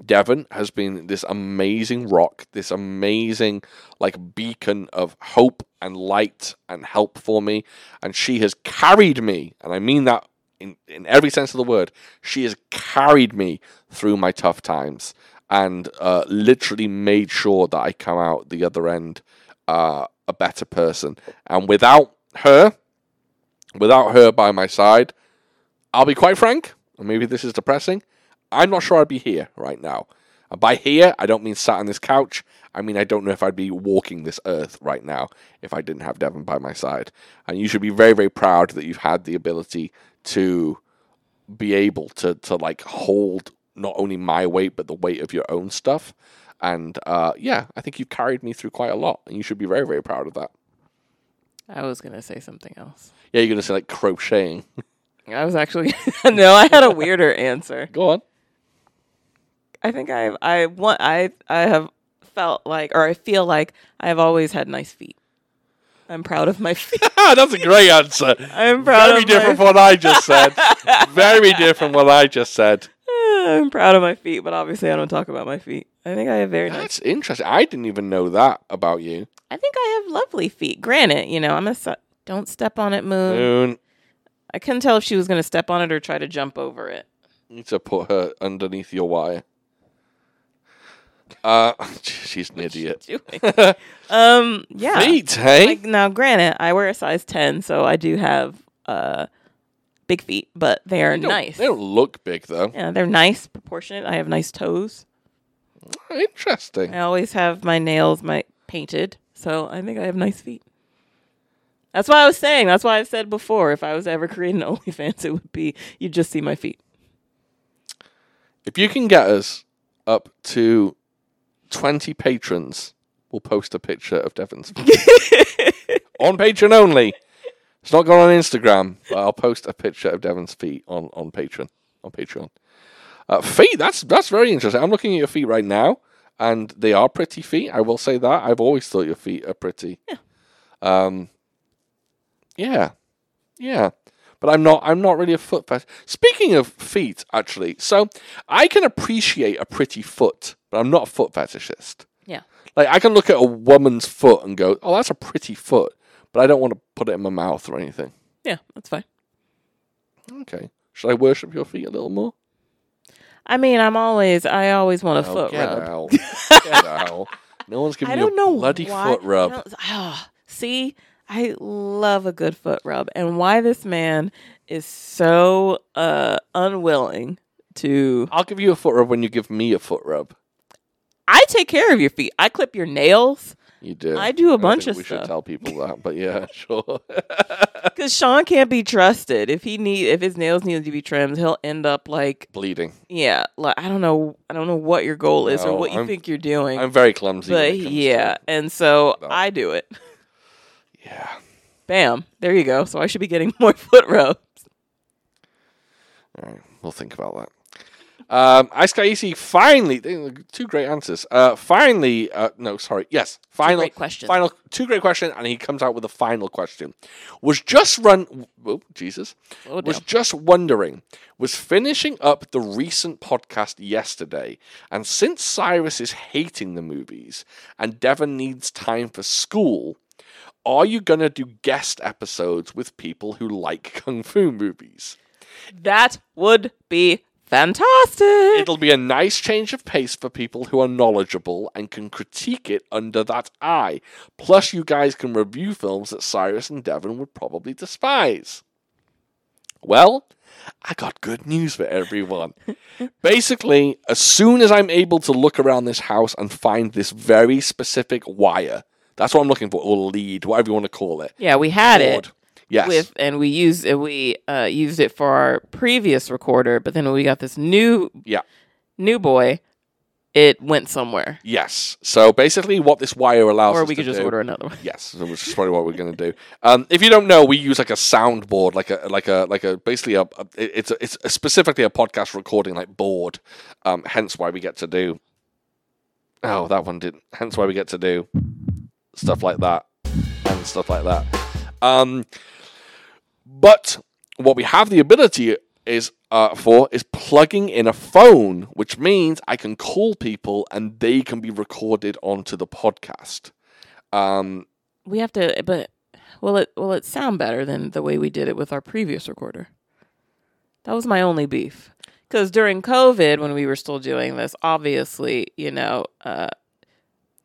Devon has been this amazing rock, this amazing like beacon of hope and light and help for me, and she has carried me, and I mean that in, in every sense of the word. She has carried me through my tough times and uh, literally made sure that I come out the other end uh, a better person. And without her, without her by my side, I'll be quite frank, and maybe this is depressing, I'm not sure I'd be here right now. And by here, I don't mean sat on this couch. I mean, I don't know if I'd be walking this earth right now if I didn't have Devon by my side. And you should be very, very proud that you've had the ability to be able to to like hold not only my weight but the weight of your own stuff. And uh, yeah, I think you've carried me through quite a lot, and you should be very, very proud of that.
I was gonna say something else.
Yeah, you're gonna say like crocheting.
I was actually no. I had a weirder answer.
Go on.
I think I I want I I have felt like or I feel like I've always had nice feet. I'm proud of my feet.
Ah, That's a great answer.
I'm proud
Very
of
different from
my
what I just said. Very different from what I just said.
I'm proud of my feet, but obviously I don't talk about my feet. I think I have very nice.
That's interesting. I didn't even know that about you.
I think I have lovely feet. Granted, you know, I'm a su- don't step on it, Moon.
Moon
I couldn't tell if she was going to step on it or try to jump over it.
need to put her underneath your wire. Uh, she's an idiot.
Doing. um, yeah.
Feet, eh? hey?
Like now, granted, I wear a size ten, so I do have uh big feet, but they are
They don't-
nice.
They don't look big though.
Yeah, they're nice, proportionate. I have nice toes.
Interesting.
I always have my nails my painted, so I think I have nice feet. That's why I was saying. That's why I've said before. If I was to ever creating an OnlyFans, it would be you just see my feet.
If you can get us up to twenty patrons, we'll post a picture of Devon's on Patreon only. It's not gone on Instagram, but I'll post a picture of Devon's feet on on Patreon on Patreon. Uh, feet. That's that's very interesting. I'm looking at your feet right now, and they are pretty feet. I will say that. I've always thought your feet are pretty. Yeah. Um. Yeah. Yeah. But I'm not I'm not really a foot fetish. Speaking of feet, actually, so I can appreciate a pretty foot, but I'm not a foot fetishist.
Yeah.
Like I can look at a woman's foot and go, Oh, that's a pretty foot, but I don't want to put it in my mouth or anything.
Yeah, that's fine.
Okay. Should I worship your feet a little more?
I mean, I'm always I always want a foot
get
rub.
out. get out. No one's giving
I
you
don't
a
know
bloody
why-
foot rub.
I don't- ah, see, I love a good foot rub, and why this man is so uh, unwilling to.
I'll give you a foot rub when you give me a foot rub.
I take care of your feet. I clip your nails
You do.
I do a
a
bunch of
we
stuff.
should tell people that, but yeah, sure.
because Sean can't be trusted. If he need if his nails need to be trimmed, he'll end up like
Bleeding.
yeah, like I don't know, I don't know what your goal is
No,
or what you
I'm-
think you're doing.
I'm very clumsy. when
but
it comes to
yeah,
it.
and so
No.
I do it.
Yeah.
Bam, there you go. So I should be getting more foot rubs.
All right, we'll think about that. Um, Ice Guy EC finally eh, two great answers. Uh, finally, uh, no, sorry, yes, final
great questions.
Final two great question, and he comes out with a final question. Was just run. Oh, Jesus
Slow
was
down.
just wondering, was finishing up the recent podcast yesterday, and since Cyrus is hating the movies and Devon needs time for school, are you gonna do guest episodes with people who like kung fu movies?
That would be fantastic.
It'll be a nice change of pace for people who are knowledgeable and can critique it under that eye. Plus, you guys can review films that Cyrus and Devon would probably despise. Well, I got good news for everyone. Basically, as soon as I'm able to look around this house and find this very specific wire, That's what I'm looking for, or lead, whatever you want to call it.
Yeah, we had
Board.
it
Yes.
with, and we used it. We uh, used it for our previous recorder, but then when we got this new
Yeah.
new boy, it went somewhere,
yes. So basically, what this wire allows
or
us
we could
to
just
do-
order another one.
Yes, which is probably what we're going to do. Um, if you don't know, we use like a soundboard, like a like a like a basically a, a- it's a, it's specifically a podcast recording like board. Um, hence why we get to do. Oh, that one didn't. Hence why we get to do stuff like that and stuff like that. Um, but what we have the ability is uh, for is plugging in a phone, which means I can call people and they can be recorded onto the podcast. Um,
We have to, but will it will it sound better than the way we did it with our previous recorder? That was my only beef. Because during COVID, when we were still doing this, obviously, you know, uh,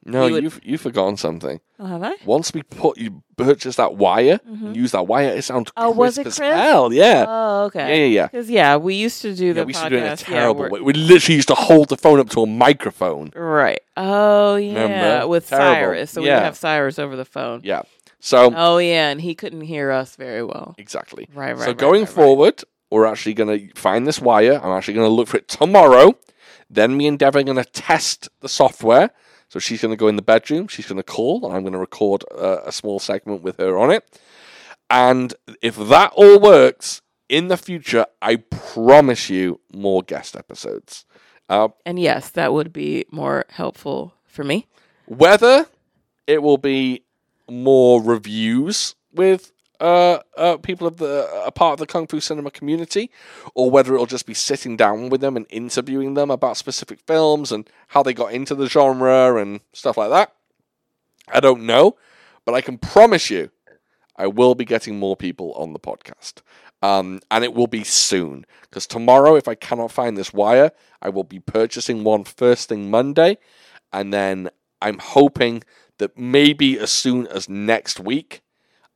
No,
We would-
you've you've forgotten something.
oh, have I?
Once we put you purchase that wire,
Mhm.
use that wire, it sounds
Oh, was it
as
crisp?
hell. Yeah.
Oh,
yeah,
okay.
yeah, yeah.
Because yeah, we used to do
Yeah,
the
we used
podcast.
to do it in a
yeah,
terrible
we're-
way. We literally used to hold the phone up to a microphone.
Right. Oh yeah,
Remember?
with
Terrible.
Cyrus. So we
Yeah.
have Cyrus over the phone.
Yeah. So
Oh yeah, and he couldn't hear us very well.
exactly.
Right, right.
so
right,
going
right, right.
forward, we're actually going to find this wire. I'm actually going to look for it tomorrow. Then me and Dev are going to test the software. So she's going to go in the bedroom. She's going to call, and I'm going to record uh, a small segment with her on it. And if that all works in the future, I promise you more guest episodes. Uh,
And yes, that would be more helpful for me.
whether it will be more reviews with uh, uh, people of the a part of the kung fu cinema community, or whether it'll just be sitting down with them and interviewing them about specific films and how they got into the genre and stuff like that. I don't know, but I can promise you, I will be getting more people on the podcast, um, and it will be soon. Because tomorrow, if I cannot find this wire, I will be purchasing one first thing Monday, and then I'm hoping that maybe as soon as next week,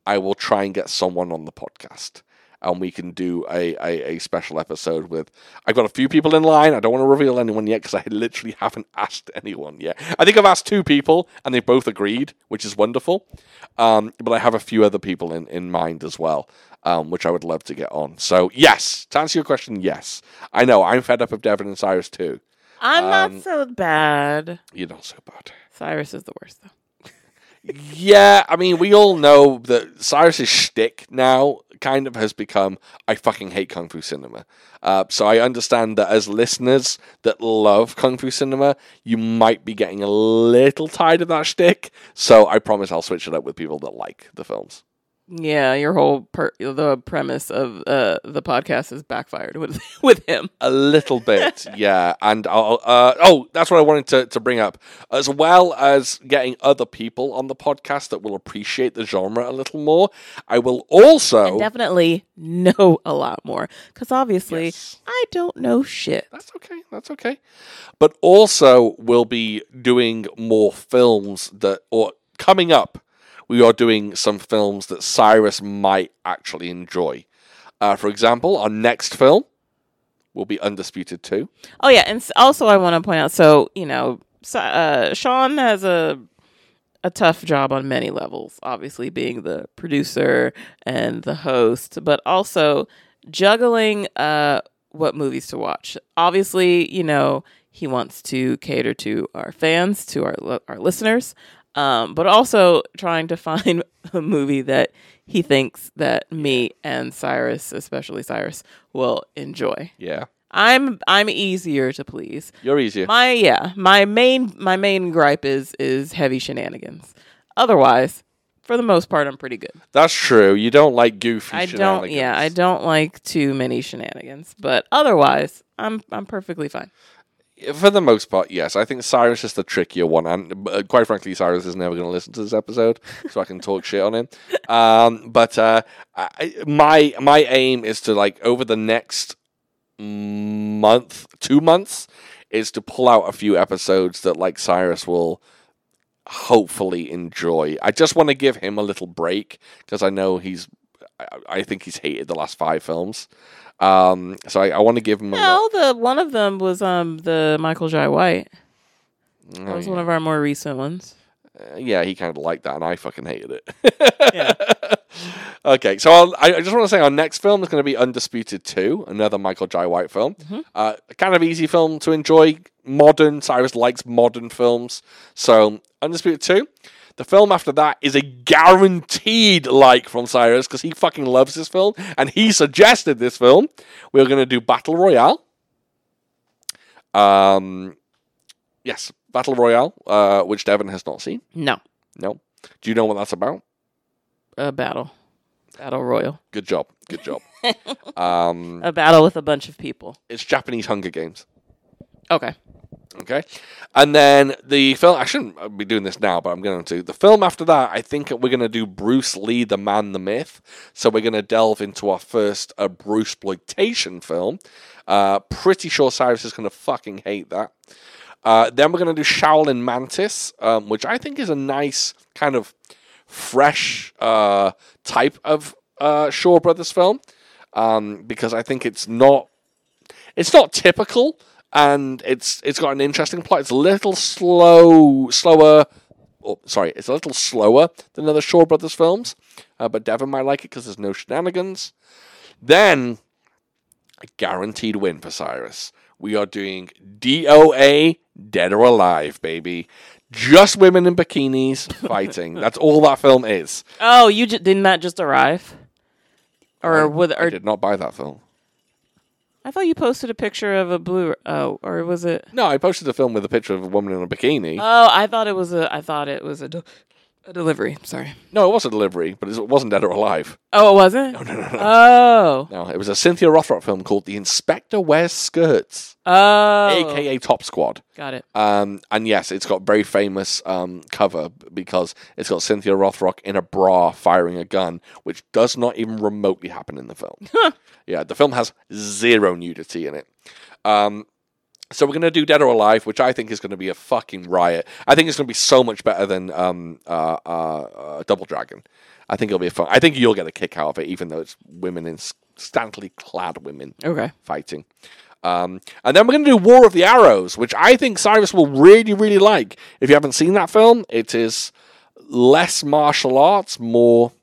I will try and get someone on the podcast. And we can do a, a, a special episode with. I've got a few people in line. I don't want to reveal anyone yet because I literally haven't asked anyone yet. I think I've asked two people and they both agreed, which is wonderful. Um, but I have a few other people in, in mind as well, um, which I would love to get on. So, yes, to answer your question, yes. I know I'm fed up of Devin and Cyrus too.
I'm
Um,
not so bad.
You're not so bad.
Cyrus is the worst though.
Yeah, I mean, we all know that Cyrus's shtick now kind of has become I fucking hate kung fu cinema. Uh, so I understand that as listeners that love kung fu cinema, you might be getting a little tired of that shtick. So I promise I'll switch it up with people that like the films.
Yeah, your whole per- the premise of uh, the podcast is backfired with with him.
A little bit, yeah. And I'll, uh, oh, that's what I wanted to, to bring up, as well as getting other people on the podcast that will appreciate the genre a little more. I will also.
And definitely know a lot more because obviously
Yes.
I don't know shit.
That's okay. That's okay. But also, we'll be doing more films that, or coming up, we are doing some films that Cyrus might actually enjoy. Uh, for example, our next film will be Undisputed 2.
Oh yeah, and s- also I want to point out. So you know, so, uh, Sean has a a tough job on many levels. Obviously, being the producer and the host, but also juggling uh, what movies to watch. Obviously, you know he wants to cater to our fans, to our li- our listeners, um, but also trying to find a movie that he thinks that me and Cyrus, especially Cyrus, will enjoy.
Yeah.
I'm I'm easier to please.
You're easier.
My yeah, my main my main gripe is is heavy shenanigans. Otherwise, for the most part, I'm pretty good.
That's true. You don't like goofy
I don't yeah, I
shenanigans.
don't like too many shenanigans, but otherwise, I'm I'm perfectly fine.
For the most part, yes. I think Cyrus is the trickier one, and uh, quite frankly, Cyrus is never going to listen to this episode, so I can talk shit on him. Um, but uh, I, my my aim is to like over the next month, two months, is to pull out a few episodes that like Cyrus will hopefully enjoy. I just want to give him a little break because I know he's. I- I think he's hated the last five films, um, so I, I want to give him. A,
Well, the one of them was um the Michael Jai White.
Oh,
That was
yeah.
one of our more recent ones.
Uh, yeah, he kind of liked that, and I fucking hated it. Okay, so I'll, I I just want to say our next film is going to be Undisputed 2, another Michael Jai White film. Uh, a kind of easy film to enjoy. Modern, Cyrus likes modern films. So, Undisputed 2. The film after that is a guaranteed like from Cyrus because he fucking loves this film and he suggested this film. We're going to do Battle Royale. Um, yes, Battle Royale, uh, which Devon has not seen.
No,
No. Do you know what that's about?
a battle, battle royal,
Good job. Good job. um,
a battle with a bunch of people.
it's Japanese Hunger Games.
Okay.
Okay, and then the film. I shouldn't be doing this now, but I'm going to. The film after that, I think we're going to do Bruce Lee, the man, the myth. So we're going to delve into our first uh, Bruce exploitation film. Uh, pretty sure Cyrus is going to fucking hate that. Uh, then we're going to do Shaolin Mantis, um, which I think is a nice kind of fresh uh, type of uh, Shaw Brothers film um, because I think it's not it's not typical and it's it's got an interesting plot. It's a little slow, slower. Oh, sorry, it's a little slower than other Shaw Brothers films, uh, but Devon might like it because there's no shenanigans. Then a guaranteed win for Cyrus. We are doing DOA, Dead or Alive, baby. Just women in bikinis fighting. That's all that film is.
Oh, you ju- didn't that just arrive? Or with
I
or
did not buy that film.
I thought you posted a picture of a blue. Oh, or was it?
No, I posted a film with a picture of a woman in a bikini.
Oh, I thought it was a. I thought it was a, del- a delivery. Sorry.
no, it was a delivery, but it wasn't Dead or Alive.
Oh, it wasn't.
No, no, no, no.
Oh,
No, it was a Cynthia Rothrock film called The Inspector Wears Skirts,
oh,
aka Top Squad.
got it.
Um, and yes, it's got very famous um, cover because it's got Cynthia Rothrock in a bra firing a gun, which does not even remotely happen in the film. yeah, the film has zero nudity in it. Um, so we're gonna do Dead or Alive, which I think is gonna be a fucking riot. I think it's gonna be so much better than um, uh, uh, uh, Double Dragon. I think it'll be fun. I think you'll get a kick out of it, even though it's women in s- scantily clad women
Okay.
fighting. Um, and then we're going to do War of the Arrows, which I think Cyrus will really, really like. If you haven't seen that film, it is less martial arts, more.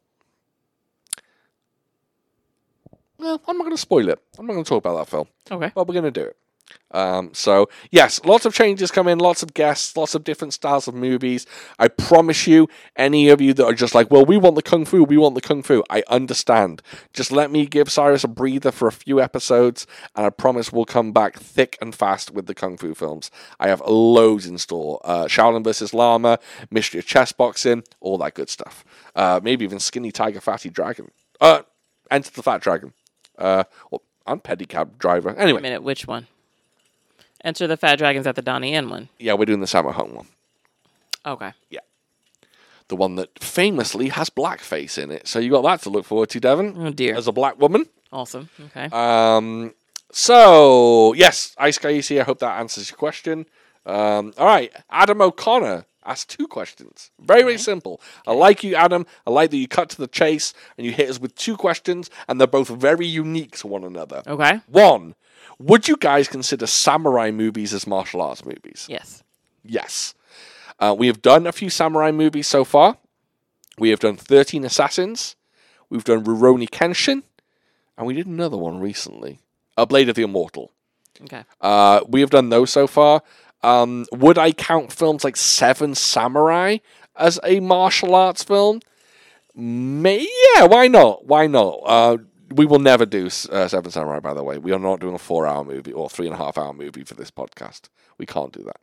Well, I'm not going to spoil it. I'm not going to talk about that film,
Okay.
but we're going to do it. Um, so, yes, lots of changes come in, lots of guests, lots of different styles of movies. I promise you, any of you that are just like, well, we want the kung fu, we want the kung fu, I understand. Just let me give Cyrus a breather for a few episodes, and I promise we'll come back thick and fast with the kung fu films. I have loads in store uh, Shaolin versus Lama, Mystery of Chess Boxing, all that good stuff. Uh, maybe even Skinny Tiger, Fatty Dragon. Uh, Enter the Fat Dragon. Uh, well, and pedicab driver. Anyway,
Wait a minute. Which one? Enter the Fat Dragons at the Donnie Yen one.
yeah, we're doing the Sam at Home one.
Okay.
The one that famously has blackface in it. So you got that to look forward to, Devon.
Oh dear.
As a black woman.
Awesome. Okay.
Um, so, yes, Ice Casey, I hope that answers your question. Um, all right, Adam O'Connor asked two questions. Very, very simple. I like you, Adam. I like that you cut to the chase and you hit us with two questions, and they're both very unique to one another.
okay.
One, would you guys consider samurai movies as martial arts movies?
Yes.
Yes. Uh, we have done a few samurai movies so far. We have done 13 Assassins. We've done Rurouni Kenshin. And we did another one recently A Blade of the Immortal.
Okay.
Uh, we have done those so far. Um, would I count films like Seven Samurai as a martial arts film? May- yeah, why not? Why not? Uh, we will never do uh, Seven Samurai, by the way. We are not doing a four hour movie or three and a half hour movie for this podcast. We can't do that.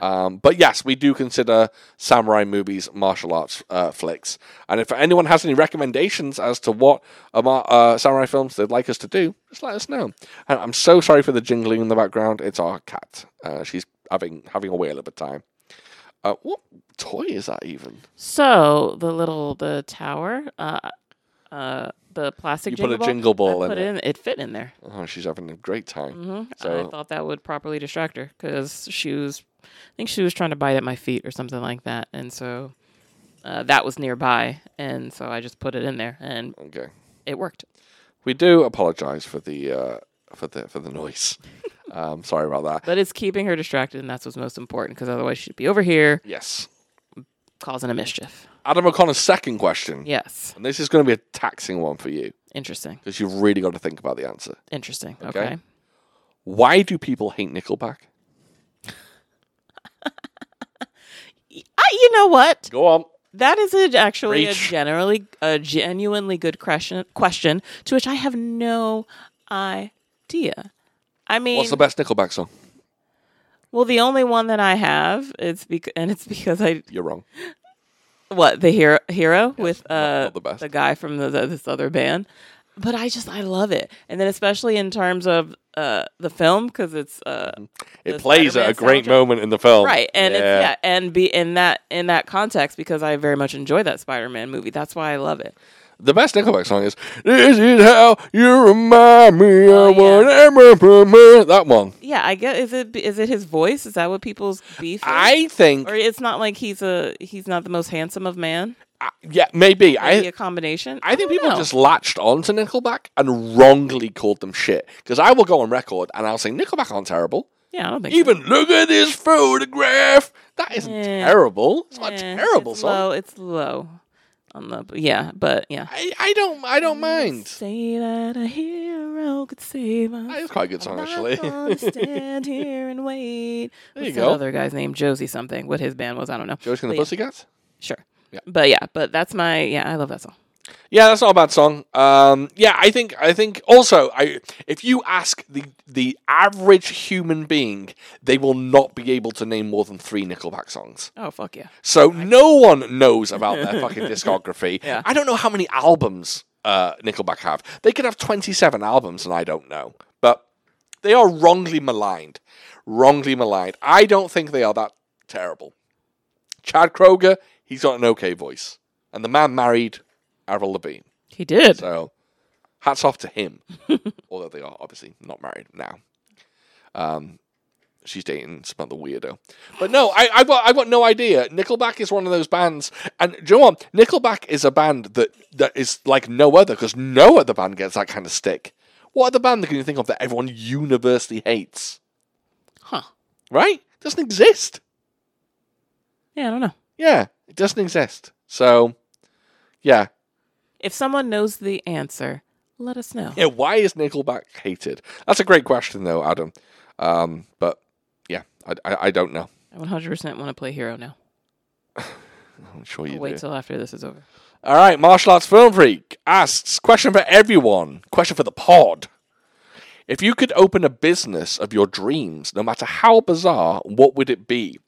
Um, but yes, we do consider samurai movies martial arts uh, flicks. And if anyone has any recommendations as to what uh, mar- uh, samurai films they'd like us to do, just let us know. And I'm so sorry for the jingling in the background. It's our cat. Uh, she's having having a whale of a time. Uh, what toy is that even?
So the little the tower, uh, uh, the plastic.
You put a
jingle
jingle ball
I
in
put
it.
in. It fit in there.
Oh, she's having a great time.
hmm I
So-
thought that would properly distract her because she was, I think she was trying to bite at my feet or something like that, and so uh, that was nearby, and so I just put it in there, and
Okay.
it worked.
We do apologize for the uh, for the for the noise. um, sorry about that.
But it's keeping her distracted, and that's what's most important because otherwise she'd be over here
Yes.
causing a mischief.
Adam O'Connor's second question,
Yes.
and this is going to be a taxing one for you
Interesting.
because you've really got to think about the answer.
Interesting. Okay.
Okay. Why do people hate Nickelback?
I, you know what?
Go on.
That is a, actually a
Preach.
generally a genuinely good question, question to which I have no idea. I mean,
What's the best Nickelback song?
well, the only one that I have, it's because and it's because I
You're wrong.
what the hero hero with uh
not the best.
guy from the, the this other band but i just i love it and then especially in terms of uh the film because it's uh
It
The
plays at a
Spider-Man
great
soundtrack.
moment in the film.
right and it's yeah and be in that in that context because i very much enjoy that spider-man movie that's why i love it
The best Nickelback song is This is how you remind me
Oh,
of
yeah.
whatever. me-" That one.
yeah i get is it is it his voice is that what people's beef is?
I think,
or it's not like he's a he's not the most handsome of man
I- yeah, maybe. I,
maybe a combination
I think
don't
people
know.
just latched onto Nickelback and wrongly called them shit. Because I will go on record and I'll say Nickelback aren't terrible.
yeah i don't think so.
Even look at this photograph. That isn't
Eh.
terrible. It's not
Eh,
a terrible
it's
song.
low it's low on the yeah but yeah
I, I don't I don't mind.
Say that a hero could save us.
It's quite a good song
I'm not
actually.
gonna stand here and wait.
There
What's
you
that
go.
other guy's name? Josie something. What his band was, I don't know.
Joe's and
But
the
yeah,
Pussycats.
Sure.
Yeah.
But yeah, but that's my yeah. I love that song.
Yeah, that's not a bad song. Um, yeah, I think I think also I if you ask the the average human being, they will not be able to name more than three Nickelback songs.
Oh fuck yeah.
So no one knows about their fucking discography.
Yeah.
I don't know how many albums uh, Nickelback have. They could have twenty seven albums, and I don't know. But they are wrongly maligned. Wrongly maligned. I don't think they are that terrible. Chad Kroger, he's got an okay voice, and the man married Avril Lavigne.
He did.
So, hats off to him. Although they are obviously not married now. Um, she's dating some other weirdo. But no, I, I've got I've got no idea. Nickelback is one of those bands, and do you know what? Nickelback is a band that that is like no other because no other band gets that kind of stick. What other band can you think of that everyone universally hates?
Huh.
Right? Doesn't exist.
Yeah, I don't know.
Yeah, it doesn't exist. So, yeah,
If someone knows the answer, let us know.
Yeah, why is Nickelback hated? That's a great question, though, Adam. Um, but yeah, I, I, I don't know.
I 100% want to play hero now.
I'm sure you
Wait
do.
till after this is over.
All right, Martial Arts Film Freak asks question for everyone, question for the pod. If you could open a business of your dreams, no matter how bizarre, what would it be?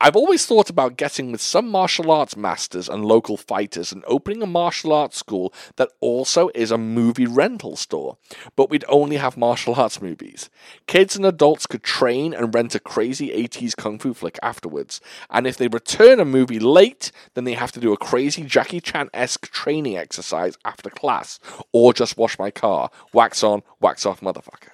I've always thought about getting with some martial arts masters and local fighters and opening a martial arts school that also is a movie rental store, but we'd only have martial arts movies. Kids and adults could train and rent a crazy 80s kung fu flick afterwards, and if they return a movie late, then they have to do a crazy Jackie Chan esque training exercise after class, or just wash my car. Wax on, wax off, motherfucker.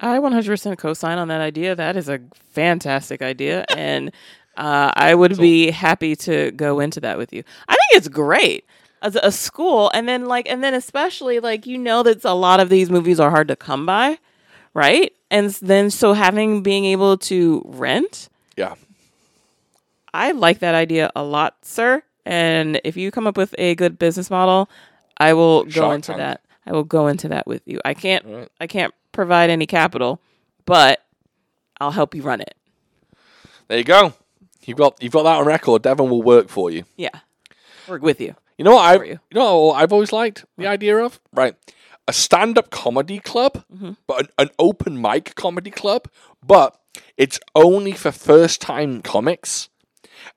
I 100% co-sign on that idea. That is a fantastic idea, and uh, I would be happy to go into that with you. I think it's great as a school, and then like, and then especially like you know that a lot of these movies are hard to come by, right? And s- then so having being able to rent,
Yeah.
I like that idea a lot, sir. And if you come up with a good business model, I will go
Shark
into
Tank.
that. I will go into that with you. I can't
Alright.
I can't provide any capital, but I'll help you run it.
There you go. You've got you've got that on record. Devon will work for you.
Yeah. Work with you.
You know what I
For you.
you know what I've always liked the idea of Mm-hmm. right a stand up comedy club, but an, an open mic comedy club, but it's only for first time comics,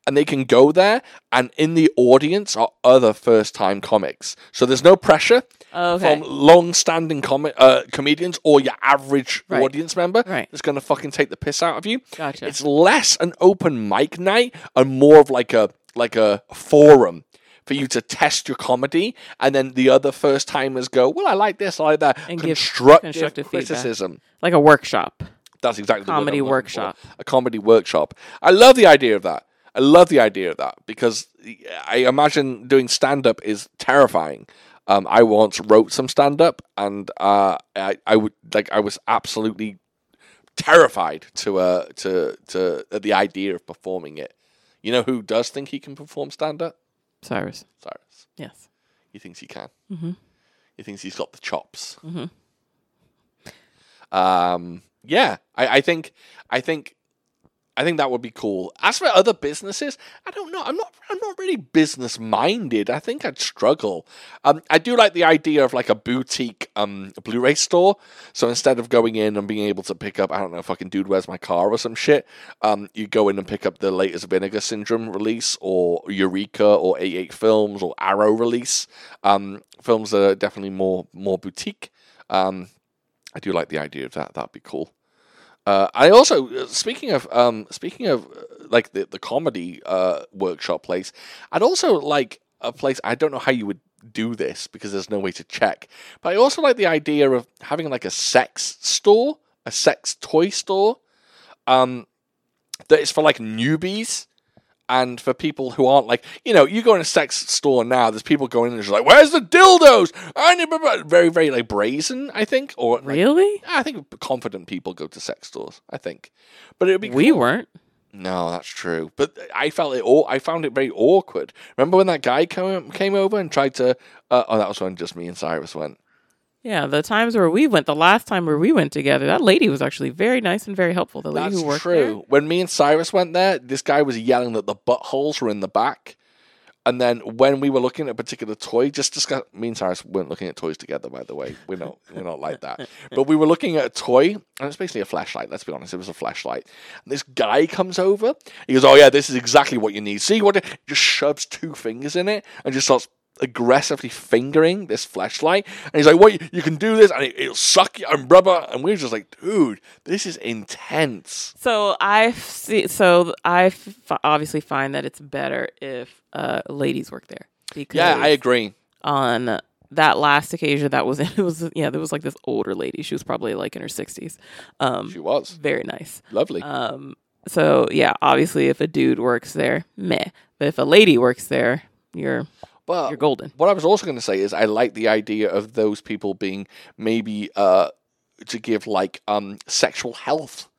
and they can go there, and in the audience are other first time comics, so there's no pressure.
Okay.
From long-standing comi- uh, comedians or your average
Right.
audience member
Right.
that's going to fucking take the piss out of you.
Gotcha.
It's less an open mic night and more of like a like a forum for you to test your comedy, and then the other first timers go, "Well, I like this, I like that."
And give
constructive,
constructive feedback.
criticism.
like a workshop.
That's exactly
Comedy
the word I'm looking for.
workshop.
A comedy workshop. I love the idea of that. I love the idea of that because I imagine doing stand up is terrifying. Um, I once wrote some stand up, and uh, I, I would like I was absolutely terrified to uh to to at the idea of performing it. You know who does think he can perform stand up?
Cyrus.
Cyrus.
Yes.
He thinks he can.
Mm-hmm.
He thinks he's got the chops.
Mhm.
Um, yeah, I, I think, I think, I think that would be cool. As for other businesses, I don't know. I'm not. I'm not really business minded. I think I'd struggle. Um, I do like the idea of like a boutique um Blu-ray store. So instead of going in and being able to pick up, I don't know, fucking dude, where's my car or some shit, um, you go in and pick up the latest Vinegar Syndrome release or Eureka or A8 Films or Arrow release. Um, films that are definitely more more boutique. Um, I do like the idea of that. That'd be cool. Uh, I also uh, speaking of um, speaking of uh, like the the comedy uh, workshop place, I'd also like a place. I don't know how you would do this because there's no way to check. But I also like the idea of having like a sex store, a sex toy store, um, that is for like newbies. And for people who aren't like, you know, you go in a sex store now, there's people going in and just like, where's the dildos? I need, blah, blah," very, very like brazen, I think, or like,
Really?
I think confident people go to sex stores. I think, but it would be
We weren't.
no, that's true. But I felt it. All I found it very awkward. Remember when that guy came came over and tried to? Uh, oh, that was when just me and Cyrus went.
Yeah, the times where we went, the last time where we went together, that lady was actually very nice and very helpful. The lady
That's
who worked
true. When me and Cyrus went there, this guy was yelling that the buttholes were in the back. And then when we were looking at a particular toy, just discuss. Me and Cyrus weren't looking at toys together, by the way. We're not. we're not like that. But we were looking at a toy, and it's basically a flashlight. Let's be honest, it was a flashlight. And this guy comes over. He goes, "Oh yeah, this is exactly what you need." See what? it-" Just shoves two fingers in it and just starts aggressively fingering this flashlight. And he's like, "What? You, you can do this, and it, it'll suck you and rubber." And we were just like, "Dude, this is intense."
So I f- see. So I f- obviously find that it's better if uh, ladies work there because
Yeah, I agree.
on that last occasion that was it was yeah there was like this older lady. She was probably like in her sixties. Um,
She was
very nice.
lovely.
Um, so yeah, obviously if a dude works there, meh. But if a lady works there, you're
but
you're golden.
what I was also going to say is I like the idea of those people being maybe uh, to give like um, sexual health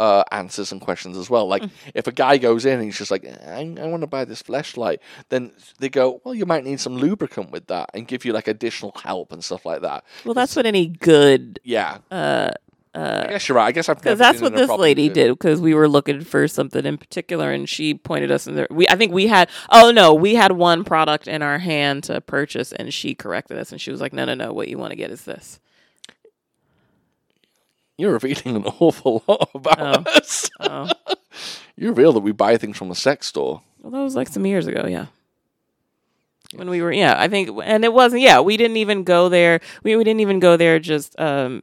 uh, answers and questions as well.
Mm.
Like if a guy goes in and he's just like, I, I want to buy this flashlight, then they go, well, you might need some lubricant with that and give you like additional help and stuff like that.
Well, that's what any good
Yeah,
uh
I guess you're right. I guess I've never
because that's
been
what
in a
this
proper
lady
position.
did because we were looking for something in particular and she pointed us in there we i think we had oh no we had one product in our hand to purchase and she corrected us and she was like no no no what you want to get is this
You're revealing an awful lot about
Oh.
us.
oh
You reveal that we buy things from a sex store.
well that was like some years ago yeah when we were yeah i think and it wasn't yeah we didn't even go there we, we didn't even go there just um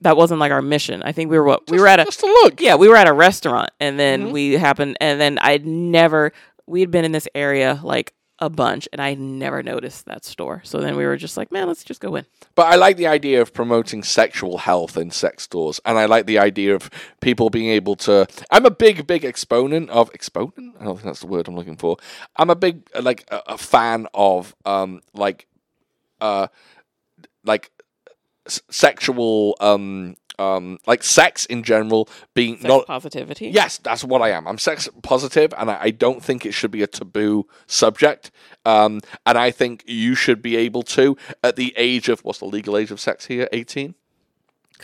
that wasn't like our mission i think we were what we were at a
Just to look.
Yeah, we were at a restaurant and then
Mhm.
we happened and then I'd never we'd been in this area like a bunch and I never noticed that store. So then we were just like, man, let's just go in.
But I like the idea of promoting sexual health in sex stores, and I like the idea of people being able to. I'm a big, big exponent of exponent. I don't think that's the word I'm looking for. I'm a big uh, like a, a fan of um like uh like s- sexual um um like sex in general being
Sex
not
positivity.
Yes, that's what I am. I'm sex positive, and I, I don't think it should be a taboo subject. Um, and I think you should be able to, at the age of what's the legal age of sex here, eighteen.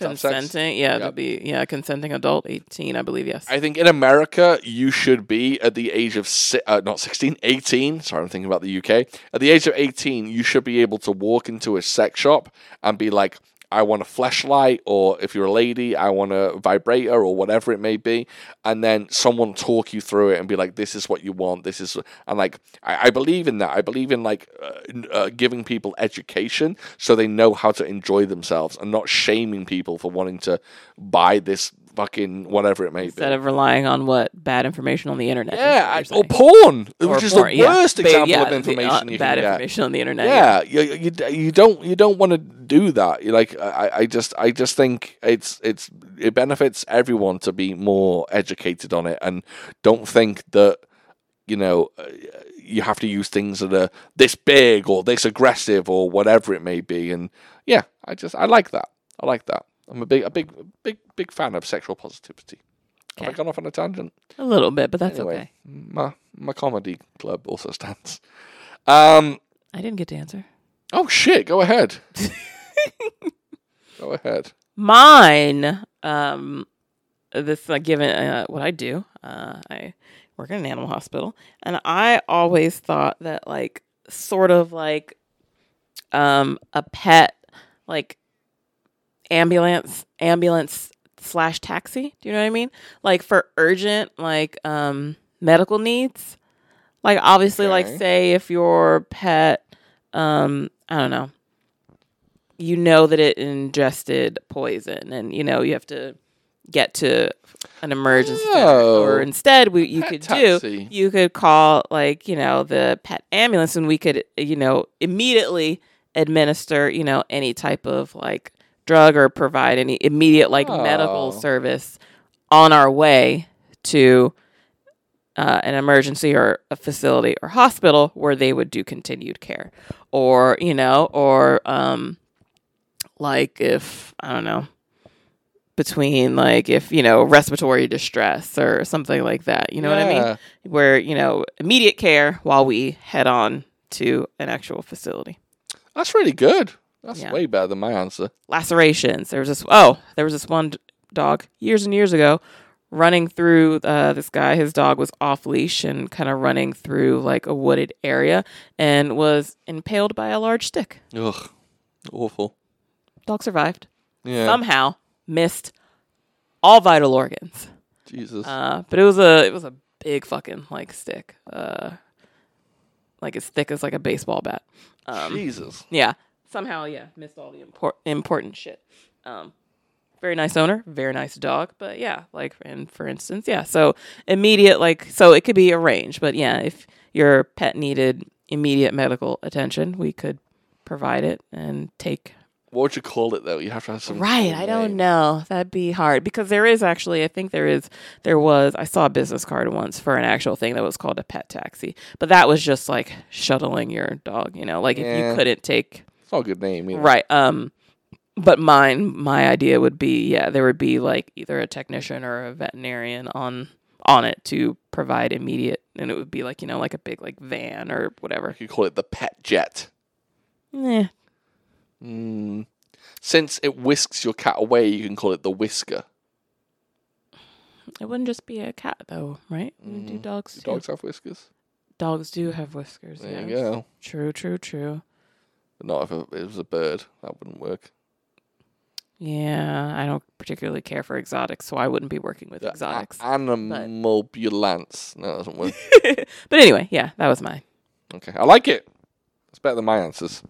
Have sex.
Consenting. Yeah,
Yeah.
that'd be yeah, consenting adult, eighteen, I believe, yes.
I think in America you should be at the age of si- uh, not 16, 18. Sorry, I'm thinking about the UK. At the age of 18, you should be able to walk into a sex shop and be like, "I want a flashlight," or if you're a lady, "I want a vibrator," or whatever it may be, and then someone talk you through it and be like, "This is what you want. This is," and like I, I believe in that. I believe in like uh, n- uh, giving people education so they know how to enjoy themselves and not shaming people for wanting to buy this. Fucking whatever it may be.
Instead of relying on what bad information on the internet. is
Yeah, I- oh,
what you're
or
saying.
porn,
Or
which is
porn,
the
yeah.
worst
Ba-
example
yeah,
of
the, uh,
information you
bad
can get.
information on the internet.
Yeah, you, you, you don't you don't want to do that. You like I, I just I just think it's it's it benefits everyone to be more educated on it and don't think that you know uh, you have to use things that are this big or this aggressive or whatever it may be. And yeah, I just I like that. I like that. I'm a big a big big big fan of sexual positivity. Have I
Okay.
gone off on a tangent?
A little bit, but that's
Anyway,
okay.
my my comedy club also stands. Um.
I didn't get to answer.
Oh shit! Go ahead. go ahead.
Mine. Um, this uh, given uh, what I do, uh, I work in an animal hospital, and I always thought that like sort of like um a pet like ambulance ambulance slash taxi. Do you know what I mean? Like for urgent like um medical needs. Like obviously, like
Okay.
say if your pet, um, I don't know, you know that it ingested poison, and you know you have to get to an emergency center.
Oh.
or instead we, you
Pet
could
taxi.
do you could call like you know the pet ambulance and we could you know immediately administer you know any type of like drug or provide any immediate like medical
Oh.
service on our way to uh, an emergency or a facility or hospital where they would do continued care or you know or um like if i don't know between like if you know respiratory distress or something like that you know what i mean
Yeah.
where you know immediate care while we head on to an actual facility
That's really good. That's
Yeah.
way better than my answer.
lacerations there was this oh there was this one d- dog years and years ago running through uh, this guy his dog was off leash and kind of running through like a wooded area and was impaled by a large stick
Ugh, awful.
dog survived
Yeah,
somehow missed all vital organs
Jesus.
Uh, but it was a it was a big fucking like stick, uh, like as thick as like a baseball bat. Um,
Jesus.
yeah, somehow yeah missed all the import, important shit. Um, very nice owner, very nice dog, but yeah, like and for instance, yeah. So immediate like so it could be arranged, but yeah, if your pet needed immediate medical attention, we could provide it and take
What would you call it though? You have to have some.
Right.
cool
I
name.
don't know. That'd be hard because there is actually, I think there is, there was, I saw a business card once for an actual thing that was called a pet taxi, but that was just like shuttling your dog, you know, like if
Yeah.
you couldn't take,
It's not a good name. Either.
right. Um, but mine, my idea would be, yeah, there would be like either a technician or a veterinarian on, on it to provide immediate, and it would be like, you know, like a big like van or whatever.
You could call it the pet jet.
Yeah.
Mm. Since it whisks your cat away, you can call it the whisker.
It wouldn't just be a cat though, right? We would do
Mm.
dogs
Do
too.
dogs have whiskers?
Dogs do have whiskers.
There you
yes.
go.
True, true, true.
But not if it it was a bird. That wouldn't work.
Yeah, I don't particularly care for exotics, so I wouldn't be working with
The a-
exotics.
Animalbulance. No, that doesn't work.
but anyway, yeah, that was mine.
okay, I like it. It's better than my answers.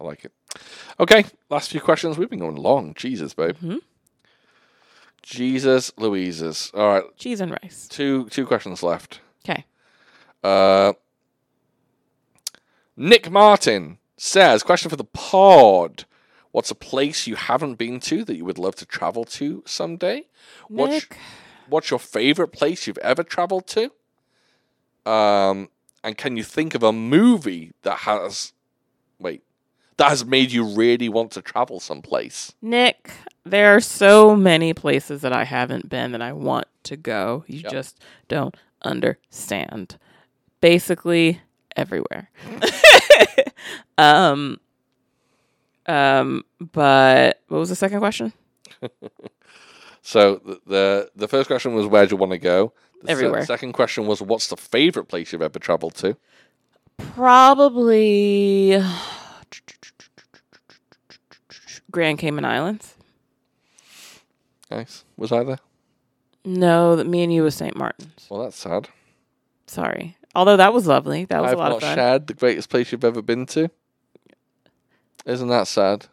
I like it. Okay, last few questions. We've been going long. Jesus, babe.
Mhm.
Jesus, Louises. All right,
Cheese and rice.
two two questions left.
Okay.
Uh, Nick Martin says, question for the pod. What's a place you haven't been to that you would love to travel to someday? What's-
Nick,
What's your favorite place you've ever traveled to? Um, and can you think of a movie that has, wait, that has made you really want to travel someplace?
Nick, there are so many places that I haven't been that I want to go. You
Yep.
just don't understand. Basically, everywhere. um, um, but what was the second question?
So the the, the first question was where do you want to go? The se-
Everywhere.
second question was what's the favorite place you've ever traveled to?
Probably Grand Cayman Islands.
Nice. Was I there?
No, that me and you was St. Martin's.
Well, that's sad.
Sorry. Although that was lovely. That was
I've
a lot
not
of fun.
shared the greatest place you've ever been to. Isn't that sad?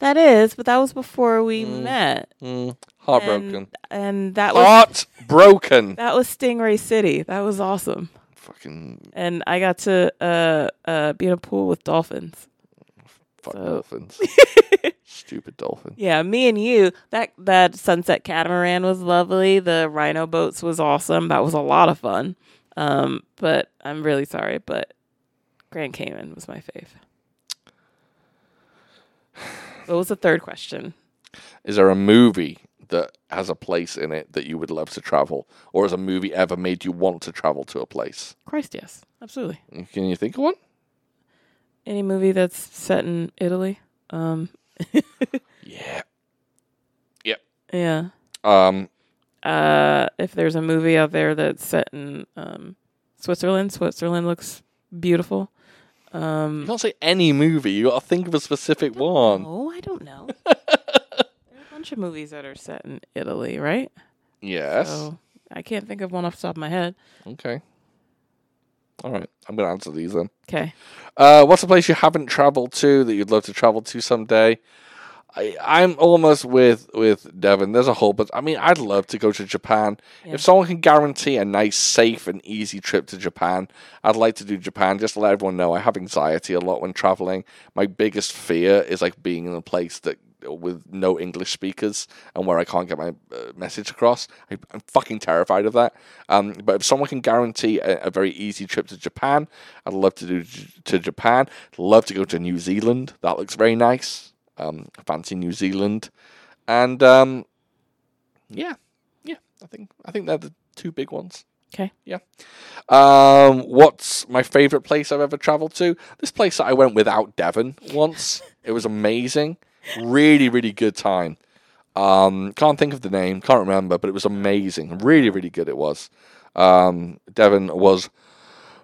That is, but that was before we
Mm.
met.
Mm,
And-
heartbroken.
And, Um, that was
Heartbroken.
that was Stingray City. That was awesome.
Fucking
And I got to uh uh be in a pool with dolphins.
fuck
So-
dolphins. Stupid dolphin.
Yeah, me and you. That that sunset catamaran was lovely. The rhino boats was awesome. That was a lot of fun. Um, but I'm really sorry, but Grand Cayman was my fave. What was the third question?
Is there a movie that has a place in it that you would love to travel, or has a movie ever made you want to travel to a place?
Christ, yes, absolutely.
Can you think of one?
Any movie that's set in Italy, um,
Yeah.
yeah.
Um.
Uh, if there's a movie out there that's set in um, Switzerland, Switzerland looks beautiful.
You
Um,
can't say any movie. You got to think of a specific one.
oh, I don't know. there are a bunch of movies that are set in Italy, right?
Yes.
So I can't think of one off the top of my head.
Okay. All right. I'm gonna answer these then.
Okay.
Uh, what's a place you haven't traveled to that you'd love to travel to someday? I, I'm almost with with Devon. There's a whole, but I mean, I'd love to go to Japan.
Yeah.
If someone can guarantee a nice, safe, and easy trip to Japan, I'd like to do Japan. Just to let everyone know, I have anxiety a lot when traveling. My biggest fear is like being in a place that with no English speakers and where I can't get my uh, message across. I, I'm fucking terrified of that. Um, but if someone can guarantee a, a very easy trip to Japan, I'd love to do J- to Japan. Love to go to New Zealand. That looks very nice. Um, fancy New Zealand, and um, yeah, yeah. I think I think they're the two big ones.
Okay.
Yeah. Um, what's my favorite place I've ever traveled to? This place that I went without Devon once. it was amazing. Really, really good time. Um, can't think of the name, can't remember, but it was amazing. Really, really good it was. Um, Devon was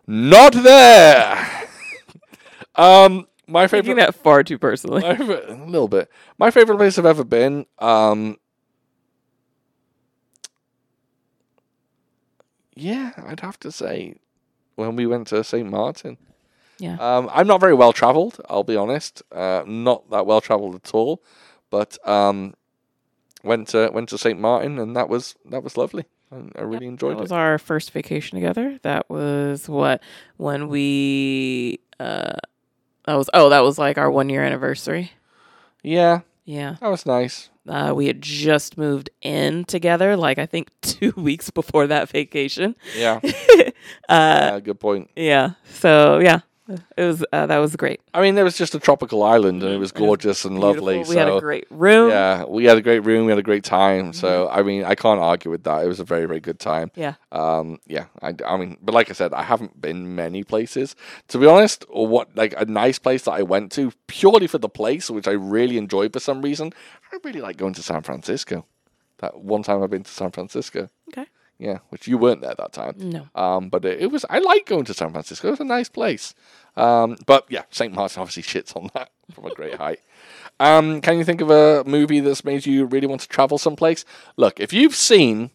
not there. um, my favorite
Taking that far too personally.
my fa- a little bit. My favorite place I've ever been. Um, yeah, I'd have to say when we went to St. Martin.
Yeah.
Um, I'm not very well traveled, I'll be honest. Uh, not that well traveled at all, but um, went to went to St. Martin and that was that was lovely. I, I really enjoyed
That was
it.
our first vacation together. That was what when we uh that was oh that was like our one year anniversary.
Yeah,
Yeah,
that was nice.
uh, we had just moved in together, like I think two weeks before that vacation.
Yeah,
uh,
yeah, good point.
yeah. So yeah, it was uh, that was great.
I mean, there was just a tropical island and it was
It was
gorgeous and lovely. So
Beautiful. We had a great room.
Yeah, we had a great room. We had a great time. So I mean, I can't argue with that. It was a very, very good time.
Yeah.
Um. Yeah. I, I mean, but like I said, I haven't been many places to be honest. Or what like a nice place that I went to purely for the place, which I really enjoyed for some reason. I really like going to San Francisco. That one time I've been to San Francisco.
Okay.
Yeah, which you weren't there that time.
No.
Um, but it, it was I like going to San Francisco. It was a nice place. Um, but yeah, St. Martin obviously shits on that from a great height. Um, can you think of a movie that's made you really want to travel someplace? Look, if you've seen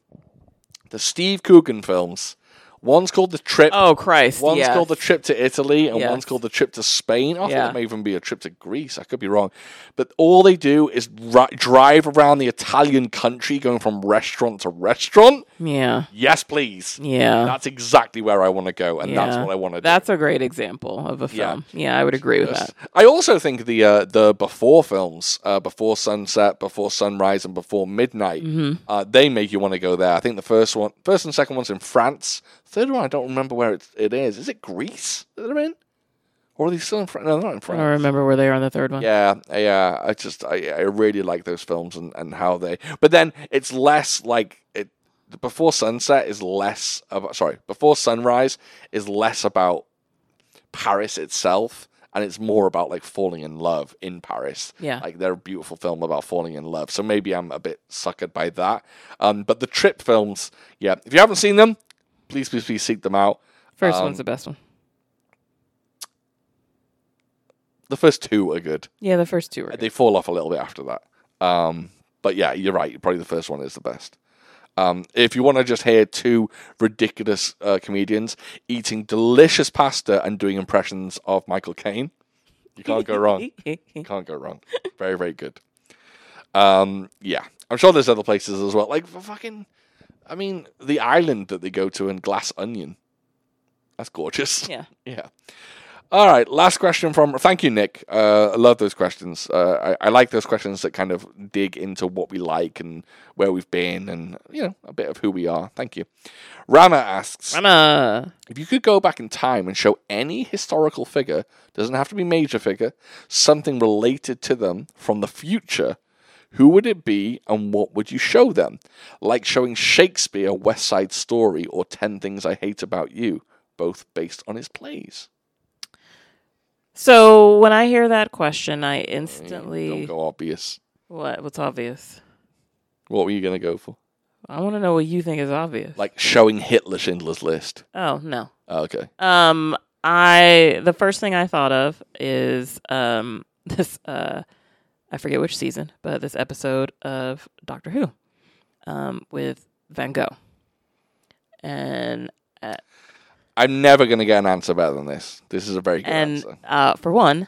the Steve Coogan films, one's called The Trip.
Oh Christ!
One's
yes.
called the trip to Italy, and one's
Yes.
called the trip to Spain. I
Yeah.
think it may even be a trip to Greece. I could be wrong, but all they do is ri- drive around the Italian country, going from restaurant to restaurant.
yeah.
Yes, please.
Yeah.
That's exactly where I want to go, and that's
Uh-huh. Yeah.
what I want to do.
That's a great example of a
Yeah.
film. Yeah, I would agree with that.
I also think the uh, the before films, uh, before sunset, before sunrise, and before midnight,
Mm-hmm.
uh, they make you want to go there. I think the first one, first and second one's in France. Third one, I don't remember where it, it is. Is it Greece that they're in, or are they still in France? No, they're not in
I
France.
don't remember where they are on the third one.
Yeah, yeah. I just I, I really like those films and, and how they. But then it's less like it. Before sunset is less about. Sorry, before sunrise is less about Paris itself, and it's more about like falling in love in Paris.
Yeah.
like they're a beautiful film about falling in love. So maybe I'm a bit suckered by that. Um, but the trip films, yeah. If you haven't seen them, please, please, please seek them out.
First
Um,
one's the best one.
The first two are good.
Yeah, the first two are.
Uh, they fall off a little bit after that. Um, but yeah, you're right. Probably the first one is the best. Um, if you want to just hear two ridiculous uh, comedians eating delicious pasta and doing impressions of Michael Caine, you can't go wrong. You can't go wrong. Very, very good. Um, yeah, I'm sure there's other places as well. Like fucking, I mean, the island that they go to in Glass Onion. That's gorgeous.
yeah.
Yeah. All right. Last question from. Thank you, Nick. Uh, I love those questions. Uh, I, I like those questions that kind of dig into what we like and where we've been and, you know, a bit of who we are. Thank you. Rana asks
I'm a
If you could go back in time and show any historical figure, doesn't have to be major figure, something related to them from the future, Who would it be and what would you show them? Like showing Shakespeare West Side Story or 10 Things I Hate About You, both based on his plays.
So when I hear that question, I
I mean,
instantly
Mm, Don't go obvious.
what? What's obvious?
What were you going to go for?
I want to know what you think is obvious.
Like showing Hitler Schindler's List.
oh no.
Oh, okay.
Um, I the first thing I thought of is um this uh I forget which season, but this episode of Doctor Who, um, with Van Gogh, and uh,
I'm never going to get an answer better than this. This is a very good
and
answer.
uh, for one,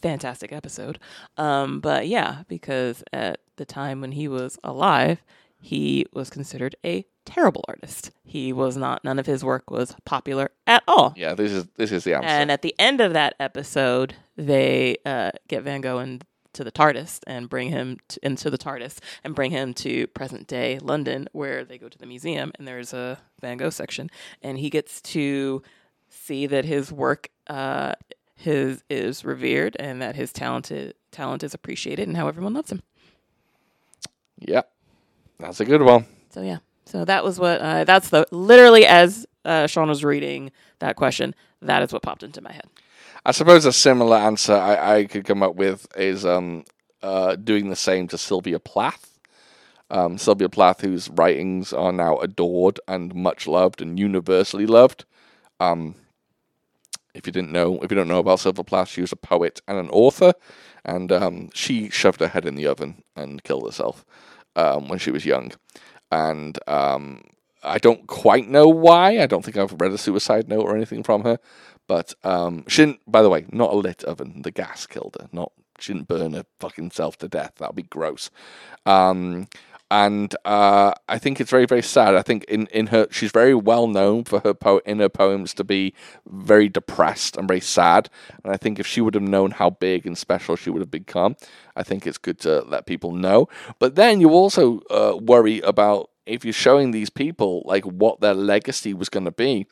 fantastic episode. Um, but yeah, because at the time when he was alive, he was considered a terrible artist. He was not. None of his work was popular at all.
Yeah, this is this is the answer.
And at the end of that episode, they uh, get Van Gogh into the TARDIS and bring him t- into the TARDIS and bring him to present day London, where they go to the museum and there's a Van Gogh section, and he gets to see that his work uh, his is revered and that his talented talent is appreciated and how everyone loves him.
yeah, that's a good one.
So yeah, so that was what uh, that's the literally as uh, Sean was reading that question, that is what popped into my head.
I suppose a similar answer I, I could come up with is um, uh, doing the same to Sylvia Plath. Um, Sylvia Plath, whose writings are now adored and much loved and universally loved. Um, if you didn't know, if you don't know about Sylvia Plath, she was a poet and an author, and um, she shoved her head in the oven and killed herself um, when she was young. And um, I don't quite know why. I don't think I've read a suicide note or anything from her, but um, she didn't. By the way, not a lit oven. The gas killed her. Not she didn't burn her fucking self to death. That'd be gross. Um, and uh, I think it's very, very sad. I think in, in her, she's very well known for her po- in her poems to be very depressed and very sad. And I think if she would have known how big and special she would have become, I think it's good to let people know. But then you also uh, worry about if you're showing these people like what their legacy was going to be.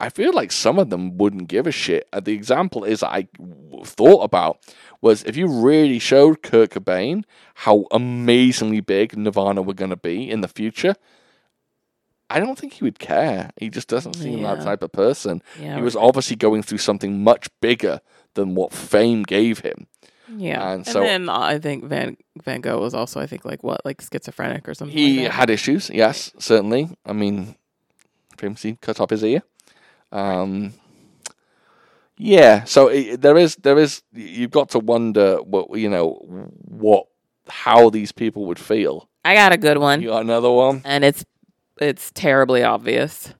I feel like some of them wouldn't give a shit. Uh, The example is I w- thought about was if you really showed Kurt Cobain how amazingly big Nirvana were going to be in the future, I don't think he would care. He just doesn't seem that
Yeah.
type of person.
Yeah,
he was obviously going through something much bigger than what fame gave him.
Yeah,
And
and,
so-
then uh, I think Van Van Gogh was also I think like what like schizophrenic or something.
He
like that.
had issues, yes, certainly. I mean, famously cut off his ear. Um, yeah, so i there is, there is. You've got to wonder what you know, what, how these people would feel.
I got a good one,
You got another one?
and it's it's terribly obvious,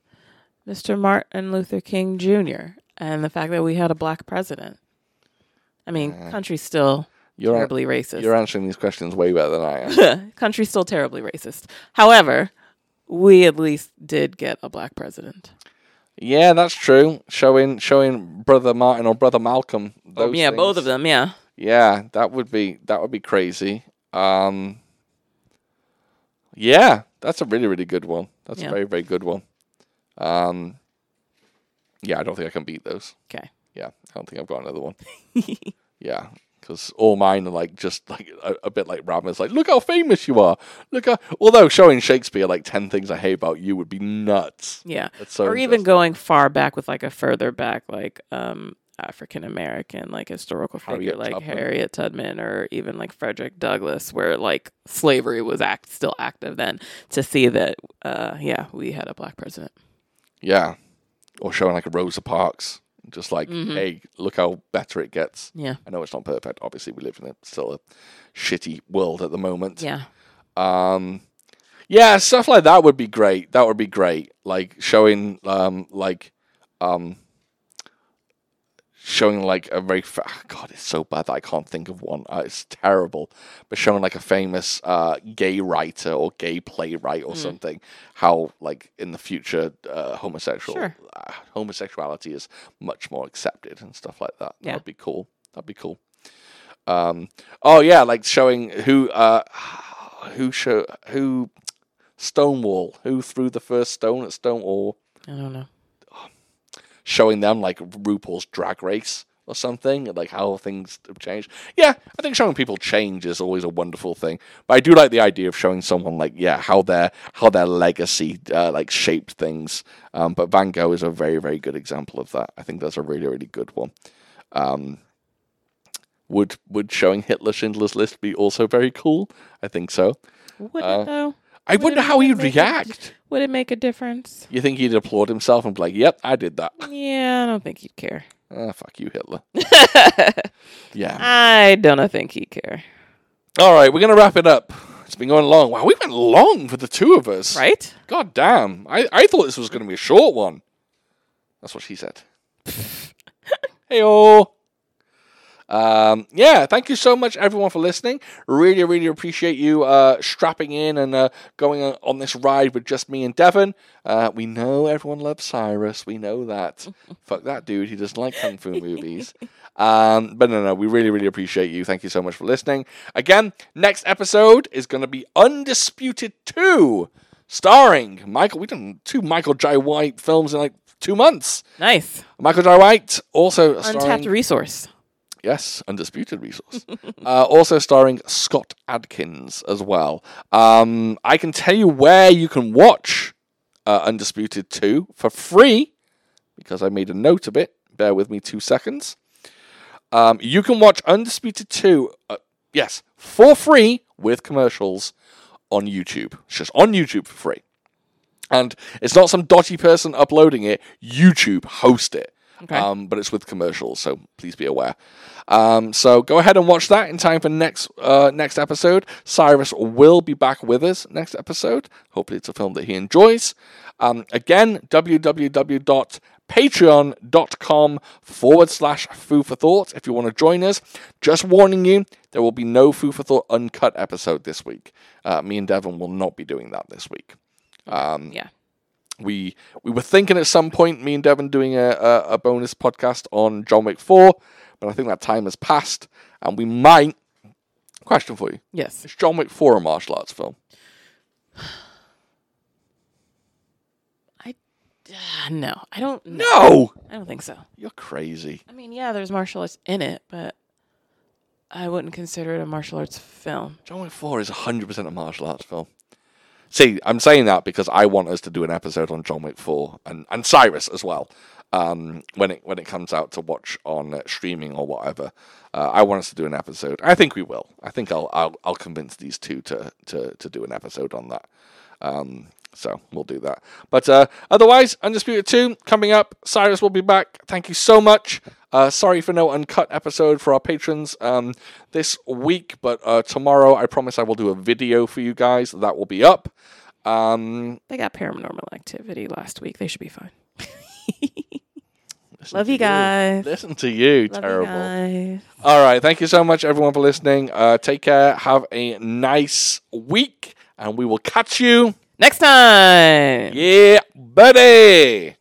Mr. Martin Luther King Jr. and the fact that we had a black president. I mean, country's still
Uh, You're an-
terribly racist.
You're answering these questions way better than I am.
country's still terribly racist. However, we at least did get a black president.
yeah, that's true. Showing, showing brother Martin or brother Malcolm. Those
Oh, yeah, both
things.
of them. Yeah.
Yeah, that would be that would be crazy. Um Yeah, that's a really really good one. That's a
Yeah.
very very good one. Um Yeah, I don't think I can beat those.
Okay.
Yeah, I don't think I've got another one. yeah, cuz all mine are like just like a, a bit like Raven's like look how famous you are. Look how although showing Shakespeare like 10 things I hate about you would be nuts.
Yeah.
That's so
or even going far back with like a further back like um African American like historical figure
Harriet
like
Tubman.
Harriet Tubman or even like Frederick Douglass where like slavery was act still active then to see that uh yeah we had a black president.
Yeah. Or showing like a Rosa Parks just like
Mm-hmm.
hey, look how better it gets.
Yeah.
I know it's not perfect. Obviously, we live in a, still a shitty world at the moment.
Yeah.
Um, yeah, stuff like that would be great. That would be great. Like showing, um, like, um, showing like a very fa- God, it's so bad that I can't think of one. Uh, it's terrible. But showing like a famous uh, gay writer or gay playwright
Hmm.
or something, how like in the future uh, homosexual
Sure.
uh, homosexuality is much more accepted and stuff like that.
Yeah.
That'd be cool. That'd be cool. Um, oh yeah, like showing who uh, who show who Stonewall who threw the first stone at Stonewall
I don't know.
showing them like RuPaul's Drag Race or something, like how things have changed. Yeah, I think showing people change is always a wonderful thing. But I do like the idea of showing someone like yeah how their how their legacy uh, like shaped things. Um, but Van Gogh is a very very good example of that. I think that's a really really good one. Um, would would showing Hitler Schindler's List be also very cool? I think so.
Would
Uh,
it though?
I
Would it
wonder how
make a
he'd
big dif-
react.
Would it make a difference?
You think he'd applaud himself and be like, "Yep, I did that."
Yeah, I don't think he'd care.
Ah, fuck you, Hitler. Yeah.
I don't uh, think he'd care.
All right, we're gonna wrap it up. It's been going long. Wow, we went long for the two of us.
Right?
God damn. I, I thought this was gonna be a short one. That's what she said. Heyo. Um, yeah, thank you so much, everyone, for listening. Really, really appreciate you uh, strapping in and uh, going on, on this ride with just me and Devon. Uh, we know everyone loves Cyrus. We know that. Fuck that dude. He doesn't like kung fu movies. Um, but no, no, we really, really appreciate you. Thank you so much for listening. Again, next episode is going to be Undisputed 2, starring Michael. We've done two Michael J. White films in like two months.
Nice.
Michael J. White also starring
Untapped resource.
Yes, undisputed resource. uh, also starring Scott Adkins as well. Um, I can tell you where you can watch uh, Undisputed 2 for free because I made a note of it. Bear with me two seconds. Um, you can watch Undisputed 2, uh, yes, for free with commercials on YouTube. It's just on YouTube for free. And it's not some dodgy person uploading it, YouTube host it.
Okay.
Um, but it's with commercials, so please be aware. Um, so go ahead and watch that in time for next uh, next episode. Cyrus will be back with us next episode. Hopefully, it's a film that he enjoys. Um, again, www.patreon.com forward slash foo for thought if you want to join us. Just warning you, there will be no foo for thought uncut episode this week. Uh, me and Devon will not be doing that this week Hmm.
yeah.
we we were thinking at some point, me and Devon doing a, a, a bonus podcast on John Wick Four, but I think that time has passed, and we might. Question for you:
Yes.
Is John Wick Four a martial arts film?
Ah, no, I don't. No,
No,
I don't think so.
you're crazy.
I mean, yeah, there's martial arts in it, but I wouldn't consider it a martial arts film.
John Wick Four is hundred percent a martial arts film. See, I'm saying that because I want us to do an episode on John Wick Four and, and Cyrus as well. Um, when it when it comes out to watch on uh, streaming or whatever, uh, I want us to do an episode. I think we will. I think I'll I'll, I'll convince these two to, to to do an episode on that. Um, so we'll do that. But uh, otherwise, Undisputed 2 coming up. Cyrus will be back. Thank you so much. Uh, sorry for no uncut episode for our patrons um, this week, but uh, tomorrow I promise I will do a video for you guys. That will be up. Um,
They got paranormal activity last week. They should be fine.
listen
Love
to
you guys.
Listen to you.
Love you
terrible.
guys.
All right. Thank you so much, everyone, for listening. Uh, take care. Have a nice week, and we will catch you.
Next time.
Yeah, buddy.